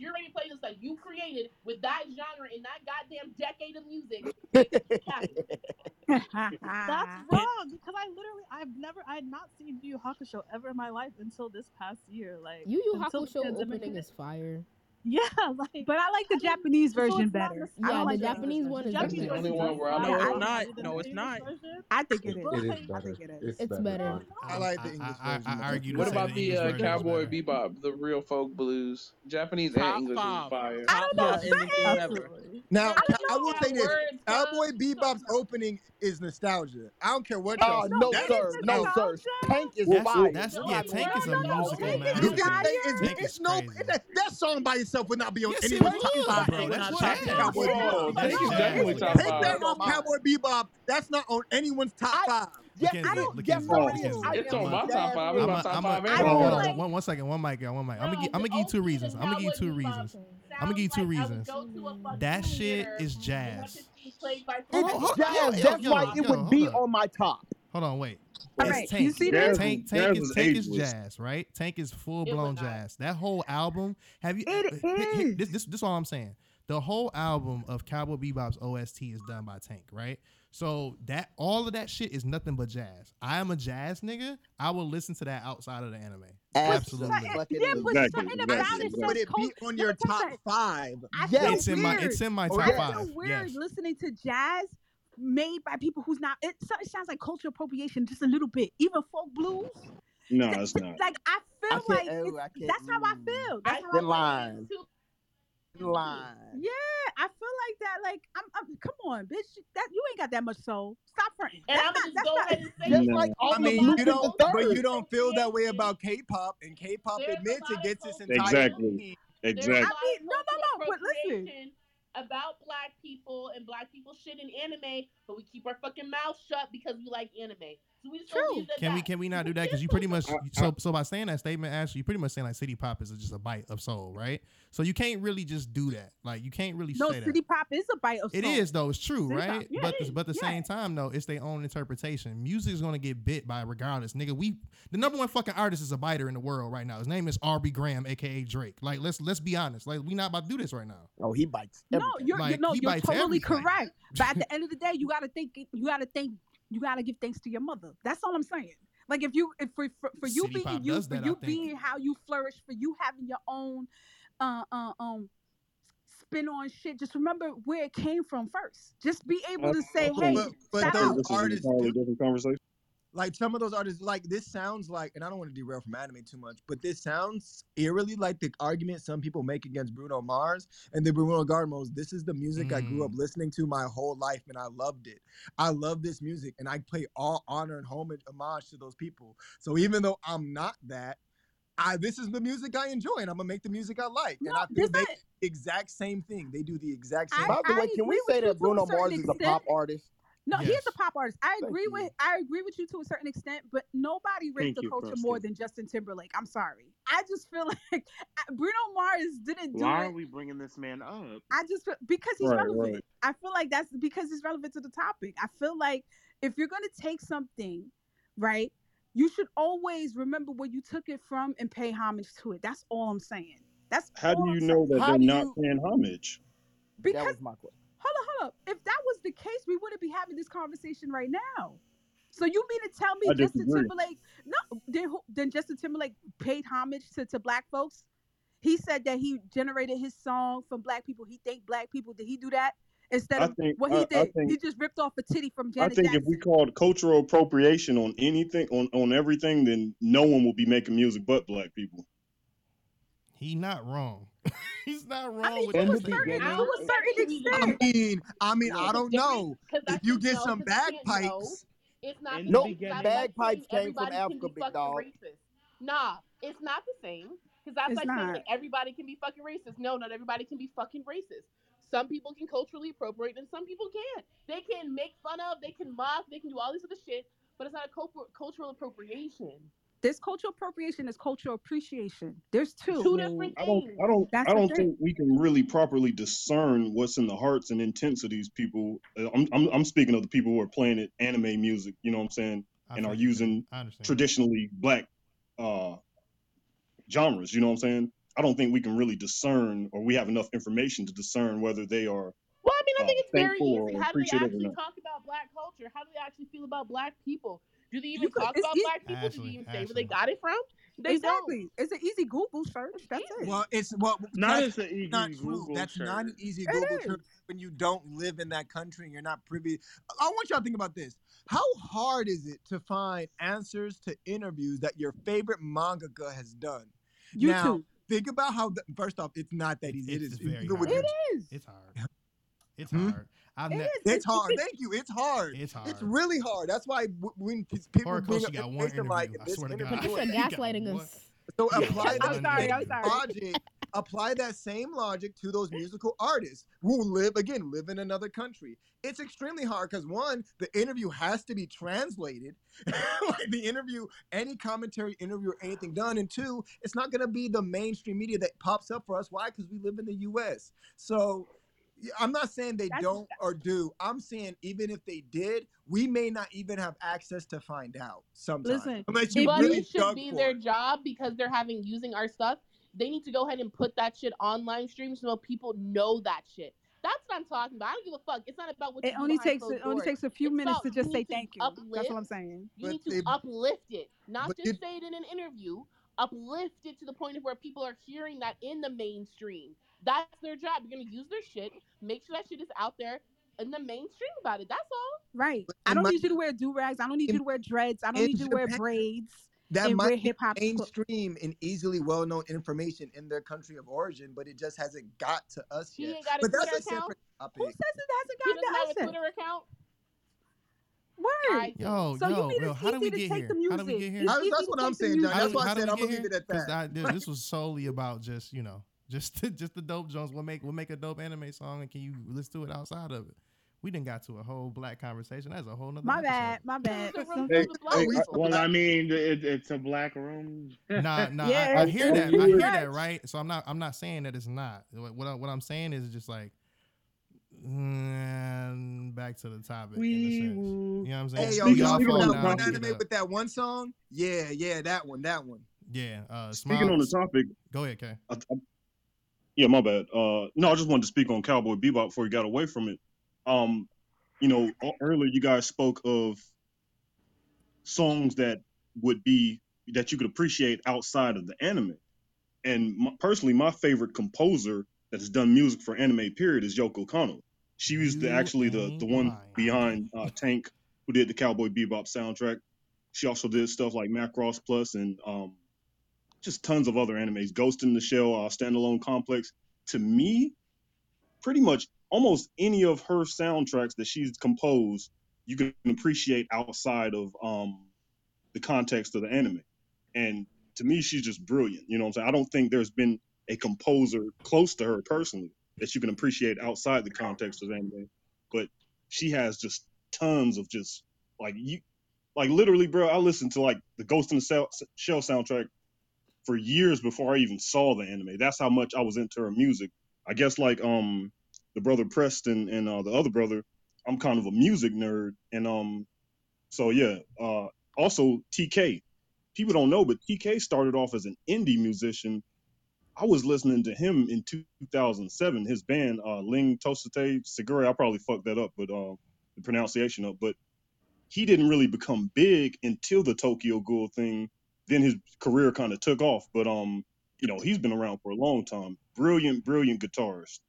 Speaker 6: curated playlist that you created with that genre and that goddamn decade of music,
Speaker 25: That's
Speaker 13: That's
Speaker 25: wrong because I literally I've never I had not seen Yu Yu Hakusho ever in my life until this past year. Like
Speaker 22: Yu Yu
Speaker 25: until the
Speaker 22: Hakusho
Speaker 25: pandemic
Speaker 22: opening
Speaker 25: hit.
Speaker 22: is fire.
Speaker 25: Yeah, like
Speaker 13: But I like the Japanese
Speaker 25: so it's
Speaker 13: version
Speaker 25: not
Speaker 13: better. I
Speaker 22: Yeah,
Speaker 13: don't
Speaker 22: the
Speaker 13: like
Speaker 22: Japanese
Speaker 13: the
Speaker 22: one is
Speaker 25: Japanese
Speaker 22: better.
Speaker 25: version
Speaker 14: one
Speaker 25: does
Speaker 14: where I'm
Speaker 25: sound
Speaker 13: No,
Speaker 25: a
Speaker 13: it's
Speaker 25: lot
Speaker 14: not. not.
Speaker 25: better than
Speaker 14: No,
Speaker 25: the
Speaker 14: it's
Speaker 25: English
Speaker 14: not.
Speaker 25: version.
Speaker 13: I think it
Speaker 25: It, it
Speaker 13: is.
Speaker 25: is Like,
Speaker 13: I
Speaker 1: better.
Speaker 13: think it is.
Speaker 1: It's
Speaker 22: It's
Speaker 1: better.
Speaker 22: better.
Speaker 3: I,
Speaker 7: I like the
Speaker 1: I-
Speaker 7: English
Speaker 3: I,
Speaker 7: version.
Speaker 3: I
Speaker 7: better.
Speaker 3: argue to
Speaker 18: What
Speaker 3: say
Speaker 18: about
Speaker 3: the
Speaker 18: the
Speaker 3: English
Speaker 18: uh,
Speaker 3: version is
Speaker 18: Cowboy
Speaker 3: better.
Speaker 18: Bebop, the real folk blues? Japanese and
Speaker 14: Top
Speaker 18: English is
Speaker 14: five.
Speaker 18: fire.
Speaker 6: I
Speaker 14: Top
Speaker 6: don't know
Speaker 14: five
Speaker 6: shit.
Speaker 14: ending ever.
Speaker 25: absolutely.
Speaker 7: Now
Speaker 6: I
Speaker 7: I
Speaker 6: don't know
Speaker 7: I will
Speaker 6: about
Speaker 7: say this:
Speaker 6: words,
Speaker 7: Cowboy
Speaker 6: cuz. You don't
Speaker 7: Bebop's
Speaker 6: know.
Speaker 7: opening is nostalgia. I don't care what y'all
Speaker 3: Ah,
Speaker 4: Oh
Speaker 7: say.
Speaker 13: No,
Speaker 4: no,
Speaker 13: it
Speaker 7: That's
Speaker 13: is
Speaker 4: sir, no,
Speaker 7: nostalgia.
Speaker 4: sir.
Speaker 13: nostalgia.
Speaker 4: Tank is
Speaker 3: That's
Speaker 4: fire.
Speaker 3: that's
Speaker 4: You
Speaker 6: No,
Speaker 3: yeah.
Speaker 4: gotta
Speaker 6: it's
Speaker 3: Tank
Speaker 4: stop.
Speaker 3: is
Speaker 6: not.
Speaker 3: a
Speaker 6: No,
Speaker 13: No,
Speaker 3: musical
Speaker 13: Tank
Speaker 7: You
Speaker 13: is
Speaker 6: Tank is
Speaker 7: can
Speaker 3: masterpiece.
Speaker 7: say it's
Speaker 6: fire.
Speaker 3: Tank
Speaker 13: fire.
Speaker 7: it's
Speaker 3: is
Speaker 7: no
Speaker 3: crazy.
Speaker 7: it, that, that song by itself would not be on
Speaker 3: Yes, it
Speaker 7: anybody's
Speaker 3: would,
Speaker 7: top
Speaker 14: Nah,
Speaker 7: five.
Speaker 3: bro.
Speaker 14: Tank's
Speaker 3: That's
Speaker 14: not
Speaker 7: What?
Speaker 14: top ten.
Speaker 3: jazz.
Speaker 6: No,
Speaker 25: Cowboy Bebop.
Speaker 6: it's not.
Speaker 25: Oh,
Speaker 3: That
Speaker 25: Tank
Speaker 3: is
Speaker 25: is
Speaker 6: No,
Speaker 3: jazz.
Speaker 6: it's
Speaker 25: definitely
Speaker 3: Like
Speaker 25: top
Speaker 7: Take
Speaker 25: five.
Speaker 7: that
Speaker 6: no.
Speaker 7: off Cowboy Bebop. That's not on anyone's top
Speaker 4: I
Speaker 7: five.
Speaker 4: yes, I
Speaker 3: Mackenzie, look,
Speaker 4: don't. Yes,
Speaker 3: Mackenzie,
Speaker 4: no, it is.
Speaker 18: Oh,
Speaker 3: Mackenzie.
Speaker 4: I
Speaker 18: it's
Speaker 4: am
Speaker 18: on
Speaker 3: I'm a,
Speaker 18: my top
Speaker 4: jazz
Speaker 18: five. It's
Speaker 4: with
Speaker 3: I'm
Speaker 18: my
Speaker 3: a,
Speaker 18: top
Speaker 3: I'm a,
Speaker 18: five
Speaker 13: I
Speaker 18: and
Speaker 13: don't
Speaker 18: one.
Speaker 7: Hold
Speaker 18: Like,
Speaker 7: on.
Speaker 13: like.
Speaker 3: one, one second, one mic, one mic. I'm gonna
Speaker 6: No,
Speaker 3: give, I'm gonna
Speaker 6: the
Speaker 3: give you two
Speaker 6: opening
Speaker 3: reasons.
Speaker 6: of
Speaker 3: I'm gonna give you
Speaker 6: Cowboy
Speaker 3: two
Speaker 6: Bebop
Speaker 3: reasons. I'm gonna give
Speaker 6: sounds
Speaker 3: you two
Speaker 6: like I would
Speaker 3: reasons.
Speaker 6: go to a
Speaker 3: That
Speaker 6: fucking
Speaker 3: shit
Speaker 6: theater
Speaker 3: is
Speaker 6: and watch
Speaker 3: jazz.
Speaker 6: it be played by
Speaker 3: Oh,
Speaker 4: It's
Speaker 6: somebody
Speaker 3: hold,
Speaker 6: who
Speaker 3: yo,
Speaker 4: jazz.
Speaker 6: sounds
Speaker 3: yo,
Speaker 4: That's
Speaker 6: like
Speaker 4: why
Speaker 3: yo,
Speaker 4: it
Speaker 6: Bebop.
Speaker 3: yo,
Speaker 4: would
Speaker 3: hold
Speaker 4: be
Speaker 3: up,
Speaker 4: on my top.
Speaker 3: hold on, wait.
Speaker 13: All
Speaker 3: It's
Speaker 13: right, you
Speaker 3: Tank.
Speaker 13: see this?
Speaker 15: Jazz is
Speaker 3: Tank, Tank
Speaker 15: jazz
Speaker 3: is
Speaker 15: is
Speaker 3: Tank is
Speaker 15: ageless.
Speaker 3: jazz, right? Tank is full
Speaker 6: It would
Speaker 3: blown
Speaker 6: not.
Speaker 3: jazz. That whole album. Have you?
Speaker 13: It
Speaker 3: hi- hi-
Speaker 13: is.
Speaker 3: This this this all I'm saying. The whole album of Cowboy Bebop's OST is done by Tank, right? So that all of that shit is nothing but jazz. I am a jazz nigga. I will listen to that outside of the anime.
Speaker 13: But
Speaker 3: Absolutely.
Speaker 13: something,
Speaker 4: Absolutely.
Speaker 13: yeah, but
Speaker 15: Exactly,
Speaker 13: something about
Speaker 15: exactly,
Speaker 13: it
Speaker 7: Would
Speaker 13: says
Speaker 15: exactly.
Speaker 7: it
Speaker 13: cold.
Speaker 7: be on
Speaker 13: Let
Speaker 7: your
Speaker 13: me tell
Speaker 7: top
Speaker 13: you something.
Speaker 7: five?
Speaker 13: I
Speaker 4: Yes.
Speaker 13: feel
Speaker 3: It's in my
Speaker 13: weird.
Speaker 3: it's in my
Speaker 4: Oh
Speaker 3: top
Speaker 13: I
Speaker 4: yes.
Speaker 13: feel
Speaker 3: five.
Speaker 13: weird
Speaker 3: Yes.
Speaker 13: listening to jazz made by people who's not. It, so- it sounds like cultural appropriation just a little bit. Even folk blues.
Speaker 15: No,
Speaker 13: Th-
Speaker 15: it's
Speaker 13: th-
Speaker 15: not.
Speaker 13: like
Speaker 4: I
Speaker 13: I feel
Speaker 4: can't.
Speaker 13: like
Speaker 4: Oh,
Speaker 13: it's.
Speaker 4: I can't.
Speaker 13: That's how I
Speaker 4: Mm.
Speaker 13: feel. That's how
Speaker 6: I
Speaker 4: In
Speaker 13: I
Speaker 6: feel like
Speaker 13: feel.
Speaker 6: it is
Speaker 4: line.
Speaker 6: too.
Speaker 4: In
Speaker 6: It's too.
Speaker 4: line.
Speaker 13: Yeah, I feel like that. Like I'm, I'm. Come on, bitch. That you ain't got that much soul. Stop fronting.
Speaker 6: And
Speaker 13: That's
Speaker 6: I'm
Speaker 13: not.
Speaker 6: gonna just
Speaker 13: That's
Speaker 6: go
Speaker 13: not.
Speaker 6: ahead and say
Speaker 15: No.
Speaker 4: Just
Speaker 6: this:
Speaker 4: like
Speaker 7: I
Speaker 6: there's
Speaker 4: all
Speaker 6: a
Speaker 4: of
Speaker 7: mean,
Speaker 6: lot
Speaker 7: you
Speaker 4: Lupin
Speaker 6: of
Speaker 4: the
Speaker 7: don't, but
Speaker 6: cultural
Speaker 7: you
Speaker 4: Third.
Speaker 7: don't feel that way
Speaker 6: appropriation.
Speaker 7: about K-pop, and K-pop
Speaker 6: There's a
Speaker 7: admits it
Speaker 6: lot of
Speaker 7: gets its
Speaker 6: cultural.
Speaker 7: entire
Speaker 15: Exactly,
Speaker 7: team.
Speaker 6: There's
Speaker 13: I
Speaker 6: a
Speaker 15: exactly.
Speaker 6: lot
Speaker 13: mean,
Speaker 6: of
Speaker 13: no, no,
Speaker 6: cultural
Speaker 13: no. But listen,
Speaker 6: appropriation about black people and black people shit in anime, but we keep our fucking mouth shut because we like anime. So we just gonna leave
Speaker 13: true.
Speaker 6: it at
Speaker 3: Can we
Speaker 6: that.
Speaker 3: can we not do that? Because
Speaker 6: There's
Speaker 3: you pretty
Speaker 6: cultural.
Speaker 3: much so so by saying that statement, actually, you pretty much saying like City Pop is just a bite of soul, right? So you can't really just do that. Like you can't really
Speaker 13: No,
Speaker 3: say that.
Speaker 13: city pop is a bite of
Speaker 3: It
Speaker 13: soul.
Speaker 3: is though. It's true,
Speaker 13: City pop,
Speaker 3: right?
Speaker 13: yeah,
Speaker 3: But
Speaker 13: it
Speaker 3: the,
Speaker 13: is.
Speaker 3: but the
Speaker 13: Yeah.
Speaker 3: same time though, it's their own interpretation. Music is gonna get bit by regardless, nigga. We the number one fucking artist is a biter in the world right now. His name is RB Graham, aka Drake. Like let's let's be honest. Like we not about to do this right now.
Speaker 4: Oh, he bites
Speaker 13: No,
Speaker 4: everything.
Speaker 13: you're, you
Speaker 3: Like
Speaker 13: no,
Speaker 3: he
Speaker 13: you're
Speaker 3: bites
Speaker 13: totally
Speaker 3: everything.
Speaker 13: correct. But at the end of the day, you gotta think. You gotta think. You gotta give thanks to your mother. That's all I'm saying. Like if you, if for for, for you
Speaker 3: City
Speaker 13: being
Speaker 3: Pop
Speaker 13: you,
Speaker 3: does
Speaker 13: for
Speaker 3: that, I
Speaker 13: you
Speaker 3: think.
Speaker 13: being how you flourish, for you having your own, uh, uh um, spin on shit. Just remember where it came from first. Just be able
Speaker 15: I,
Speaker 13: to
Speaker 15: I
Speaker 13: say,
Speaker 15: think
Speaker 13: hey,
Speaker 7: But
Speaker 15: I
Speaker 7: but
Speaker 13: shout
Speaker 15: think
Speaker 7: those
Speaker 13: out.
Speaker 15: this is an
Speaker 7: artists
Speaker 15: entirely
Speaker 7: do
Speaker 15: different conversation.
Speaker 7: like some of those artists like this sounds like and i don't want to derail from anime too much but this sounds eerily like the argument some people make against bruno mars and the bruno garmos this is the music i grew up
Speaker 3: Mm.
Speaker 7: listening to my whole life and i loved it i love this music and i pay all honor and homage homage to those people so even though i'm not that i this is the music i enjoy and i'm gonna make the music i like
Speaker 13: No,
Speaker 7: and i feel
Speaker 13: there's
Speaker 7: they
Speaker 13: not.
Speaker 7: exact same thing they do the exact
Speaker 13: I
Speaker 7: same
Speaker 4: By
Speaker 7: thing
Speaker 4: the
Speaker 13: I
Speaker 4: way, can we
Speaker 13: agree with
Speaker 4: say
Speaker 13: you
Speaker 4: that
Speaker 13: to a
Speaker 4: Bruno
Speaker 13: certain
Speaker 4: Mars is a
Speaker 13: extent.
Speaker 4: pop artist?
Speaker 13: No, he's a
Speaker 3: Yes.
Speaker 13: pop artist. I
Speaker 4: Thank
Speaker 13: agree
Speaker 4: you.
Speaker 13: with I agree with you to a certain extent, but nobody
Speaker 15: Thank
Speaker 13: raped the
Speaker 15: you,
Speaker 13: culture more
Speaker 15: Preston.
Speaker 13: than Justin Timberlake. I'm sorry. I just feel like I- Bruno Mars didn't do
Speaker 5: Why are
Speaker 13: it.
Speaker 5: we bringing this man up?
Speaker 13: I just feel, because he's
Speaker 15: Right,
Speaker 13: relevant.
Speaker 15: right.
Speaker 13: I feel like that's because he's relevant to the topic. I feel like if you're gonna take something, right? you should always remember where you took it from and pay homage to it. That's all I'm saying. That's
Speaker 15: How
Speaker 13: all
Speaker 15: do
Speaker 13: I'm
Speaker 15: you
Speaker 13: saying.
Speaker 15: know that they're not paying homage?
Speaker 13: Because
Speaker 15: my question.
Speaker 13: hold up, hold up. If that was the case, we wouldn't be having this conversation right now. So you mean to tell me
Speaker 15: I
Speaker 13: Justin
Speaker 15: disagree.
Speaker 13: Timberlake? No, then, who- then Justin Timberlake paid homage to, to black folks. He said that he generated his song from black people. He thanked black people. Did he do that instead
Speaker 15: I
Speaker 13: of
Speaker 15: think-
Speaker 13: what
Speaker 15: I-
Speaker 13: he
Speaker 15: I
Speaker 13: did? he
Speaker 15: think-
Speaker 13: just ripped off a titty from
Speaker 15: I
Speaker 13: Janet
Speaker 15: think if
Speaker 13: Jackson.
Speaker 15: we called cultural appropriation on anything, on, on everything, then no one will be making music but black people.
Speaker 3: He not wrong. He's not wrong with
Speaker 7: in
Speaker 3: that
Speaker 7: the
Speaker 3: statement.
Speaker 7: beginning-
Speaker 3: To a
Speaker 13: certain
Speaker 7: I mean, I mean,
Speaker 6: Yeah.
Speaker 7: I don't
Speaker 6: Different-
Speaker 7: know.
Speaker 6: 'cause I
Speaker 7: If you
Speaker 6: can't
Speaker 7: get
Speaker 6: know,
Speaker 7: some
Speaker 6: 'cause I can't know.
Speaker 7: bagpipes,
Speaker 6: It's not
Speaker 7: In
Speaker 6: the
Speaker 7: the
Speaker 6: same. 'cause I
Speaker 7: beginning-
Speaker 6: feel like
Speaker 7: Bagpipes
Speaker 6: saying
Speaker 7: came from
Speaker 6: everybody can
Speaker 7: Africa,
Speaker 6: be
Speaker 7: big
Speaker 6: fucking
Speaker 7: dog.
Speaker 6: Racist. Nah, it's not the same. Because that's
Speaker 13: It's
Speaker 6: like saying
Speaker 13: not.
Speaker 6: like, everybody can be fucking racist. No, not everybody can be fucking racist. Some people can culturally appropriate and some people can't. They can make fun of, they can mock, they can do all this other shit, but it's not a culpr- cultural appropriation.
Speaker 13: This cultural appropriation is cultural appreciation. There's two.
Speaker 6: Two different
Speaker 15: I don't, I don't,
Speaker 13: That's
Speaker 15: I
Speaker 13: the
Speaker 15: don't
Speaker 13: thing.
Speaker 15: think we can really properly discern what's in the hearts and intents of these people. Uh, I'm, I'm, I'm speaking of the people who are playing it anime music. You know what I'm saying?
Speaker 3: I
Speaker 15: and are
Speaker 3: feel you,
Speaker 15: using
Speaker 3: I understand.
Speaker 15: traditionally black uh, genres. You know what I'm saying? I don't think we can really discern, or we have enough information to discern whether they are
Speaker 6: Well, I mean, I
Speaker 15: uh,
Speaker 6: think it's very
Speaker 15: thankful
Speaker 6: easy.
Speaker 15: or
Speaker 6: How do they
Speaker 15: appreciative or
Speaker 6: actually
Speaker 15: not.
Speaker 6: talk about black culture? How do they actually feel about black people? Do they even
Speaker 13: You could-
Speaker 6: talk
Speaker 13: it's
Speaker 6: about
Speaker 13: ea-
Speaker 6: black people? Do they
Speaker 3: Ashley,
Speaker 6: even say where they got it from? They
Speaker 13: exactly. It's an easy Google search. That's it.
Speaker 7: Well, it's well,
Speaker 16: Not
Speaker 7: that's
Speaker 16: as an easy
Speaker 7: not true.
Speaker 16: Google
Speaker 7: That's not an
Speaker 16: search.
Speaker 7: easy
Speaker 16: It
Speaker 7: Google search when you don't live in that country and you're not privy. I want y'all to think about this. How hard is it to find answers to interviews that your favorite mangaka has done? Now,
Speaker 13: YouTube.
Speaker 7: think about how. The, first off, it's not that easy.
Speaker 3: It's
Speaker 7: it is
Speaker 3: very
Speaker 7: even with
Speaker 3: hard.
Speaker 7: YouTube.
Speaker 13: is.
Speaker 3: It's hard. It's
Speaker 7: Hmm?
Speaker 3: hard. I've ne-
Speaker 7: It's hard. Thank you. It's hard.
Speaker 3: It's hard.
Speaker 7: It's really hard. That's why w- when p- people
Speaker 3: Hard
Speaker 7: bring
Speaker 3: Coast,
Speaker 7: up
Speaker 3: you got one
Speaker 7: information like
Speaker 3: interview. I
Speaker 7: this
Speaker 3: swear to
Speaker 7: interview,
Speaker 3: God.
Speaker 22: You said
Speaker 3: You got
Speaker 22: gaslighting
Speaker 3: one-
Speaker 22: us.
Speaker 7: so
Speaker 3: you got
Speaker 7: apply
Speaker 3: one
Speaker 7: that same
Speaker 3: interview.
Speaker 7: logic. Apply that same logic to those musical artists who live again, live in another country. It's extremely hard because one, the interview has to be translated. Like, the interview, any commentary, interview, or anything done. And two, it's not gonna be the mainstream media that pops up for us. Why? Because we live in the US. So yeah, I'm not saying they don't or do. I'm saying even if they did, we may not even have access to find out sometimes.
Speaker 13: Listen,
Speaker 7: unless you
Speaker 6: but
Speaker 7: really
Speaker 6: it should
Speaker 7: dug
Speaker 6: be
Speaker 7: for
Speaker 6: their
Speaker 7: it.
Speaker 6: job because they're having using our stuff. They need to go ahead and put that shit on live stream so people know that shit. That's what I'm talking about. I don't give a fuck. It's not about what
Speaker 13: It
Speaker 6: you do
Speaker 13: only
Speaker 6: behind
Speaker 13: takes
Speaker 6: closed
Speaker 13: it only
Speaker 6: doors.
Speaker 13: takes a few
Speaker 6: It's
Speaker 13: minutes
Speaker 6: about
Speaker 13: to just
Speaker 6: need
Speaker 13: say thank you. That's what I'm saying.
Speaker 6: You need to uplift it, not just say it in an interview. Uplift it to the point of where people are hearing that in the mainstream. That's their job. You're gonna use their shit. Make sure that shit is out there in the mainstream about it. That's all.
Speaker 13: Right.
Speaker 6: But
Speaker 13: I
Speaker 6: in
Speaker 13: don't
Speaker 6: my-
Speaker 13: need you to wear do rags. I don't need you to wear dreads. I don't
Speaker 7: in
Speaker 13: need you to wear
Speaker 7: Japan,
Speaker 13: braids
Speaker 7: That
Speaker 13: and wear
Speaker 7: might be
Speaker 13: hip hop. clo-
Speaker 7: mainstream and easily well known information in their country of origin, but it just hasn't got to us
Speaker 6: He
Speaker 7: yet.
Speaker 6: ain't got a
Speaker 7: But that's
Speaker 6: Twitter
Speaker 7: a
Speaker 6: account?
Speaker 7: separate topic.
Speaker 13: Who says it hasn't
Speaker 6: He
Speaker 13: gotten
Speaker 6: doesn't
Speaker 13: to us
Speaker 6: have a
Speaker 13: yet?
Speaker 6: Twitter account.
Speaker 13: Word.
Speaker 6: I
Speaker 3: Yo,
Speaker 13: so
Speaker 3: yo,
Speaker 13: you mean
Speaker 3: yo,
Speaker 13: it's
Speaker 3: how do we
Speaker 13: easy to
Speaker 3: get
Speaker 13: take the
Speaker 3: here? How do we get
Speaker 13: music.
Speaker 3: here?
Speaker 13: It's
Speaker 7: I was,
Speaker 13: easy
Speaker 7: that's
Speaker 13: to
Speaker 7: what
Speaker 13: take
Speaker 7: I'm
Speaker 13: the
Speaker 7: saying, Johnny.
Speaker 13: music.
Speaker 3: How
Speaker 7: That's
Speaker 3: do,
Speaker 7: why I
Speaker 3: how do
Speaker 7: said
Speaker 3: we
Speaker 7: I'm
Speaker 3: get
Speaker 7: gonna leave
Speaker 3: here?
Speaker 7: it at
Speaker 3: Because
Speaker 7: that.
Speaker 3: I dude, this was solely about just you know just just the dope Jones. We'll make we'll make a dope anime song and can you listen to it outside of it? We didn't got to a whole black conversation. That's a whole nother.
Speaker 13: My
Speaker 3: episode.
Speaker 13: bad. My bad.
Speaker 5: Hey,
Speaker 3: black
Speaker 5: hey,
Speaker 3: people.
Speaker 5: I- well, I mean, it, it's a black room.
Speaker 3: Nah, nah,
Speaker 5: Yeah,
Speaker 3: I, I
Speaker 5: it's
Speaker 3: hear
Speaker 5: a
Speaker 3: that. I
Speaker 5: weird-
Speaker 3: hear that, right? So I'm not I'm not saying that it's not. What what, I, what I'm saying is just like mm, back to the topic in a sense. You know what I'm saying?
Speaker 7: Hey, yo,
Speaker 3: we
Speaker 7: y'all
Speaker 3: all
Speaker 7: remember
Speaker 3: fall
Speaker 7: that
Speaker 3: down
Speaker 7: one
Speaker 3: to get
Speaker 7: anime
Speaker 3: up.
Speaker 7: with that one song? Yeah, yeah, that one, that one.
Speaker 3: Yeah. Uh,
Speaker 15: Speaking on the topic,
Speaker 3: go ahead, Kay.
Speaker 15: I, I- yeah, my bad. Uh, no, I just wanted to speak on Cowboy Bebop before he got away from it. Um, you know, e- earlier you guys spoke of songs that would be that you could appreciate outside of the anime. And my, personally, my favorite composer that has done music for anime period is Yoko Kano. She was the,
Speaker 3: You
Speaker 15: actually the
Speaker 3: ain't
Speaker 15: the one
Speaker 3: lying.
Speaker 15: behind uh, Tank, who did the Cowboy Bebop soundtrack. She also did stuff like Macross Plus and um, just tons of other animes. Ghost in the Shell, uh, Standalone Complex. To me, pretty much almost any of her soundtracks that she's composed, you can appreciate outside of um, the context of the anime. And to me, she's just brilliant. You know what I'm saying? I don't think there's been a composer close to her personally that you can appreciate outside the context of anime. But she has just tons of just like you, like literally, bro. I listened to like the Ghost in the Shell Shell soundtrack for years before I even saw the anime. That's how much I was into her music. I guess like um the brother Preston and uh, the other brother, I'm kind of a music nerd, and um so yeah. Uh, also TK, people don't know, but TK started off as an indie musician. I was listening to him in 2007. His band, uh, Ling Tosate Segura. I probably fucked that up, but uh, the pronunciation up. But he didn't really become big until the Tokyo Ghoul thing. Then his career kind of took off. But um, you know, he's been around for a long time. Brilliant, brilliant guitarist.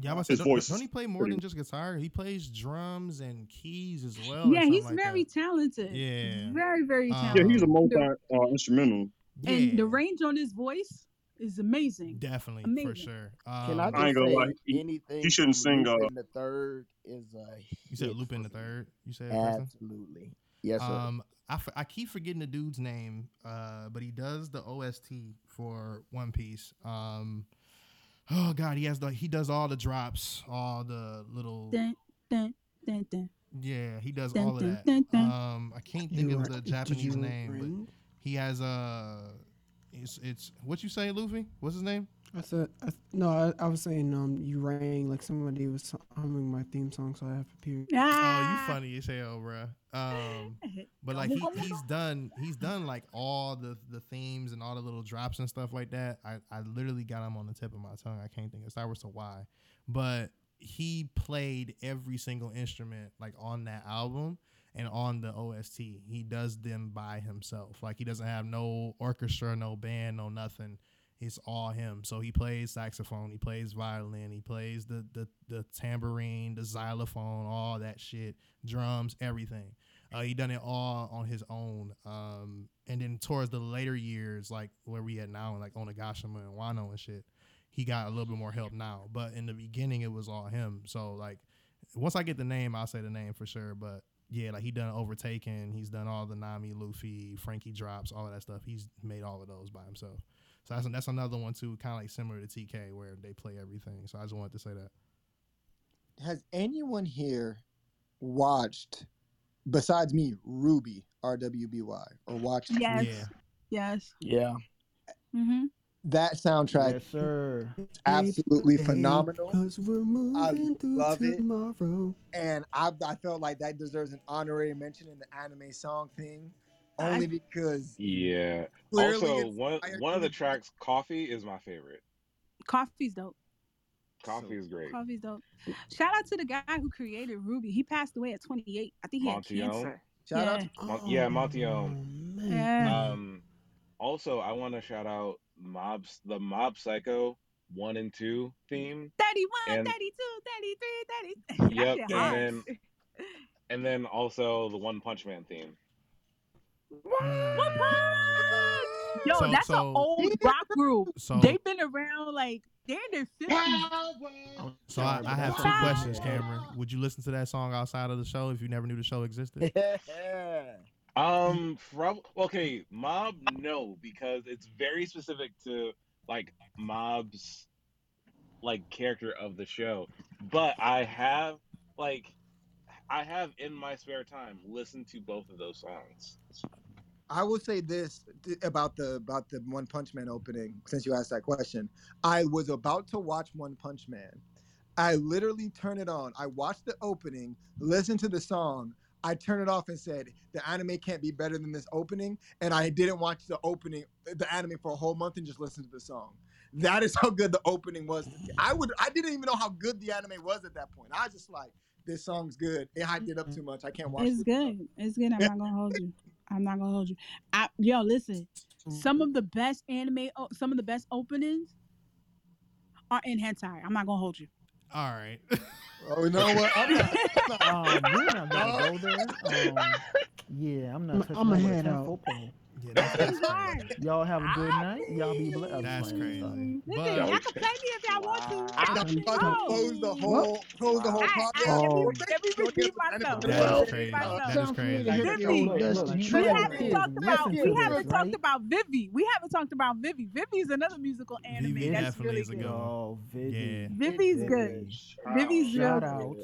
Speaker 3: Yeah, I'm about to
Speaker 15: His
Speaker 3: say,
Speaker 15: voice
Speaker 3: don't,
Speaker 15: is
Speaker 3: don't he play more than just guitar? He plays drums and keys as well. or
Speaker 13: yeah, he's
Speaker 3: something like
Speaker 13: very talented.
Speaker 3: that. Yeah.
Speaker 13: Very, very
Speaker 3: Um,
Speaker 13: talented.
Speaker 15: Yeah, he's a multi
Speaker 13: The-
Speaker 15: uh, instrumental.
Speaker 13: And the range on his voice is amazing.
Speaker 3: Definitely,
Speaker 13: amazing. for
Speaker 3: sure. Um,
Speaker 13: Can
Speaker 15: I
Speaker 13: I
Speaker 15: ain't gonna
Speaker 4: say
Speaker 15: lie. He,
Speaker 4: anything
Speaker 15: he shouldn't
Speaker 4: from
Speaker 15: sing. Uh,
Speaker 4: Lupin the third is a
Speaker 3: You said
Speaker 4: hit
Speaker 3: Lupin
Speaker 4: for
Speaker 3: the
Speaker 4: me.
Speaker 3: Third. You said Preston?
Speaker 4: absolutely yes sir.
Speaker 3: Um, I, f- I keep forgetting the dude's name, uh, but he does the OST for One Piece. Um, oh god, he has the he does all the drops, all the little
Speaker 13: Dun, dun, dun, dun.
Speaker 3: yeah, he does
Speaker 13: Dun,
Speaker 3: all of
Speaker 13: dun,
Speaker 3: that.
Speaker 13: dun, dun.
Speaker 3: Um, I can't think
Speaker 13: You
Speaker 3: of
Speaker 13: are-
Speaker 3: the
Speaker 13: did
Speaker 3: Japanese
Speaker 13: you
Speaker 3: name, but he has uh, it's it's what you say, Luffy? What's his name?
Speaker 12: I said I, no. I, I was saying um, you rang like somebody was humming my theme song, so I have to period.
Speaker 3: Oh, you funny as hell, bruh. Um, but like he,
Speaker 12: Kamuga,
Speaker 3: he's done, he's done like all the the themes and all the little drops and stuff like that. I I literally got him on the tip of my tongue. I can't think. It starts with a Y, but he played every single instrument like on that album and on the OST. He does them by himself. Like he doesn't have no orchestra, no band, no nothing. It's all him. So he plays saxophone, he plays violin, he plays the the, the tambourine, the xylophone, all that shit, drums, everything. Uh, he done it all on his own. Um, and then towards the later years, like where we at now, like Onagashima and Wano and shit, he got a little bit more help now. But in the beginning, it was all him. So like, once I get the name, I'll say the name for sure. But yeah, like he done Overtaken, he's done all the Nami, Luffy, Frankie drops, all of that stuff. He's made all of those by himself. So that's that's another one too, kind of like similar to TK, where they play everything. So I just wanted to say that.
Speaker 7: Has anyone here watched besides me Ruby R W B Y or watched?
Speaker 13: Yes. Yes.
Speaker 4: Yeah.
Speaker 13: Mm-hmm.
Speaker 7: That soundtrack,
Speaker 2: Yes, sir.
Speaker 7: is absolutely phenomenal.
Speaker 12: Cause we're moving through
Speaker 7: love it.
Speaker 12: tomorrow.
Speaker 7: and I, I felt like that deserves an honorary mention in the anime song thing, only because
Speaker 10: Yeah.
Speaker 7: Clearly
Speaker 10: also,
Speaker 7: it's
Speaker 10: one
Speaker 7: higher
Speaker 10: one of the
Speaker 7: key.
Speaker 10: tracks, "Coffee," is my favorite.
Speaker 13: Coffee's dope.
Speaker 10: Coffee is great.
Speaker 13: Coffee's dope. Shout out to the guy who created Ruby. He passed away at 28. I think he
Speaker 10: Montiel.
Speaker 13: had cancer.
Speaker 10: Shout
Speaker 13: yeah.
Speaker 10: out Mon- yeah, Montiel.
Speaker 13: Yeah.
Speaker 10: Um, also, I want to shout out Mobs, the Mob Psycho one and two theme.
Speaker 13: 31,
Speaker 10: And-
Speaker 13: 32, 33, 30. That
Speaker 10: Yep,
Speaker 13: shit
Speaker 10: and
Speaker 13: hard.
Speaker 10: then and then also the One Punch Man theme.
Speaker 13: Yo,
Speaker 10: So-
Speaker 13: that's
Speaker 10: so-
Speaker 13: an old rock group.
Speaker 3: So-
Speaker 13: They've been around like they're in their 50s.
Speaker 3: So I, I have two
Speaker 13: Wow.
Speaker 3: questions, Cameron. Would you listen to that song outside of the show if you never knew the show existed?
Speaker 10: Um, prob- okay, mob no because it's very specific to like mob's like character of the show. But I have like I have in my spare time listened to both of those songs.
Speaker 7: I will say this th- about the about the One Punch Man opening. Since you asked that question, I was about to watch One Punch Man. I literally turned it on. I watched the opening, listened to the song. I turned it off and said the anime can't be better than this opening. And I didn't watch the opening, the anime for a whole month and just listened to the song. That is how good the opening was. I would, I didn't even know how good the anime was at that point. I was just like, this song's good. It hyped it up too much. I can't watch.
Speaker 13: It's
Speaker 7: this.
Speaker 13: good. It's good. I'm not gonna hold you. I'm not gonna hold you. I, yo, listen. Some of the best anime, o- some of the best openings are in hentai. I'm not gonna hold you.
Speaker 3: All right.
Speaker 7: Oh, you know what? I'm not.
Speaker 2: Um, we're not gonna go there. Um, yeah, I'm not.
Speaker 12: I'm- I'ma head out.
Speaker 3: Yeah,
Speaker 2: that's
Speaker 13: crazy.
Speaker 2: Y'all have a good night. Y'all be blessed. That's crazy.
Speaker 13: Listen, y'all can play me if y'all want to.
Speaker 7: I'm not about to close the whole close the whole
Speaker 13: I,
Speaker 7: podcast.
Speaker 13: I, let, me,
Speaker 7: Don't
Speaker 13: let me
Speaker 7: don't
Speaker 13: repeat
Speaker 7: give us
Speaker 13: myself.
Speaker 7: anything.
Speaker 13: Let me
Speaker 3: Well,
Speaker 13: repeat
Speaker 3: That
Speaker 13: myself.
Speaker 3: is crazy.
Speaker 12: to hit
Speaker 13: Vivi,
Speaker 12: your dust.
Speaker 13: we
Speaker 12: You know
Speaker 13: haven't
Speaker 12: it is.
Speaker 13: talked about
Speaker 12: Listen
Speaker 13: we
Speaker 12: to
Speaker 13: haven't
Speaker 12: this,
Speaker 13: talked about Vivi. We haven't talked about Vivi. Vivi is another musical anime
Speaker 3: Vivi
Speaker 13: that's
Speaker 3: definitely
Speaker 13: really
Speaker 3: is a
Speaker 13: good.
Speaker 3: good
Speaker 2: Oh,
Speaker 3: one. Yeah.
Speaker 13: Vivi's good. Vivi's real
Speaker 2: Shout
Speaker 13: good.
Speaker 2: out.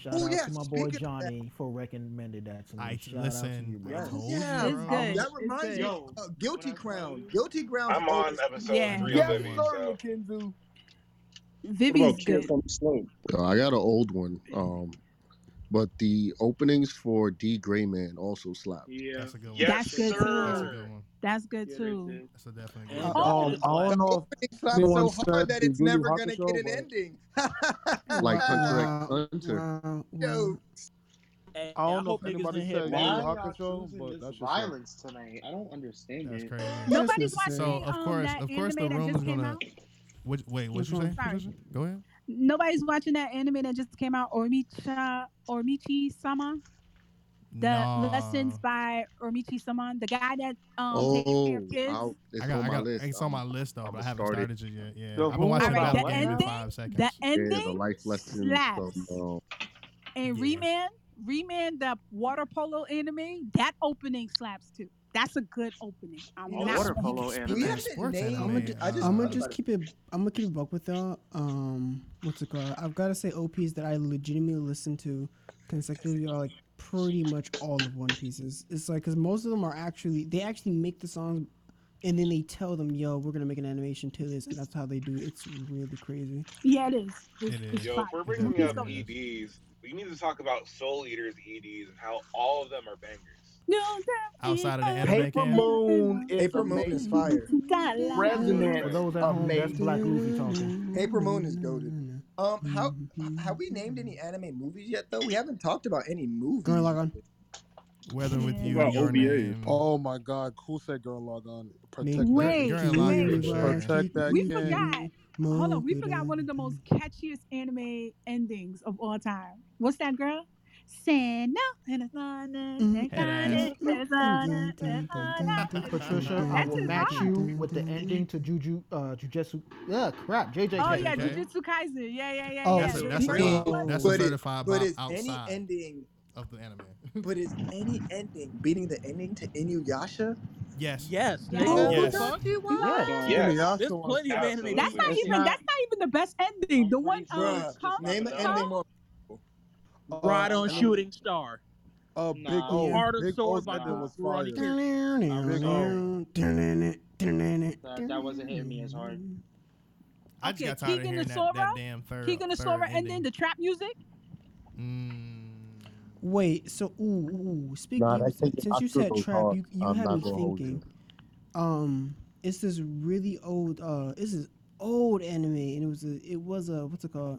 Speaker 2: Shout
Speaker 13: Oh,
Speaker 2: out
Speaker 13: yes,
Speaker 2: to my boy
Speaker 13: speaking of that-
Speaker 2: Johnny for recommending that to me.
Speaker 3: I
Speaker 2: Shout out to
Speaker 3: listen.
Speaker 2: you,
Speaker 3: I
Speaker 2: bro.
Speaker 3: told
Speaker 7: Yeah,
Speaker 3: you, bro.
Speaker 7: that reminds me.
Speaker 2: Yo,
Speaker 7: Uh, Guilty Crown. Guilty Crown.
Speaker 10: I'm on episode three
Speaker 7: Yeah.
Speaker 10: of Vivi, so
Speaker 7: Kenzu.
Speaker 15: What about Kid from the Slope?
Speaker 1: Yo, I got an old one. Um, But the openings for D Gray Man also slapped.
Speaker 10: Yeah,
Speaker 3: that's a good one.
Speaker 1: Yes,
Speaker 13: That's good
Speaker 1: sir.
Speaker 3: That's a
Speaker 13: too.
Speaker 3: good one.
Speaker 13: That's good too.
Speaker 3: That's a definite.
Speaker 13: And-
Speaker 3: good one.
Speaker 13: Oh,
Speaker 1: Um, I don't
Speaker 7: know Slap so
Speaker 1: Anyone
Speaker 7: hard
Speaker 1: said
Speaker 7: that
Speaker 1: the
Speaker 7: it's
Speaker 1: Doogie
Speaker 7: never
Speaker 1: Howser
Speaker 7: gonna
Speaker 1: show,
Speaker 7: get an
Speaker 1: but-
Speaker 7: ending.
Speaker 1: like Hunter
Speaker 12: Wow,
Speaker 1: X Hunter.
Speaker 12: wow, wow.
Speaker 7: Yo,
Speaker 14: And, and
Speaker 2: I don't
Speaker 14: I
Speaker 2: know
Speaker 14: hope
Speaker 2: if
Speaker 14: niggas
Speaker 2: anybody
Speaker 14: in here
Speaker 2: said
Speaker 14: mad.
Speaker 2: Yu Yu Hakusho, but that's just
Speaker 16: violence tonight. I don't understand
Speaker 3: That's
Speaker 16: it.
Speaker 3: crazy.
Speaker 13: Nobody
Speaker 12: That's
Speaker 13: watching
Speaker 12: necessary.
Speaker 3: So of
Speaker 13: um,
Speaker 3: course,
Speaker 13: that
Speaker 3: of course, the
Speaker 13: anime that
Speaker 3: room is
Speaker 13: just came
Speaker 3: gonna.
Speaker 13: out?
Speaker 3: What, wait, what
Speaker 12: Which
Speaker 3: you
Speaker 12: one?
Speaker 3: say?
Speaker 13: Sorry.
Speaker 3: Go ahead.
Speaker 13: Nobody's watching that anime that just came out, Ormicha Ormichi Sama. The lessons by Ormichi Sama, the guy that um takes care
Speaker 1: Oh,
Speaker 13: of kids.
Speaker 1: I'll- it's
Speaker 3: I got,
Speaker 1: on
Speaker 3: I
Speaker 1: my
Speaker 3: got,
Speaker 1: list.
Speaker 3: it's on
Speaker 1: I'm-
Speaker 3: my list though,
Speaker 1: I'ma
Speaker 3: but I haven't
Speaker 1: start it.
Speaker 3: started it yet. Yeah,
Speaker 2: The
Speaker 3: I've been watching
Speaker 2: room
Speaker 3: about
Speaker 13: All right,
Speaker 2: about
Speaker 13: the
Speaker 3: like every
Speaker 13: ending,
Speaker 3: five seconds.
Speaker 13: the
Speaker 1: Yeah, the
Speaker 13: ending
Speaker 1: life lessons from
Speaker 13: slaps.
Speaker 1: um,
Speaker 13: And
Speaker 3: Yeah.
Speaker 13: Reman, Reman, the water polo anime, that opening slaps too. That's a good opening. I'm
Speaker 16: Oh,
Speaker 13: not
Speaker 16: water
Speaker 13: gonna
Speaker 16: polo
Speaker 13: lie.
Speaker 16: anime.
Speaker 3: Speaking of
Speaker 7: haven't
Speaker 3: sports
Speaker 7: named-
Speaker 3: anime,
Speaker 7: I'ma ju- I just-
Speaker 12: I'm
Speaker 3: uh,
Speaker 12: gonna just keep it. I'm gonna keep it buck with y'all. Um, what's it called? I've gotta say OPs that I legitimately listen to consecutively are like pretty much all of One Pieces. It's like because most of them are actually they actually make the songs, and then they tell them, "Yo, we're gonna make an animation to this," and that's how they do. it. It's really crazy.
Speaker 13: Yeah, it is. It's,
Speaker 3: It
Speaker 13: it's
Speaker 3: is.
Speaker 10: Yo,
Speaker 13: fire.
Speaker 10: if we're
Speaker 3: It
Speaker 10: bringing
Speaker 3: definitely
Speaker 10: up
Speaker 3: is.
Speaker 10: EDs, we need to talk about Soul Eaters EDs and how all of them are bangers.
Speaker 13: No, that is
Speaker 3: outside of the anime
Speaker 2: Paper
Speaker 3: can.
Speaker 2: Moon is
Speaker 7: April Moon is
Speaker 2: amazing.
Speaker 7: fire.
Speaker 13: Got love.
Speaker 2: For
Speaker 7: Resonance,
Speaker 2: those at home, that's
Speaker 7: amazing.
Speaker 2: Black Luffy talking.
Speaker 7: April Moon is goaded. Um, how have we named any anime movies yet? Though we haven't talked about any
Speaker 12: Girl,
Speaker 7: movies.
Speaker 12: log on.
Speaker 3: Weathering with
Speaker 13: Yeah.
Speaker 3: you,
Speaker 1: about
Speaker 3: your
Speaker 1: OVAs.
Speaker 3: name.
Speaker 2: Oh,
Speaker 1: Oh,
Speaker 2: Oh
Speaker 3: Girl,
Speaker 2: my God, Kusei girl log on. Protect
Speaker 12: Make
Speaker 2: that
Speaker 12: that
Speaker 13: Wait,
Speaker 3: you're in line
Speaker 13: wait.
Speaker 3: for
Speaker 12: kitty
Speaker 3: sure.
Speaker 2: protect that
Speaker 13: We
Speaker 2: kid.
Speaker 13: forgot.
Speaker 12: wakiku
Speaker 13: Hold on, we
Speaker 12: moku
Speaker 13: forgot one of the most catchiest anime endings of all time. What's that girl? Santa and it's on it, it's
Speaker 3: Head
Speaker 13: on
Speaker 3: ass.
Speaker 13: it, it's
Speaker 3: Mm-hmm.
Speaker 13: on it, it's on it, it's on
Speaker 2: Patricia,
Speaker 13: it.
Speaker 2: I
Speaker 13: That's
Speaker 2: will
Speaker 13: his
Speaker 2: match
Speaker 13: vibe.
Speaker 2: you with the ending to Juju, uh, Jujutsu. Yeah, crap,
Speaker 13: Oh
Speaker 2: JJK.
Speaker 13: yeah,
Speaker 3: JJK.
Speaker 13: Jujutsu Kaisen. Yeah, yeah, yeah,
Speaker 12: Oh,
Speaker 13: yeah.
Speaker 3: That's a that's a
Speaker 13: Jujutsu
Speaker 7: Ending,
Speaker 3: bop.
Speaker 13: Kaisen.
Speaker 3: That's a
Speaker 7: but
Speaker 12: yo.
Speaker 7: it
Speaker 3: certified
Speaker 7: but
Speaker 3: bop
Speaker 7: is any
Speaker 3: outside
Speaker 7: ending
Speaker 3: of the anime.
Speaker 7: but is any ending beating the ending to Inuyasha?
Speaker 3: yes.
Speaker 14: Yes,
Speaker 13: Yes.
Speaker 14: nigga.
Speaker 7: Oh
Speaker 14: The
Speaker 7: my
Speaker 3: Yes.
Speaker 7: God,
Speaker 14: fuck?
Speaker 9: Don't you
Speaker 2: Yeah.
Speaker 9: want?
Speaker 7: Inuyasha
Speaker 10: Yes,
Speaker 14: There's
Speaker 7: on
Speaker 14: plenty of anime
Speaker 13: That's
Speaker 14: that
Speaker 10: absolutely.
Speaker 13: not
Speaker 14: do
Speaker 2: It's
Speaker 13: even
Speaker 14: that.
Speaker 2: not.
Speaker 13: that's not even the best ending.
Speaker 14: I'm
Speaker 13: The one
Speaker 14: pretty sure
Speaker 13: um
Speaker 7: bruh.
Speaker 14: it's just
Speaker 13: come
Speaker 14: not
Speaker 7: Name an
Speaker 14: enough.
Speaker 13: come
Speaker 7: ending more.
Speaker 2: Uh,
Speaker 14: Right on
Speaker 2: and I'm
Speaker 14: shooting star.
Speaker 2: uh, Big
Speaker 5: Nah,
Speaker 2: O.
Speaker 14: Heart of
Speaker 2: Big
Speaker 14: Sword
Speaker 2: O's
Speaker 14: by
Speaker 2: ending
Speaker 5: nah,
Speaker 2: was
Speaker 14: Kuburagi
Speaker 2: fire.
Speaker 14: Kiryu.
Speaker 5: I
Speaker 2: Big
Speaker 5: respect
Speaker 2: O.
Speaker 5: it. That, that wasn't hitting me as hard.
Speaker 12: Nah,
Speaker 3: I just
Speaker 13: okay,
Speaker 3: got tired of
Speaker 13: Keegan
Speaker 3: hearing
Speaker 13: and
Speaker 3: that
Speaker 13: Sora.
Speaker 3: that damn third
Speaker 13: Keegan and Sora
Speaker 3: third
Speaker 13: ending
Speaker 3: ending.
Speaker 13: the trap music.
Speaker 3: Mm,
Speaker 12: Wait, so ooh, ooh speak. You
Speaker 1: that
Speaker 12: s-
Speaker 1: taking
Speaker 12: since you said
Speaker 1: Akira
Speaker 12: trap,
Speaker 1: hard.
Speaker 12: you you
Speaker 1: I'm
Speaker 12: had me
Speaker 1: not gonna hold
Speaker 12: thinking.
Speaker 1: you.
Speaker 12: um it's this really old uh it's this old anime and it was a it was a what's it called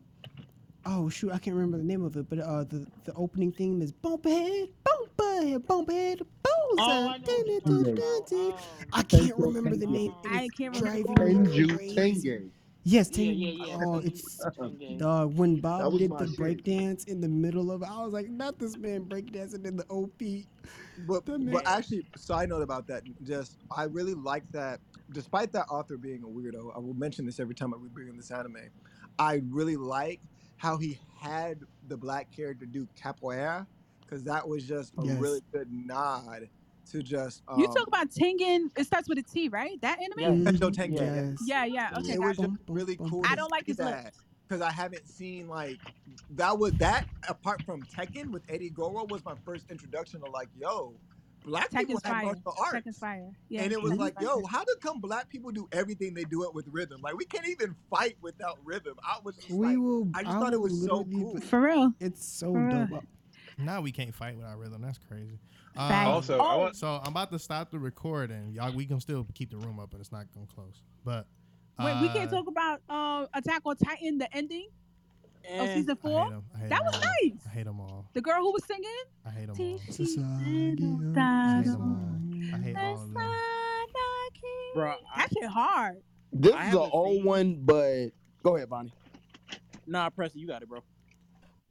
Speaker 12: oh shoot i can't remember the name of it but uh the the opening theme is bump ahead bump ahead bump ahead
Speaker 5: Oh,
Speaker 12: bullseye
Speaker 5: I know what you're talking about.
Speaker 12: dun-dun-dun-dun-dun."
Speaker 5: Um,
Speaker 12: i
Speaker 1: Thank
Speaker 12: can't
Speaker 1: you,
Speaker 12: remember
Speaker 1: thank
Speaker 12: the
Speaker 1: you.
Speaker 12: name and
Speaker 13: I
Speaker 12: it's
Speaker 13: can't remember the
Speaker 12: driving me
Speaker 13: name.
Speaker 1: Tenju
Speaker 12: crazy
Speaker 1: Tenge.
Speaker 12: yes
Speaker 5: yeah,
Speaker 12: Tengu,
Speaker 5: yeah, yeah.
Speaker 12: oh
Speaker 5: Tengu,
Speaker 12: it's
Speaker 5: Tengu.
Speaker 12: dog when
Speaker 1: That
Speaker 12: bob
Speaker 1: was
Speaker 12: did
Speaker 1: my
Speaker 12: the
Speaker 1: shit.
Speaker 12: breakdance in the middle of it, i was like not this man breakdancing in the op
Speaker 7: But
Speaker 12: that
Speaker 7: but
Speaker 12: man
Speaker 7: actually, side note about that, just I really like that. Despite that author being a weirdo, I will mention this every time we bring in this anime. I really like how he had the black character do capoeira because that was just a
Speaker 12: yes
Speaker 7: really good nod to just
Speaker 13: You
Speaker 7: um
Speaker 13: talk about Tengen. It starts with a T, right? That anime.
Speaker 2: Yes.
Speaker 7: Tenjo
Speaker 12: hmm
Speaker 7: Tenge.
Speaker 2: Yeah.
Speaker 7: Yeah,
Speaker 12: yes
Speaker 13: Yeah, yeah. Okay,
Speaker 7: it was just
Speaker 13: gotcha.
Speaker 12: Bum, bum,
Speaker 7: really
Speaker 12: bum,
Speaker 7: cool to
Speaker 13: I
Speaker 12: bum.
Speaker 13: don't like
Speaker 7: see
Speaker 13: his lips.
Speaker 7: that because I haven't seen like that was that apart from Tekken with Eddie Goro was my first introduction to like yo, black people
Speaker 13: Tekken's
Speaker 7: have
Speaker 13: fire.
Speaker 7: martial
Speaker 13: Tekken's
Speaker 7: arts.
Speaker 13: fire. Yeah,
Speaker 7: And it was
Speaker 13: Tekken's
Speaker 7: like,
Speaker 13: fire.
Speaker 7: yo, how did come black people do everything they do it with rhythm? Like we can't even fight without rhythm. I was just
Speaker 12: We
Speaker 7: like,
Speaker 12: will.
Speaker 7: I just
Speaker 12: I
Speaker 7: thought it
Speaker 12: will
Speaker 7: was so
Speaker 12: literally. Be,
Speaker 7: cool.
Speaker 13: For real.
Speaker 12: it's so
Speaker 13: For real.
Speaker 12: dope.
Speaker 3: now we can't fight without rhythm. That's crazy.
Speaker 13: Facts.
Speaker 3: Um,
Speaker 10: Also, I
Speaker 13: Oh,
Speaker 10: want
Speaker 3: so I'm about to stop the recording. Y'all, we can still keep the room up, but it's not gonna close. But
Speaker 13: wait, we can't
Speaker 3: uh,
Speaker 13: talk about uh Attack on Titan, the ending of
Speaker 14: Eh,
Speaker 13: season
Speaker 3: I
Speaker 13: four.
Speaker 3: hate them. I hate
Speaker 13: That
Speaker 3: them
Speaker 13: was
Speaker 3: all.
Speaker 13: nice.
Speaker 3: I hate them all.
Speaker 13: The girl who was singing.
Speaker 3: I hate them all.
Speaker 12: Sasagi,
Speaker 3: I
Speaker 12: oh,
Speaker 3: hate them all. I
Speaker 12: Sasagi.
Speaker 3: hate all of them.
Speaker 2: Bro, I,
Speaker 13: That shit hard.
Speaker 2: this
Speaker 14: I
Speaker 2: is an
Speaker 14: haven't
Speaker 2: old
Speaker 14: seen.
Speaker 2: one, but go ahead, Bonnie.
Speaker 14: Nah, Preston, you got it, bro.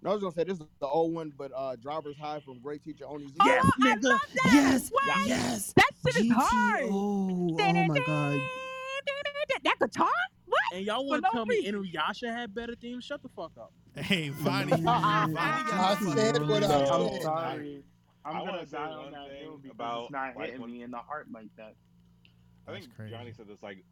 Speaker 2: I was gonna say this is the old one, but uh, Driver's High from Great Teacher Onizuka.
Speaker 14: Yes,
Speaker 13: Oh, I
Speaker 14: nigga.
Speaker 13: love that.
Speaker 12: Yes,
Speaker 2: Yeah.
Speaker 13: What?
Speaker 12: yes.
Speaker 13: That shit is
Speaker 12: GTO.
Speaker 13: hard.
Speaker 12: Oh my god.
Speaker 13: That guitar? What?
Speaker 14: And y'all
Speaker 13: For
Speaker 14: want
Speaker 13: no
Speaker 14: to tell me
Speaker 13: reason.
Speaker 14: Inuyasha had better themes? Shut the fuck up.
Speaker 3: Hey, Vonnie,
Speaker 13: Uh-uh.
Speaker 3: Vonnie got
Speaker 7: I
Speaker 3: the fucking
Speaker 7: said what
Speaker 3: room
Speaker 7: I
Speaker 10: so
Speaker 5: I'm
Speaker 7: said.
Speaker 10: I
Speaker 5: sorry.
Speaker 10: I
Speaker 5: I'm
Speaker 10: want
Speaker 5: gonna
Speaker 10: to say
Speaker 5: die on
Speaker 10: one
Speaker 5: that hill
Speaker 10: thing
Speaker 5: because it's
Speaker 10: about
Speaker 5: not
Speaker 10: like
Speaker 5: hitting
Speaker 10: when
Speaker 5: me in the heart like that.
Speaker 10: I
Speaker 3: That's
Speaker 10: think Johnny
Speaker 3: crazy.
Speaker 10: said this like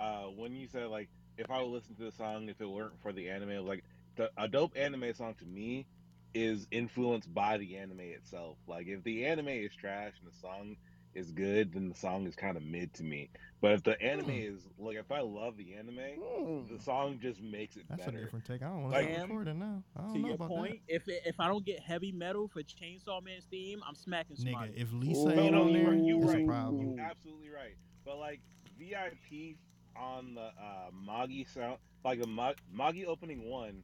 Speaker 10: uh when you said like if I would listen to the song if it weren't for the anime like the, a dope anime song to me is influenced by the anime itself. Like if the anime is trash and the song is good, then the song is kind of mid to me. But if the
Speaker 3: Hmm.
Speaker 10: anime is like, if I love the anime, the song just makes it
Speaker 3: That's a
Speaker 10: better.
Speaker 3: different take. I don't want
Speaker 10: Like-
Speaker 3: to record it now. I don't
Speaker 14: to
Speaker 3: know
Speaker 14: your
Speaker 3: about
Speaker 14: point, if it, if I don't get heavy metal for Chainsaw Man's theme, I'm smacking
Speaker 3: that.
Speaker 14: somebody.
Speaker 3: Nigga, if Lisa ain't
Speaker 10: no,
Speaker 3: on
Speaker 10: you
Speaker 3: there,
Speaker 10: are- you
Speaker 3: it's
Speaker 10: right.
Speaker 3: a problem.
Speaker 10: You're absolutely right. But like VIP on the uh Moggy sound, like the Mo- Moggy opening one,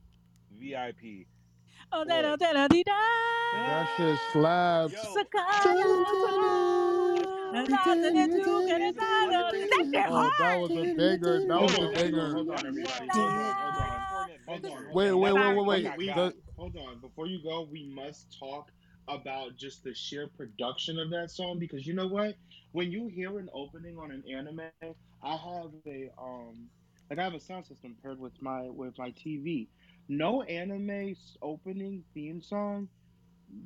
Speaker 10: VIP.
Speaker 13: Oh, da da da da dee da.
Speaker 10: That
Speaker 13: shit
Speaker 10: slaps.
Speaker 4: Oh,
Speaker 13: That shit
Speaker 4: Oh, that
Speaker 13: hard.
Speaker 4: was a banger. That was a banger.
Speaker 5: Hold on, everybody. Hold on, hold on, hold on. hold
Speaker 4: Wait,
Speaker 5: on.
Speaker 4: wait, wait, wait,
Speaker 5: Guys,
Speaker 4: wait.
Speaker 5: guys,
Speaker 4: The-
Speaker 5: Hold on. Before you go, we must talk about just the sheer production of that song because you know what? When you hear an opening on an anime, I have a um, like I have a sound system paired with my with my TV. No anime's opening theme song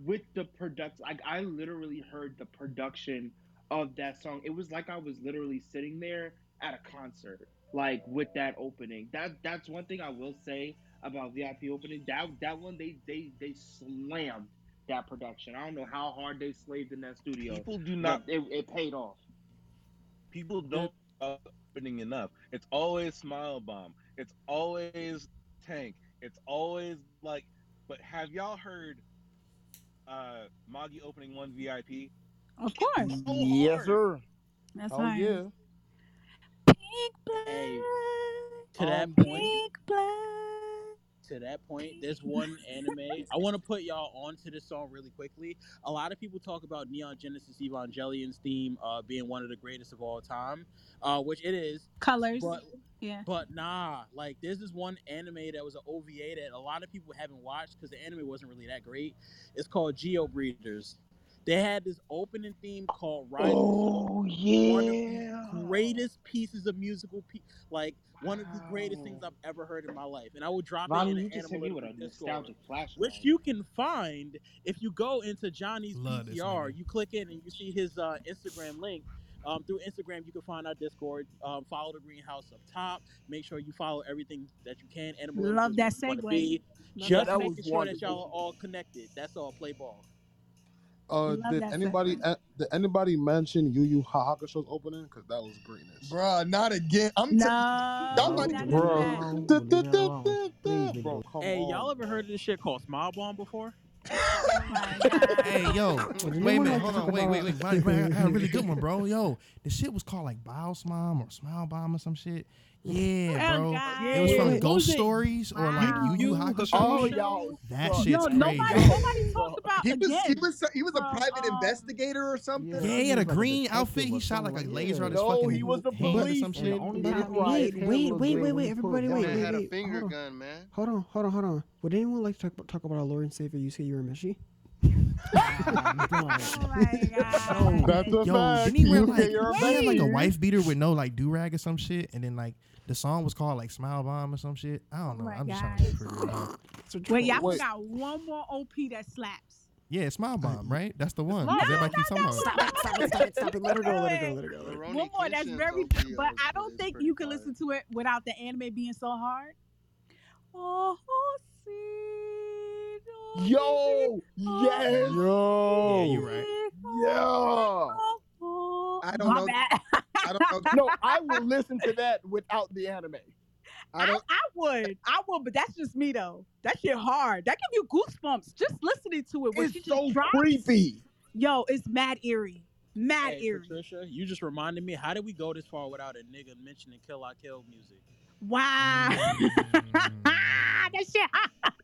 Speaker 5: with the product like I literally heard the production of that song. It was like I was literally sitting there at a concert, like with that opening. That that's one thing I will say about VIP opening. That that one they they they slammed that production. I don't know how hard they slaved in that studio.
Speaker 10: People do
Speaker 5: but
Speaker 10: not-
Speaker 5: It, it paid off.
Speaker 10: People don't uh, opening enough. It's always Smile Bomb. It's always Tank. It's always like. But have y'all heard uh Moggy opening one VIP?
Speaker 13: Of course.
Speaker 1: Yes, sir.
Speaker 13: That's
Speaker 1: oh
Speaker 13: right.
Speaker 1: yeah.
Speaker 14: To that
Speaker 1: Um,
Speaker 14: point, to that point, there's one anime. I want to put y'all onto this song really quickly. A lot of people talk about Neon Genesis Evangelion's theme uh, being one of the greatest of all time, uh, which it is.
Speaker 13: Colors.
Speaker 14: But
Speaker 13: yeah.
Speaker 14: but nah, like there's this one anime that was an OVA that a lot of people haven't watched because the anime wasn't really that great. It's called Geo Breeders. They had this opening theme called Rise. Oh yeah, one of the greatest pieces of musical, pe- like one of the greatest things I've ever heard in my life. And I will drop it
Speaker 5: Ronnie,
Speaker 14: in
Speaker 5: you
Speaker 14: the
Speaker 5: just hit me with
Speaker 14: Animal
Speaker 5: a
Speaker 14: Discord,
Speaker 5: nostalgic flash.
Speaker 14: which you can find if you go into Johnny's
Speaker 3: Love this
Speaker 14: PTR. You click in and you see his uh, Instagram link. Um, through Instagram, you can find our Discord. Um, follow the Greenhouse up top. Make sure you follow everything that you can. Animal
Speaker 13: Love that
Speaker 14: Liberty, Wanna
Speaker 13: segue.
Speaker 14: Be.
Speaker 13: Love
Speaker 14: Just
Speaker 13: that
Speaker 14: making
Speaker 13: segue.
Speaker 14: sure that y'all are all connected. That's all. Play ball.
Speaker 4: Uh,
Speaker 13: Love
Speaker 4: did
Speaker 13: that
Speaker 4: anybody uh, did anybody mention Yu Yu Ha Hakusho's opening? Because that was greatness.
Speaker 7: Bruh, not again. I'm
Speaker 13: No,
Speaker 7: y'all might
Speaker 13: not
Speaker 4: Bruh.
Speaker 13: alone.
Speaker 4: Duh, duh, duh, duh,
Speaker 1: leave
Speaker 4: Bro, come
Speaker 14: Hey,
Speaker 4: on.
Speaker 14: y'all ever heard of this shit called Smile Bomb before?
Speaker 13: Oh
Speaker 3: Hey, yo, wait a
Speaker 14: anyone like
Speaker 3: minute,
Speaker 14: to
Speaker 3: hold
Speaker 14: talk
Speaker 3: on, wait, wait,
Speaker 14: about-
Speaker 3: wait. Bonnie, Bonnie, I got a really good one, bro. Yo, the shit was called like Biosmom or Smile Bomb or some shit. Yeah,
Speaker 13: Oh,
Speaker 3: bro.
Speaker 13: God.
Speaker 3: It was
Speaker 13: Yeah.
Speaker 3: from
Speaker 13: What
Speaker 3: Ghost
Speaker 13: was it?
Speaker 3: Stories or like
Speaker 13: Wow.
Speaker 3: Yu Yu Hakusho.
Speaker 7: Oh, y'all
Speaker 3: That
Speaker 7: suck.
Speaker 3: shit's
Speaker 13: Yo,
Speaker 3: crazy.
Speaker 13: nobody, nobody talked about
Speaker 7: He was he
Speaker 13: again.
Speaker 7: was he was a
Speaker 13: from,
Speaker 7: private
Speaker 13: um,
Speaker 7: investigator or something.
Speaker 3: Yeah, he had a green outfit. He shot like a laser out his
Speaker 7: No,
Speaker 3: fucking
Speaker 7: he was the
Speaker 3: hand or
Speaker 7: police.
Speaker 3: some
Speaker 7: And the
Speaker 3: shit.
Speaker 7: only
Speaker 12: Wait,
Speaker 7: time he
Speaker 12: wait,
Speaker 7: had
Speaker 12: wait,
Speaker 7: hair was
Speaker 12: wait,
Speaker 7: when
Speaker 12: wait, wait,
Speaker 7: he pulled
Speaker 12: everybody,
Speaker 7: a gun
Speaker 12: wait,
Speaker 7: at him.
Speaker 12: wait,
Speaker 7: Had a
Speaker 12: wait.
Speaker 7: finger
Speaker 12: hold on.
Speaker 7: gun, man.
Speaker 12: Hold on, hold on, hold on. Would anyone like to talk, talk about our Lord and Savior, Yusuke Urameshi?
Speaker 4: That's a
Speaker 3: Yo,
Speaker 4: fact.
Speaker 3: didn't he wear
Speaker 4: You
Speaker 3: like
Speaker 4: say you're a
Speaker 3: he had like a
Speaker 4: man.
Speaker 3: wife beater with no like do rag or some shit, and then like the song was called like Smile Bomb or some shit. I don't know.
Speaker 13: Oh my
Speaker 3: I'm just
Speaker 13: God.
Speaker 3: trying to be pretty. dog.
Speaker 13: Wait, y'all
Speaker 4: Wait.
Speaker 13: forgot one more OP that slaps.
Speaker 3: Yeah, Smile Bomb, right? That's the one.
Speaker 13: No,
Speaker 3: 'cause
Speaker 13: no,
Speaker 3: everybody keeps talking about.
Speaker 13: Stop it, stop it, stop it, stop it. Let her go, let her
Speaker 12: go, let her go. Let her
Speaker 13: One more that's very, but I don't think you can listen to it without the anime being so hard. Oh,
Speaker 1: Yo, yes.
Speaker 4: Yo.
Speaker 3: Yeah, you right.
Speaker 1: Yeah.
Speaker 13: I
Speaker 1: don't know.
Speaker 7: I don't
Speaker 1: know. No, I will listen to that without the anime.
Speaker 13: I, I, would, I would, but that's just me though. That shit hard. That give you goosebumps just listening to it. When
Speaker 1: It's
Speaker 13: she just
Speaker 1: so
Speaker 13: drops,
Speaker 1: creepy.
Speaker 13: Yo, it's mad eerie, mad
Speaker 14: Hey,
Speaker 13: eerie.
Speaker 14: Patricia, you just reminded me. How did we go this far without a nigga mentioning Kill I Kill music?
Speaker 13: Wow, that shit. hot.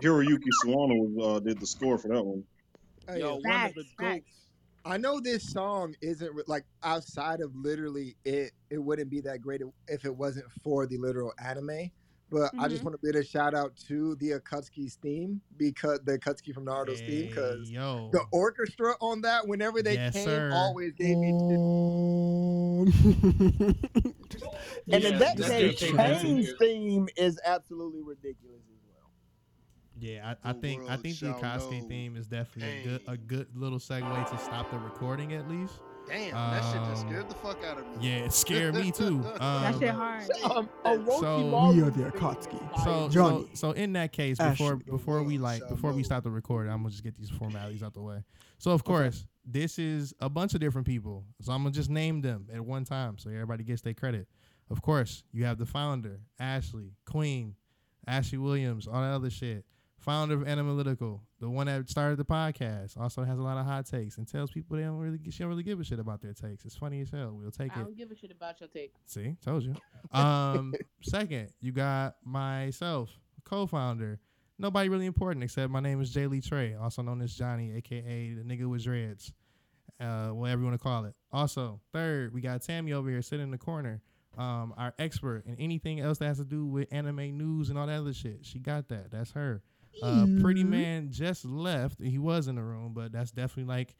Speaker 15: Hiroyuki Sawano uh, did the score for that one.
Speaker 14: Yo, one of the goats.
Speaker 7: I know this song isn't re- like outside of literally it. It wouldn't be that great if it wasn't for the literal anime. But I just
Speaker 13: Mhm.
Speaker 7: want to give a shout out to the Akatsuki's theme because the Akatsuki from Naruto's theme because
Speaker 3: yo.
Speaker 7: the orchestra on that whenever they
Speaker 3: Yes,
Speaker 7: came
Speaker 3: sir.
Speaker 7: always gave me
Speaker 1: And in that
Speaker 3: that's
Speaker 1: case,
Speaker 3: definitely what it
Speaker 1: Chain's
Speaker 3: is.
Speaker 1: theme is absolutely ridiculous.
Speaker 3: Yeah, I, I think I
Speaker 1: world
Speaker 3: think the
Speaker 1: shall
Speaker 3: Akatsuki
Speaker 1: know
Speaker 3: theme is definitely a good a good little segue to stop the recording at least.
Speaker 4: Damn, that shit just
Speaker 3: Um,
Speaker 4: scared the fuck out of me.
Speaker 3: Yeah, it scared me too. Um,
Speaker 13: hard.
Speaker 1: Um,
Speaker 3: So-
Speaker 12: we are the Akatsuki.
Speaker 3: So, so
Speaker 12: Johnny.
Speaker 3: so in that case,
Speaker 12: Ashley,
Speaker 3: before
Speaker 12: the
Speaker 3: before we like before we stop the recording, I'm gonna just get these formalities out the way. So of course, this is a bunch of different people. So I'm gonna just name them at one time so everybody gets their credit. Of course, you have the founder, Ashley, Queen, Ashley Williams, all that other shit. Founder of Animalytical, the one that started the podcast, also has a lot of hot takes and tells people they don't really she don't really give a shit about their takes. It's funny as hell. We'll take
Speaker 6: I
Speaker 3: it.
Speaker 6: don't give a shit about your take.
Speaker 3: See, told you. Um, second, you got myself, co-founder. Nobody really important except my name is Jay Lee Trey, also known as Johnny, aka the nigga with dreads, uh, whatever you want to call it. Also, third, we got Tammy over here sitting in the corner, um, our expert in anything else that has to do with anime news and all that other shit. She got that. That's her. Uh, pretty
Speaker 1: Mhm.
Speaker 3: man just left. He was in the room, but that's definitely like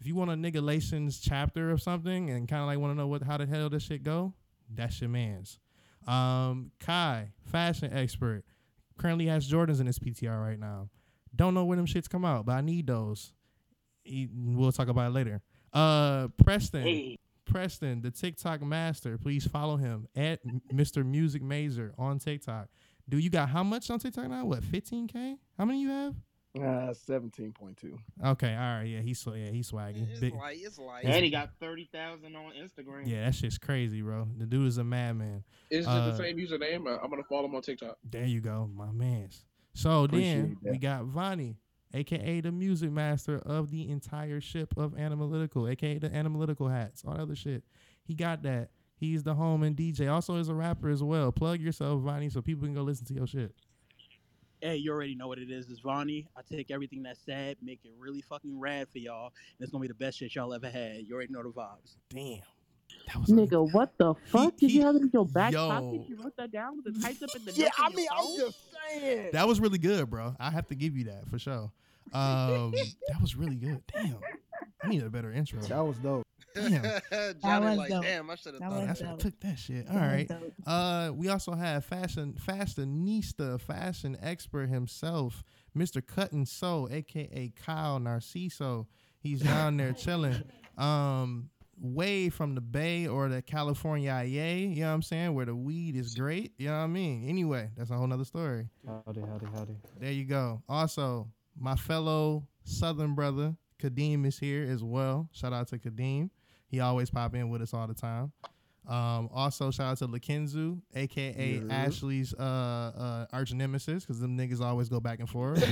Speaker 3: if you want a nigga Lations chapter of something and kind of like want to know what how the hell this shit go, that's your man's. Um, Kai, fashion expert, currently has Jordans in his PTR right now. Don't know when them shits come out, but I need those. He- we'll talk about it later. Uh, Preston, Preston, the TikTok master. Please follow him at Mr. Music Mazer on TikTok. Do you got how much on TikTok now? What, 15k? How many you have?
Speaker 26: Uh, seventeen point two.
Speaker 3: Okay, all right, yeah, he's sw- yeah, he's swaggy. Big-
Speaker 5: Like it's like
Speaker 3: he's-
Speaker 5: and he got thirty thousand on Instagram.
Speaker 3: Yeah, that shit's crazy, bro. The dude is a madman.
Speaker 18: Is
Speaker 3: Uh,
Speaker 18: it the same username? I- I'm gonna follow him on TikTok.
Speaker 3: There you go, my man's. So then
Speaker 18: Appreciate
Speaker 3: we got Vani, aka the music master of the entire ship of Animalytical, aka the Animalytical hats, all that other shit. He got that. He's the home and DJ. Also is a rapper as well. Plug yourself, Vani, so people can go listen to your shit.
Speaker 14: Hey, you already know what it is. It's Vonnie. I take everything that's sad, make it really fucking rad for y'all, and it's gonna be the best shit y'all ever had. You already know the vibes.
Speaker 3: Damn.
Speaker 11: Nigga, what the fuck? Did you have it in your back
Speaker 3: yo.
Speaker 11: pocket? You wrote that down? Was it typed up in the
Speaker 4: Yeah,
Speaker 11: notes on
Speaker 4: I
Speaker 11: your
Speaker 4: mean, I'm
Speaker 11: phone?
Speaker 4: just saying.
Speaker 3: That was really good, bro. I have to give you that for sure. Um, that was really good. Damn. I need a better intro. That
Speaker 2: was dope.
Speaker 3: Damn.
Speaker 8: Johnny
Speaker 2: was
Speaker 8: like,
Speaker 2: dope.
Speaker 8: damn, I should have
Speaker 2: That
Speaker 8: thought
Speaker 2: was
Speaker 8: of
Speaker 3: I
Speaker 8: that.
Speaker 3: took that shit.
Speaker 2: That
Speaker 3: All
Speaker 2: was
Speaker 3: right.
Speaker 2: dope.
Speaker 3: Uh, we also have fashion fashionista, fashion expert himself, Mr. Cut and Sew, aka Kyle Narciso. He's down there chilling. Um, way from the Bay or the California yay, you know what I'm saying? Where the weed is great, you know what I mean? Anyway, that's a whole nother story.
Speaker 17: Howdy, howdy, howdy.
Speaker 3: There you go. Also, my fellow Southern brother Kadeem is here as well. Shout out to Kadeem. He always pop in with us all the time. Um, also, shout out to Lakenzu, aka
Speaker 1: Yeah.
Speaker 3: Ashley's uh, uh, arch nemesis, because them niggas always go back and forth.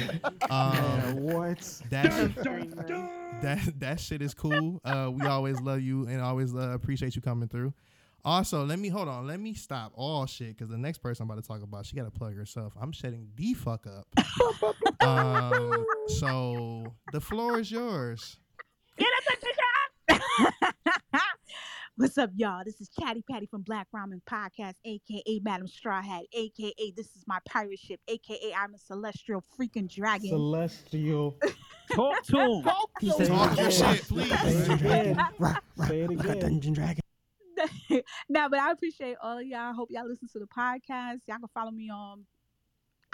Speaker 3: um,
Speaker 2: what?
Speaker 3: That, that that shit is cool. Uh, we always love you and always uh, appreciate you coming through. Also, let me hold on. Let me stop all shit because the next person I'm about to talk about, she got to plug herself. I'm shutting the fuck up. um, so the floor is yours.
Speaker 13: What's up, y'all? This is Chatty Patty from Black Ramen Podcast, aka Madam Straw Hat, aka This is My Pirate Ship, aka I'm a Celestial Freaking Dragon.
Speaker 17: Celestial. Talk to him.
Speaker 13: Talk to him. Talk your shit, please.
Speaker 17: Say it again. Say it
Speaker 12: Like a
Speaker 17: again.
Speaker 12: dungeon dragon.
Speaker 13: no, but I appreciate all of y'all. I hope y'all listen to the podcast. Y'all can follow me on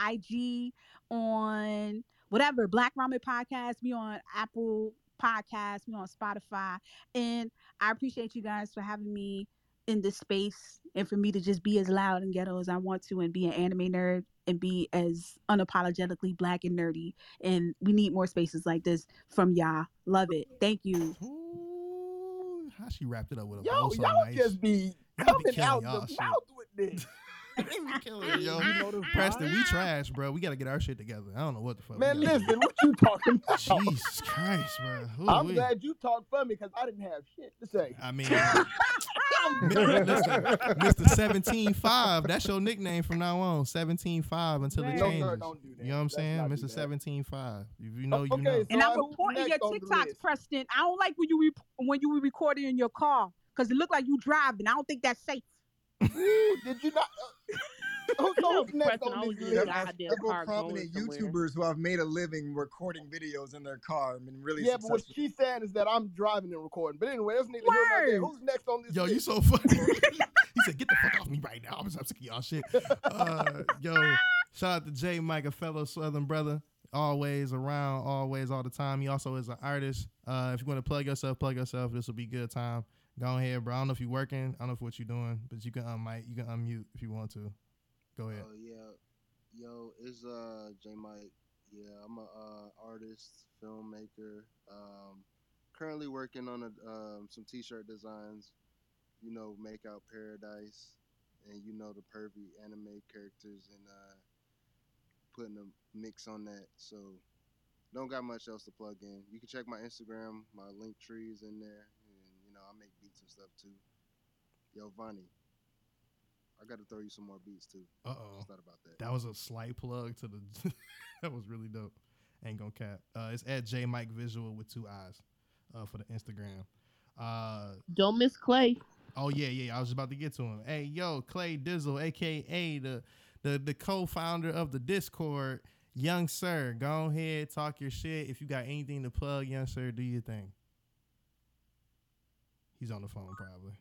Speaker 13: IG, on whatever, Black Ramen Podcast, me on Apple Podcasts, me on Spotify. And I appreciate you guys for having me in this space and for me to just be as loud and ghetto as I want to and be an anime nerd and be as unapologetically black and nerdy. And we need more spaces like this from y'all. Love it. Thank you.
Speaker 3: How she wrapped it up with a
Speaker 13: Yo,
Speaker 3: bow so
Speaker 13: y'all
Speaker 3: nice.
Speaker 13: just
Speaker 3: be
Speaker 13: coming
Speaker 3: killing
Speaker 13: out
Speaker 3: y'all
Speaker 13: the
Speaker 3: shit.
Speaker 13: mouth
Speaker 4: with
Speaker 3: this. Yo, Preston, we trash, bro. We gotta get our shit together. I don't know what the fuck. we
Speaker 4: Oh, Man,
Speaker 3: gotta do.
Speaker 4: listen, what you talking about?
Speaker 3: Jesus Christ, bro.
Speaker 4: I'm
Speaker 3: Ooh-wee.
Speaker 4: glad you talked for me because I didn't have shit to say.
Speaker 3: I mean, Listen, Mr. Seventeen Five. That's your nickname from now on. Seventeen Five until
Speaker 4: Man.
Speaker 3: it
Speaker 4: No, sir,
Speaker 3: changes.
Speaker 4: don't do that.
Speaker 3: You know what I'm
Speaker 4: Let's
Speaker 3: saying,
Speaker 4: not do
Speaker 3: Mister
Speaker 4: that.
Speaker 3: Seventeen Five. If you know, you
Speaker 4: Okay,
Speaker 3: know.
Speaker 13: and I'm
Speaker 4: who
Speaker 13: reporting your
Speaker 4: next on the
Speaker 13: TikToks, Preston. I don't like when you re- when you were recording in your car because it looked like you driving. I don't think that's safe.
Speaker 4: did you not? uh,
Speaker 13: Who's
Speaker 4: next
Speaker 13: Preston,
Speaker 4: on
Speaker 13: I was
Speaker 4: this
Speaker 13: in
Speaker 4: list? There
Speaker 13: the goddamn
Speaker 4: are several
Speaker 13: car
Speaker 4: prominent
Speaker 13: going somewhere.
Speaker 4: YouTubers who have made a living recording videos in their car and been really
Speaker 13: Yeah,
Speaker 4: successful.
Speaker 13: but what
Speaker 4: she's saying is that I'm driving and recording. But anyway, that's neither here nor there. Who's next on this
Speaker 3: Yo,
Speaker 4: list?
Speaker 3: Oh, you so funny. he said, "Get the fuck off me right now." I'm, I'm sick of y'all shit. Uh, yo, shout out to Jay Mike, a fellow Southern brother, always around, always all the time. He also is an artist. Uh, if you want to plug yourself, plug yourself. This will be good time. Go ahead, bro. I don't know if you're working. I don't know if what you're doing, but you can unmic, you can unmute if you want to. Go ahead.
Speaker 8: Oh yeah, yo, it's uh J Mike. Yeah, I'm a uh, artist, filmmaker, um, currently working on a, um, some t-shirt designs. You know, make out paradise, and you know the pervy anime characters, and uh, putting a mix on that. So, don't got much else to plug in. You can check my Instagram. My link trees in there, and you know I make beats and stuff too. Yo, Vonnie, I got to throw you some more beats too.
Speaker 3: Uh oh.
Speaker 8: Thought about that.
Speaker 3: That was a slight plug to the. that was really dope. Ain't gonna cap. Uh, it's at J Mike Visual with two eyes, uh, for the Instagram. Uh,
Speaker 11: Don't miss Clay.
Speaker 3: oh yeah, yeah. I was about to get to him. Hey, yo, Clay Dizzle, aka the the the co-founder of the Discord, young sir. Go ahead, talk your shit. If you got anything to plug, young sir, do your thing. He's on the phone probably.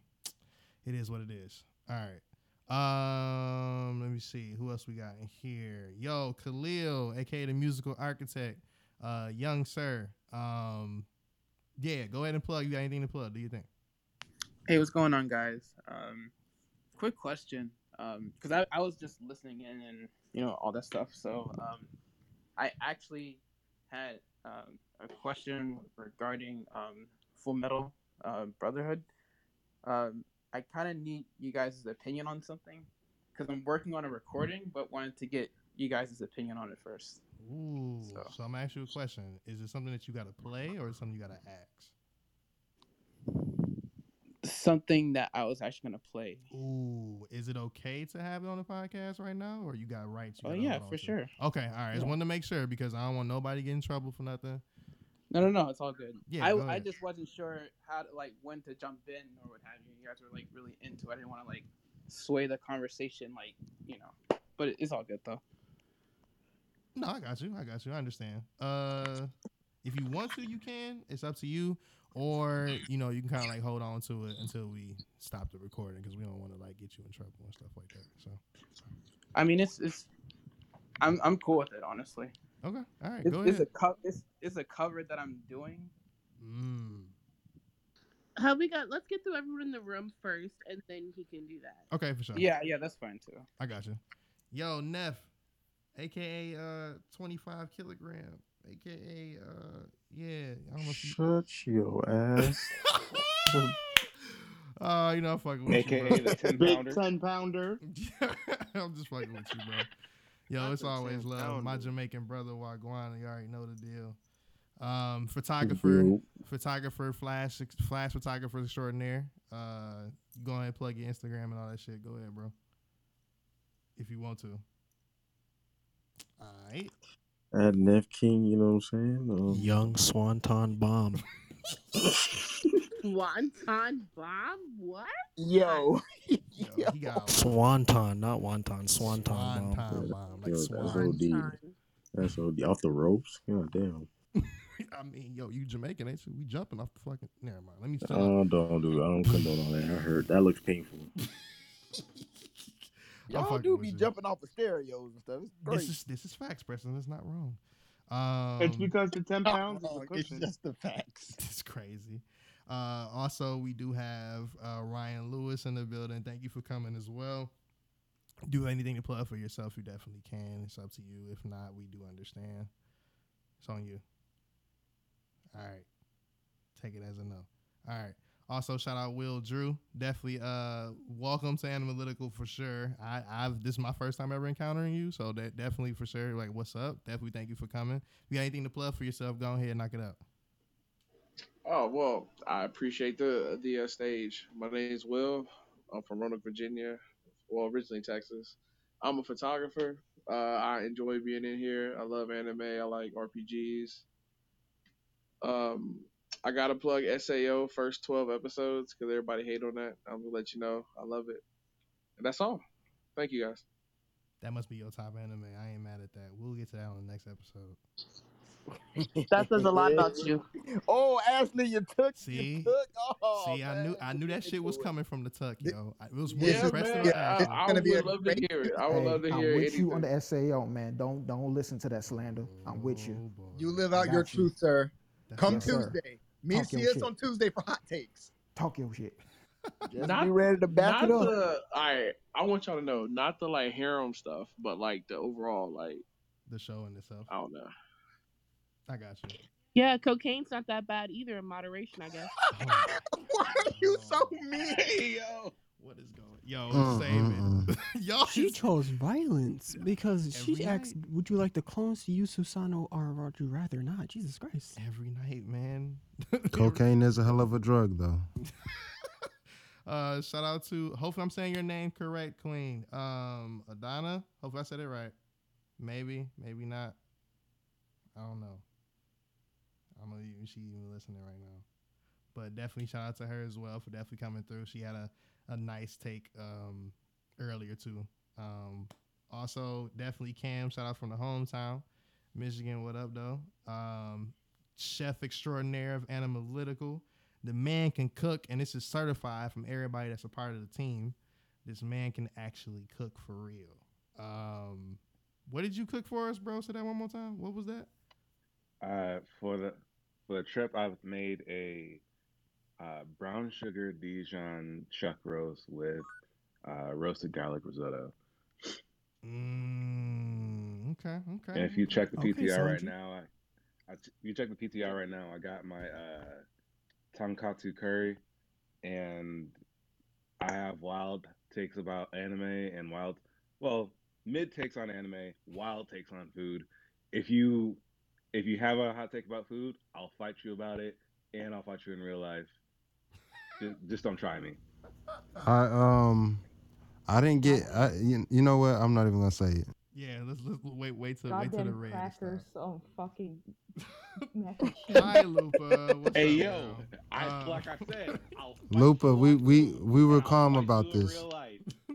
Speaker 3: It is what it is. All right. Um, let me see who else we got in here. Yo, Khalil, aka the musical architect, uh, young sir. Um, yeah, go ahead and plug. You got anything to plug? Do you think?
Speaker 27: Hey, what's going on, guys? Um, quick question, because I, I was just listening in and you know all that stuff. So um, I actually had um, a question regarding um, Full Metal uh, Brotherhood. Um, I kind of need you guys' opinion on something because I'm working on a recording, but wanted to get you guys' opinion on it first.
Speaker 3: Ooh. So. I'm gonna ask you a question. Is it something that you gotta play or is it something you gotta ask?
Speaker 27: Something that I was actually gonna play.
Speaker 3: Ooh, is it okay to have it on the podcast right now, or you got rights? You
Speaker 27: Oh
Speaker 3: gotta
Speaker 27: yeah,
Speaker 3: hold on
Speaker 27: for
Speaker 3: to?
Speaker 27: sure.
Speaker 3: Okay, all right. I just wanted to make sure because I don't want nobody get in trouble for nothing.
Speaker 27: No, no, no. It's all good.
Speaker 3: Yeah,
Speaker 27: I,
Speaker 3: go
Speaker 27: I
Speaker 3: ahead.
Speaker 27: just wasn't sure how to like when to jump in or what have you. You guys were like really into. it. I didn't want to like sway the conversation, like you know. But it's all good though.
Speaker 3: No, I got you. I got you. I understand. Uh, if you want to, you can. It's up to you. Or you know, you can kind of like hold on to it until we stop the recording because we don't want to like get you in trouble and stuff like that. So
Speaker 27: I mean, it's it's. I'm I'm cool with it, honestly.
Speaker 3: okay, all right,
Speaker 27: it's,
Speaker 3: go
Speaker 27: it's
Speaker 3: ahead.
Speaker 27: a co- it's, it's a cover that I'm doing.
Speaker 3: Hmm.
Speaker 23: How we got? Let's get through everyone in the room first, and then he can do that.
Speaker 3: Okay, for sure.
Speaker 27: Yeah, yeah, that's fine too.
Speaker 3: I got you. Yo, Neff, aka uh, 25 kilogram, aka uh, yeah, I don't know. If
Speaker 1: Shut your ass.
Speaker 3: you, uh, you know, I'm fucking with you,
Speaker 1: AKA
Speaker 3: bro.
Speaker 1: the 10 pounder. Big 10
Speaker 16: pounder.
Speaker 3: I'm just fucking with you, bro. Yo, it's always love. My Jamaican brother Wagwan, you already know the deal. Um, photographer,
Speaker 1: Yo.
Speaker 3: photographer, flash, flash photographer extraordinaire. Uh, go ahead, and plug your Instagram and all that shit. Go ahead, bro. If you want to. All right.
Speaker 1: At Nef King, you know what I'm saying? Um,
Speaker 24: Young Swanton Bomb.
Speaker 23: Wonton bomb? What?
Speaker 4: Yo.
Speaker 24: Swanton, not wonton. Swanton, bomb.
Speaker 1: Oh, yo, that's OD. That's OD. Off the ropes? God damn.
Speaker 3: I mean, yo, you Jamaican, ain't you? We jumping off the fucking. Never mind. Let me
Speaker 1: I
Speaker 3: shut
Speaker 4: Uh,
Speaker 3: up.
Speaker 1: don't, Uh, don't do I don't condone all that. I heard that looks painful.
Speaker 4: Y'all
Speaker 3: fucking
Speaker 4: do
Speaker 3: with
Speaker 4: be
Speaker 3: you.
Speaker 4: jumping off of stereos and stuff. It's
Speaker 3: This
Speaker 4: crazy.
Speaker 3: is this is facts, Preston. It's not wrong. Um,
Speaker 4: It's because
Speaker 16: the ten
Speaker 4: pounds is a cushion.
Speaker 16: just
Speaker 4: Oh, the facts.
Speaker 3: It's crazy. Uh, also, we do have uh, Ryan Lewis in the building. Thank you for coming as well. Do anything to plug for yourself, you definitely can. It's up to you. If not, we do understand. It's on you. All right. Take it as a no. All right. Also, shout out Will Drew. Definitely uh welcome to Animalytical for sure. I, I've this is my first time ever encountering you, so that definitely for sure. Like, what's up? Definitely thank you for coming. If you got anything to plug for yourself, go ahead and knock it out.
Speaker 18: Oh well, I appreciate the the uh, stage. My name's Will. I'm from Roanoke, Virginia. Well, originally Texas. I'm a photographer. Uh, I enjoy being in here. I love anime. I like RPGs. Um, I gotta plug Sao first 12 episodes because everybody hate on that. I'm gonna let you know. I love it. And that's all. Thank you guys.
Speaker 3: That must be your top anime. I ain't mad at that. We'll get to that on the next episode.
Speaker 4: That says a lot about you. Oh, Ashley, you took.
Speaker 3: See,
Speaker 4: You took. Oh,
Speaker 3: see, I knew, I knew that shit was coming from the tuck, yo. I- It was weird.
Speaker 18: Yeah,
Speaker 3: Preston
Speaker 18: man.
Speaker 3: was
Speaker 18: I,
Speaker 3: asking.
Speaker 18: I would love to hear it. I would
Speaker 2: Hey,
Speaker 18: love to
Speaker 2: I'm
Speaker 18: hear
Speaker 2: with
Speaker 18: anything.
Speaker 2: you on the SAO, man. Don't don't listen to that slander. I'm with you.
Speaker 4: You live out your truth, sir. Come Tuesday. Meet
Speaker 2: Talk your
Speaker 4: see us
Speaker 2: shit.
Speaker 4: on Tuesday for hot takes.
Speaker 2: Talk your shit.
Speaker 4: Just be ready to back
Speaker 18: not
Speaker 4: it up.
Speaker 18: The, all right, I want y'all to know not the like harem stuff, but like the overall like
Speaker 3: The show in itself.
Speaker 18: I don't know.
Speaker 3: I got you.
Speaker 23: Yeah, cocaine's not that bad either in moderation, I guess.
Speaker 4: Why are
Speaker 3: Oh.
Speaker 4: you so mean?
Speaker 18: Yo.
Speaker 3: What is going?
Speaker 12: Mm,
Speaker 3: Yo, save it. Y'all
Speaker 12: she chose violence because she
Speaker 3: Every
Speaker 12: asked, "Would you like the clones to use Susano, or would you rather not?" Jesus Christ!
Speaker 3: Every night, man.
Speaker 10: Cocaine is a hell of a drug, though.
Speaker 3: Uh, shout out to. Hopefully, I'm saying your name correct, Queen. Um, Adana. Hopefully, I said it right. Maybe, maybe not. I don't know. I'm gonna even she even listening right now, but definitely shout out to her as well for definitely coming through. She had a a nice take um earlier too. Um, also definitely Cam. Shout out from the hometown, Michigan. What up though? Um, chef extraordinaire of Animalitical. The man can cook, and this is certified from everybody that's a part of the team. This man can actually cook for real. Um, what did you cook for us, bro? Say that one more time. What was that?
Speaker 22: Uh, for the for the trip, I've made a uh, brown sugar Dijon chuck roast with uh, roasted garlic risotto.
Speaker 3: Okay, okay.
Speaker 22: And if you check the
Speaker 3: Okay,
Speaker 22: PTR right
Speaker 3: Sanji.
Speaker 22: now, I, I t- you check the PTR right now. I got my uh, tonkatsu curry, and I have wild takes about anime and wild, well, mid takes on anime, wild takes on food. If you if you have a hot take about food, I'll fight you about it, and I'll fight you in real life. just, just don't try me.
Speaker 10: I um, I didn't get. I you, you know what? I'm not even gonna say it.
Speaker 3: Yeah, let's, let's wait, wait till wait till the
Speaker 9: Goddamn
Speaker 3: red.
Speaker 9: crackers on fucking mac and cheese.
Speaker 3: Hi, Lupa. What's
Speaker 22: hey
Speaker 3: up,
Speaker 22: yo, I
Speaker 3: Um,
Speaker 22: like I said, I'll fight
Speaker 10: Lupa, we we we were calm about
Speaker 22: you in
Speaker 10: this.
Speaker 22: real life.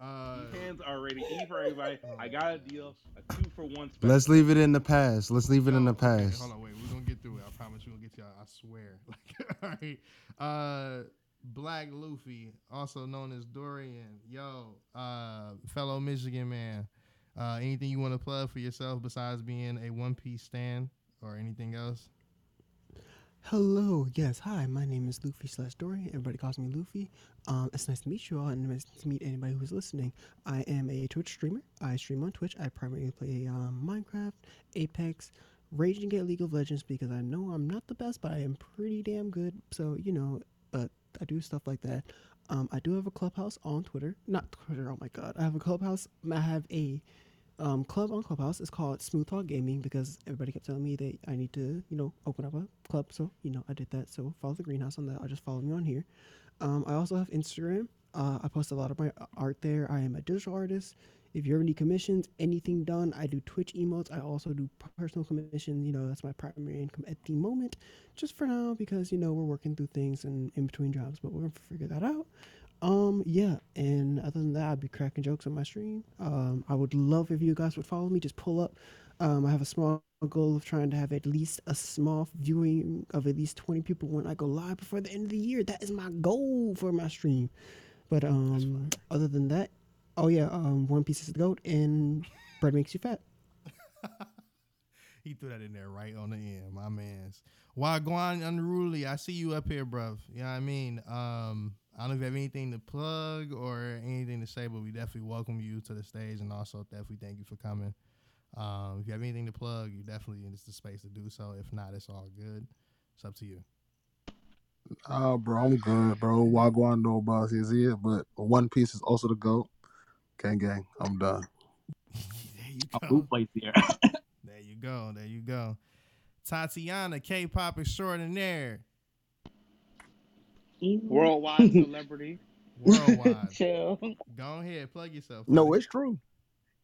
Speaker 3: Uh,
Speaker 22: Hands are ready E for everybody. I got a deal, a two for one. Special.
Speaker 10: Let's leave it in the past. Let's leave it in the
Speaker 3: Okay,
Speaker 10: past.
Speaker 3: hold on, wait. We're gonna get through it. I promise. We're gonna get y'all. I swear. Like, all right. Uh, Black Luffy, also known as Dorian. Yo, uh, fellow Michigan man. Uh, anything you want to plug for yourself besides being a One Piece stan or anything else?
Speaker 12: Hello, yes, hi. My name is Luffy slash Dory. Everybody calls me Luffy. Um, it's nice to meet you all, and nice to meet anybody who's listening. I am a Twitch streamer. I stream on Twitch. I primarily play um, Minecraft, Apex, Raging Gate, League of Legends because I know I'm not the best, but I am pretty damn good. So you know, but I do stuff like that. Um, I do have a clubhouse on Twitter. Not Twitter. Oh my god, I have a clubhouse. I have a um, club on Clubhouse. It's called Smooth Talk Gaming because everybody kept telling me that I need to, you know, open up a club. So, you know, I did that. So follow the greenhouse on that. Or just follow me on here. Um, I also have Instagram. Uh, I post a lot of my art there. I am a digital artist. If you ever need commissions, anything done, I do Twitch emotes. I also do p- personal commissions. You know, that's my primary income at the moment, just for now, because, you know, we're working through things and in between jobs, but we're going to figure that out. Um, yeah, and other than that, I'd be cracking jokes on my stream. Um, I would love if you guys would follow me. Just pull up. Um, I have a small goal of trying to have at least a small viewing of at least 20 people when I go live before the end of the year. That is my goal for my stream. But um, other than that, oh yeah, um, One Piece is the goat and bread makes you fat.
Speaker 3: He threw that in there right on the end, my man's. Wagwan Unruly, I see you up here, bruv. You know what I mean? Um, I don't know if you have anything to plug or anything to say, but we definitely welcome you to the stage and also definitely thank you for coming. Um, if you have anything to plug, you definitely it's the space to do so. If not, it's all good. It's up to you.
Speaker 26: Ah, bro, I'm good, bro. Wagwan no boss is here, but One Piece is also the goat. Gang, gang, I'm done.
Speaker 3: Boot here. there you go. There you go. Tatiana, K pop extraordinaire.
Speaker 16: Worldwide celebrity.
Speaker 3: Worldwide.
Speaker 25: Chill.
Speaker 3: Go ahead, plug yourself.
Speaker 25: No,
Speaker 3: Tati.
Speaker 25: it's true.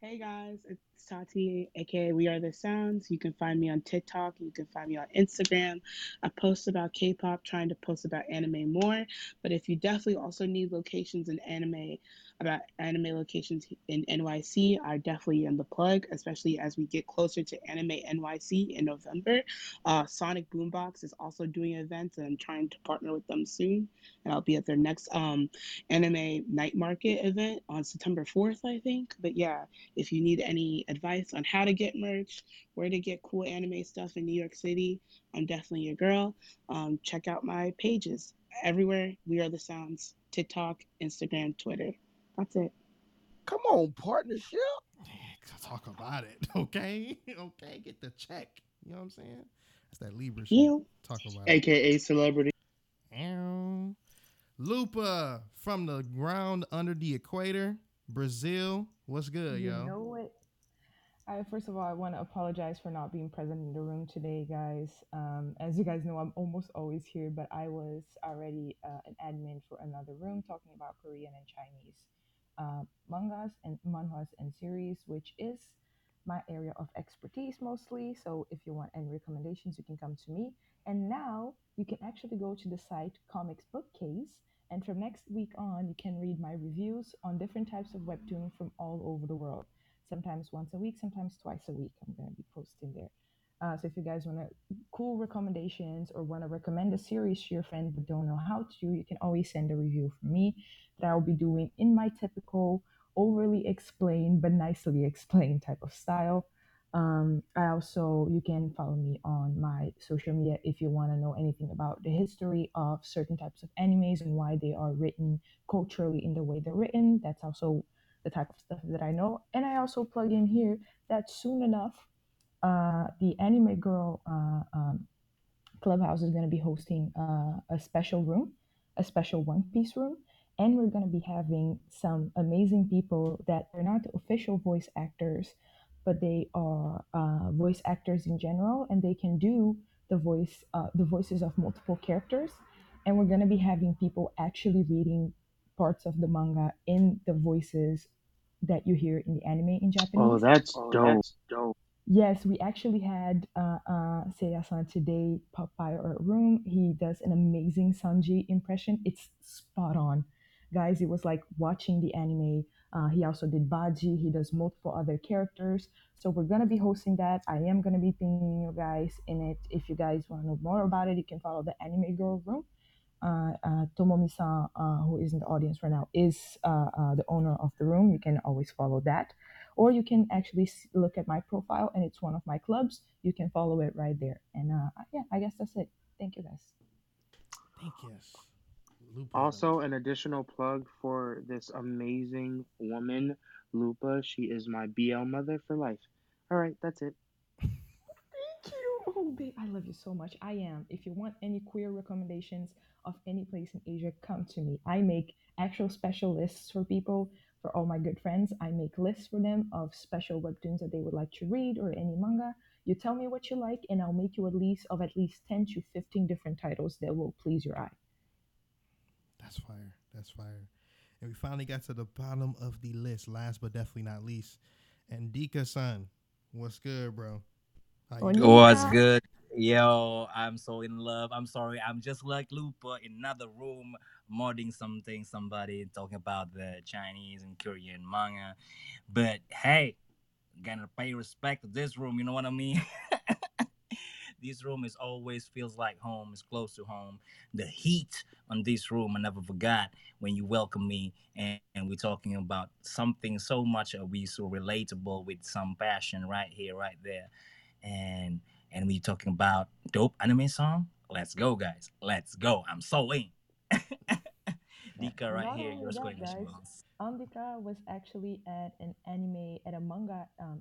Speaker 25: Hey guys, it's Tati, aka We Are the Sounds. You can find me on TikTok. You can find me on Instagram. I post about K-pop, trying to post about anime more. But if you definitely also need locations in anime, about anime locations in NYC, I definitely am the plug. Especially as we get closer to Anime NYC in November. Uh, Sonic Boombox is also doing events, and I'm trying to partner with them soon. And I'll be at their next um, anime night market event on September 4th, I think. But yeah, if you need any advice on how to get merch, where to get cool anime stuff in New York City, I'm definitely your girl. Um, check out my pages everywhere. We are the sounds TikTok, Instagram, Twitter. That's it.
Speaker 4: Come on, partnership.
Speaker 3: Talk about it. Okay. Okay. Get the check. You know what I'm saying? That's that Libra shit.
Speaker 5: You.
Speaker 3: Talk about it.
Speaker 25: AKA celebrity.
Speaker 3: Ow. Lupa from the ground under the equator, Brazil. What's good,
Speaker 9: you
Speaker 3: yo?
Speaker 9: know what? I, first of all, I want to apologize for not being present in the room today, guys. Um, as you guys know, I'm almost always here, but I was already uh, an admin for another room talking about Korean and Chinese uh, mangas and manhwas and series, which is my area of expertise mostly. So if you want any recommendations, you can come to me. And now you can actually go to the site Comics Bookcase. And from next week on, you can read my reviews on different types of webtoon from all over the world. Sometimes once a week, sometimes twice a week. I'm going to be posting there. Uh, so if you guys want to cool recommendations or want to recommend a series to your friend but don't know how to, you can always send a review for me that I will be doing in my typical overly explained but nicely explained type of style. Um, I also you can follow me on my social media if you want to know anything about the history of certain types of animes and why they are written culturally in the way they're written. That's also the type of stuff that I know. And I also plug in here that soon enough, uh, the Anime Girl uh, um, Clubhouse is going to be hosting uh, a special room, a special One Piece room. And we're going to be having some amazing people that they're not the official voice actors, but they are uh, voice actors in general, and they can do the voice, uh, the voices of multiple characters. And we're going to be having people actually reading parts of the manga in the voices that you hear in the anime in Japanese.
Speaker 5: Oh, that's dope. dope.
Speaker 9: Yes, we actually had uh, uh, Seiya-san today pop by our room. He does an amazing Sanji impression. It's spot on. Guys, it was like watching the anime. Uh, he also did Baji. He does multiple other characters. So we're going to be hosting that. I am going to be pinging you guys in it. If you guys want to know more about it, you can follow the Anime Girl Room. Uh, uh, Tomomi-san, uh, who is in the audience right now, is uh, uh, the owner of the room. You can always follow that. Or you can actually s- look at my profile, and it's one of my clubs. You can follow it right there. And uh, yeah, I guess that's it. Thank you, guys.
Speaker 3: Thank yes. Lupa.
Speaker 5: Also, an additional plug for this amazing woman, Lupa. She is my BL mother for life. All right, that's it.
Speaker 9: Thank you. Oh, babe, I love you so much. I am. If you want any queer recommendations of any place in Asia, come to me. I make actual special lists for people, for all my good friends. I make lists for them of special webtoons that they would like to read or any manga. You tell me what you like, and I'll make you a list of at least 10 to 15 different titles that will please your eye.
Speaker 3: That's fire. That's fire. And we finally got to the bottom of the list, last but definitely not least. And Dika son, what's good, bro? How you doing?
Speaker 28: What's Oh, good? Yo, I'm so in love. I'm sorry. I'm just like Lupa in another room, modding something, somebody talking about the Chinese and Korean manga. But hey, gonna pay respect to this room. You know what I mean? this room is always feels like home. It's close to home. The heat on this room, I never forgot when you welcome me, and, and we're talking about something so much that we so relatable with some passion right here, right there, and and we talking about dope anime song. Let's go, guys. Let's go. I'm so in. Dika right
Speaker 9: Not
Speaker 28: here.
Speaker 9: only
Speaker 28: You're
Speaker 9: that,
Speaker 28: scoring as
Speaker 9: guys,
Speaker 28: well.
Speaker 9: Andika was actually at an anime, at a manga, um,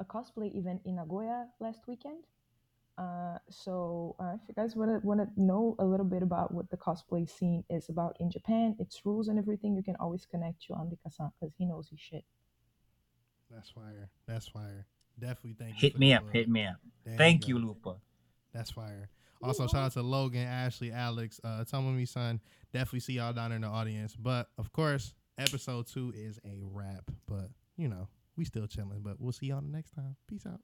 Speaker 9: a cosplay event in Nagoya last weekend. Uh, so uh, if you guys want to want to know a little bit about what the cosplay scene is about in Japan, its rules and everything, you can always connect to Andika-san because he knows his shit.
Speaker 3: That's fire. That's fire. Definitely thank you.
Speaker 28: Hit
Speaker 3: for
Speaker 28: me
Speaker 3: the
Speaker 28: up.
Speaker 3: plug.
Speaker 28: Hit me up.
Speaker 3: There
Speaker 28: Thank
Speaker 3: go.
Speaker 28: you, Lupa.
Speaker 3: That's fire. Also, shout out to Logan, Ashley, Alex, uh, Tomomi son. Definitely see y'all down in the audience. But of course, episode two is a wrap. But you know, we still chilling. But we'll see y'all next time. Peace out.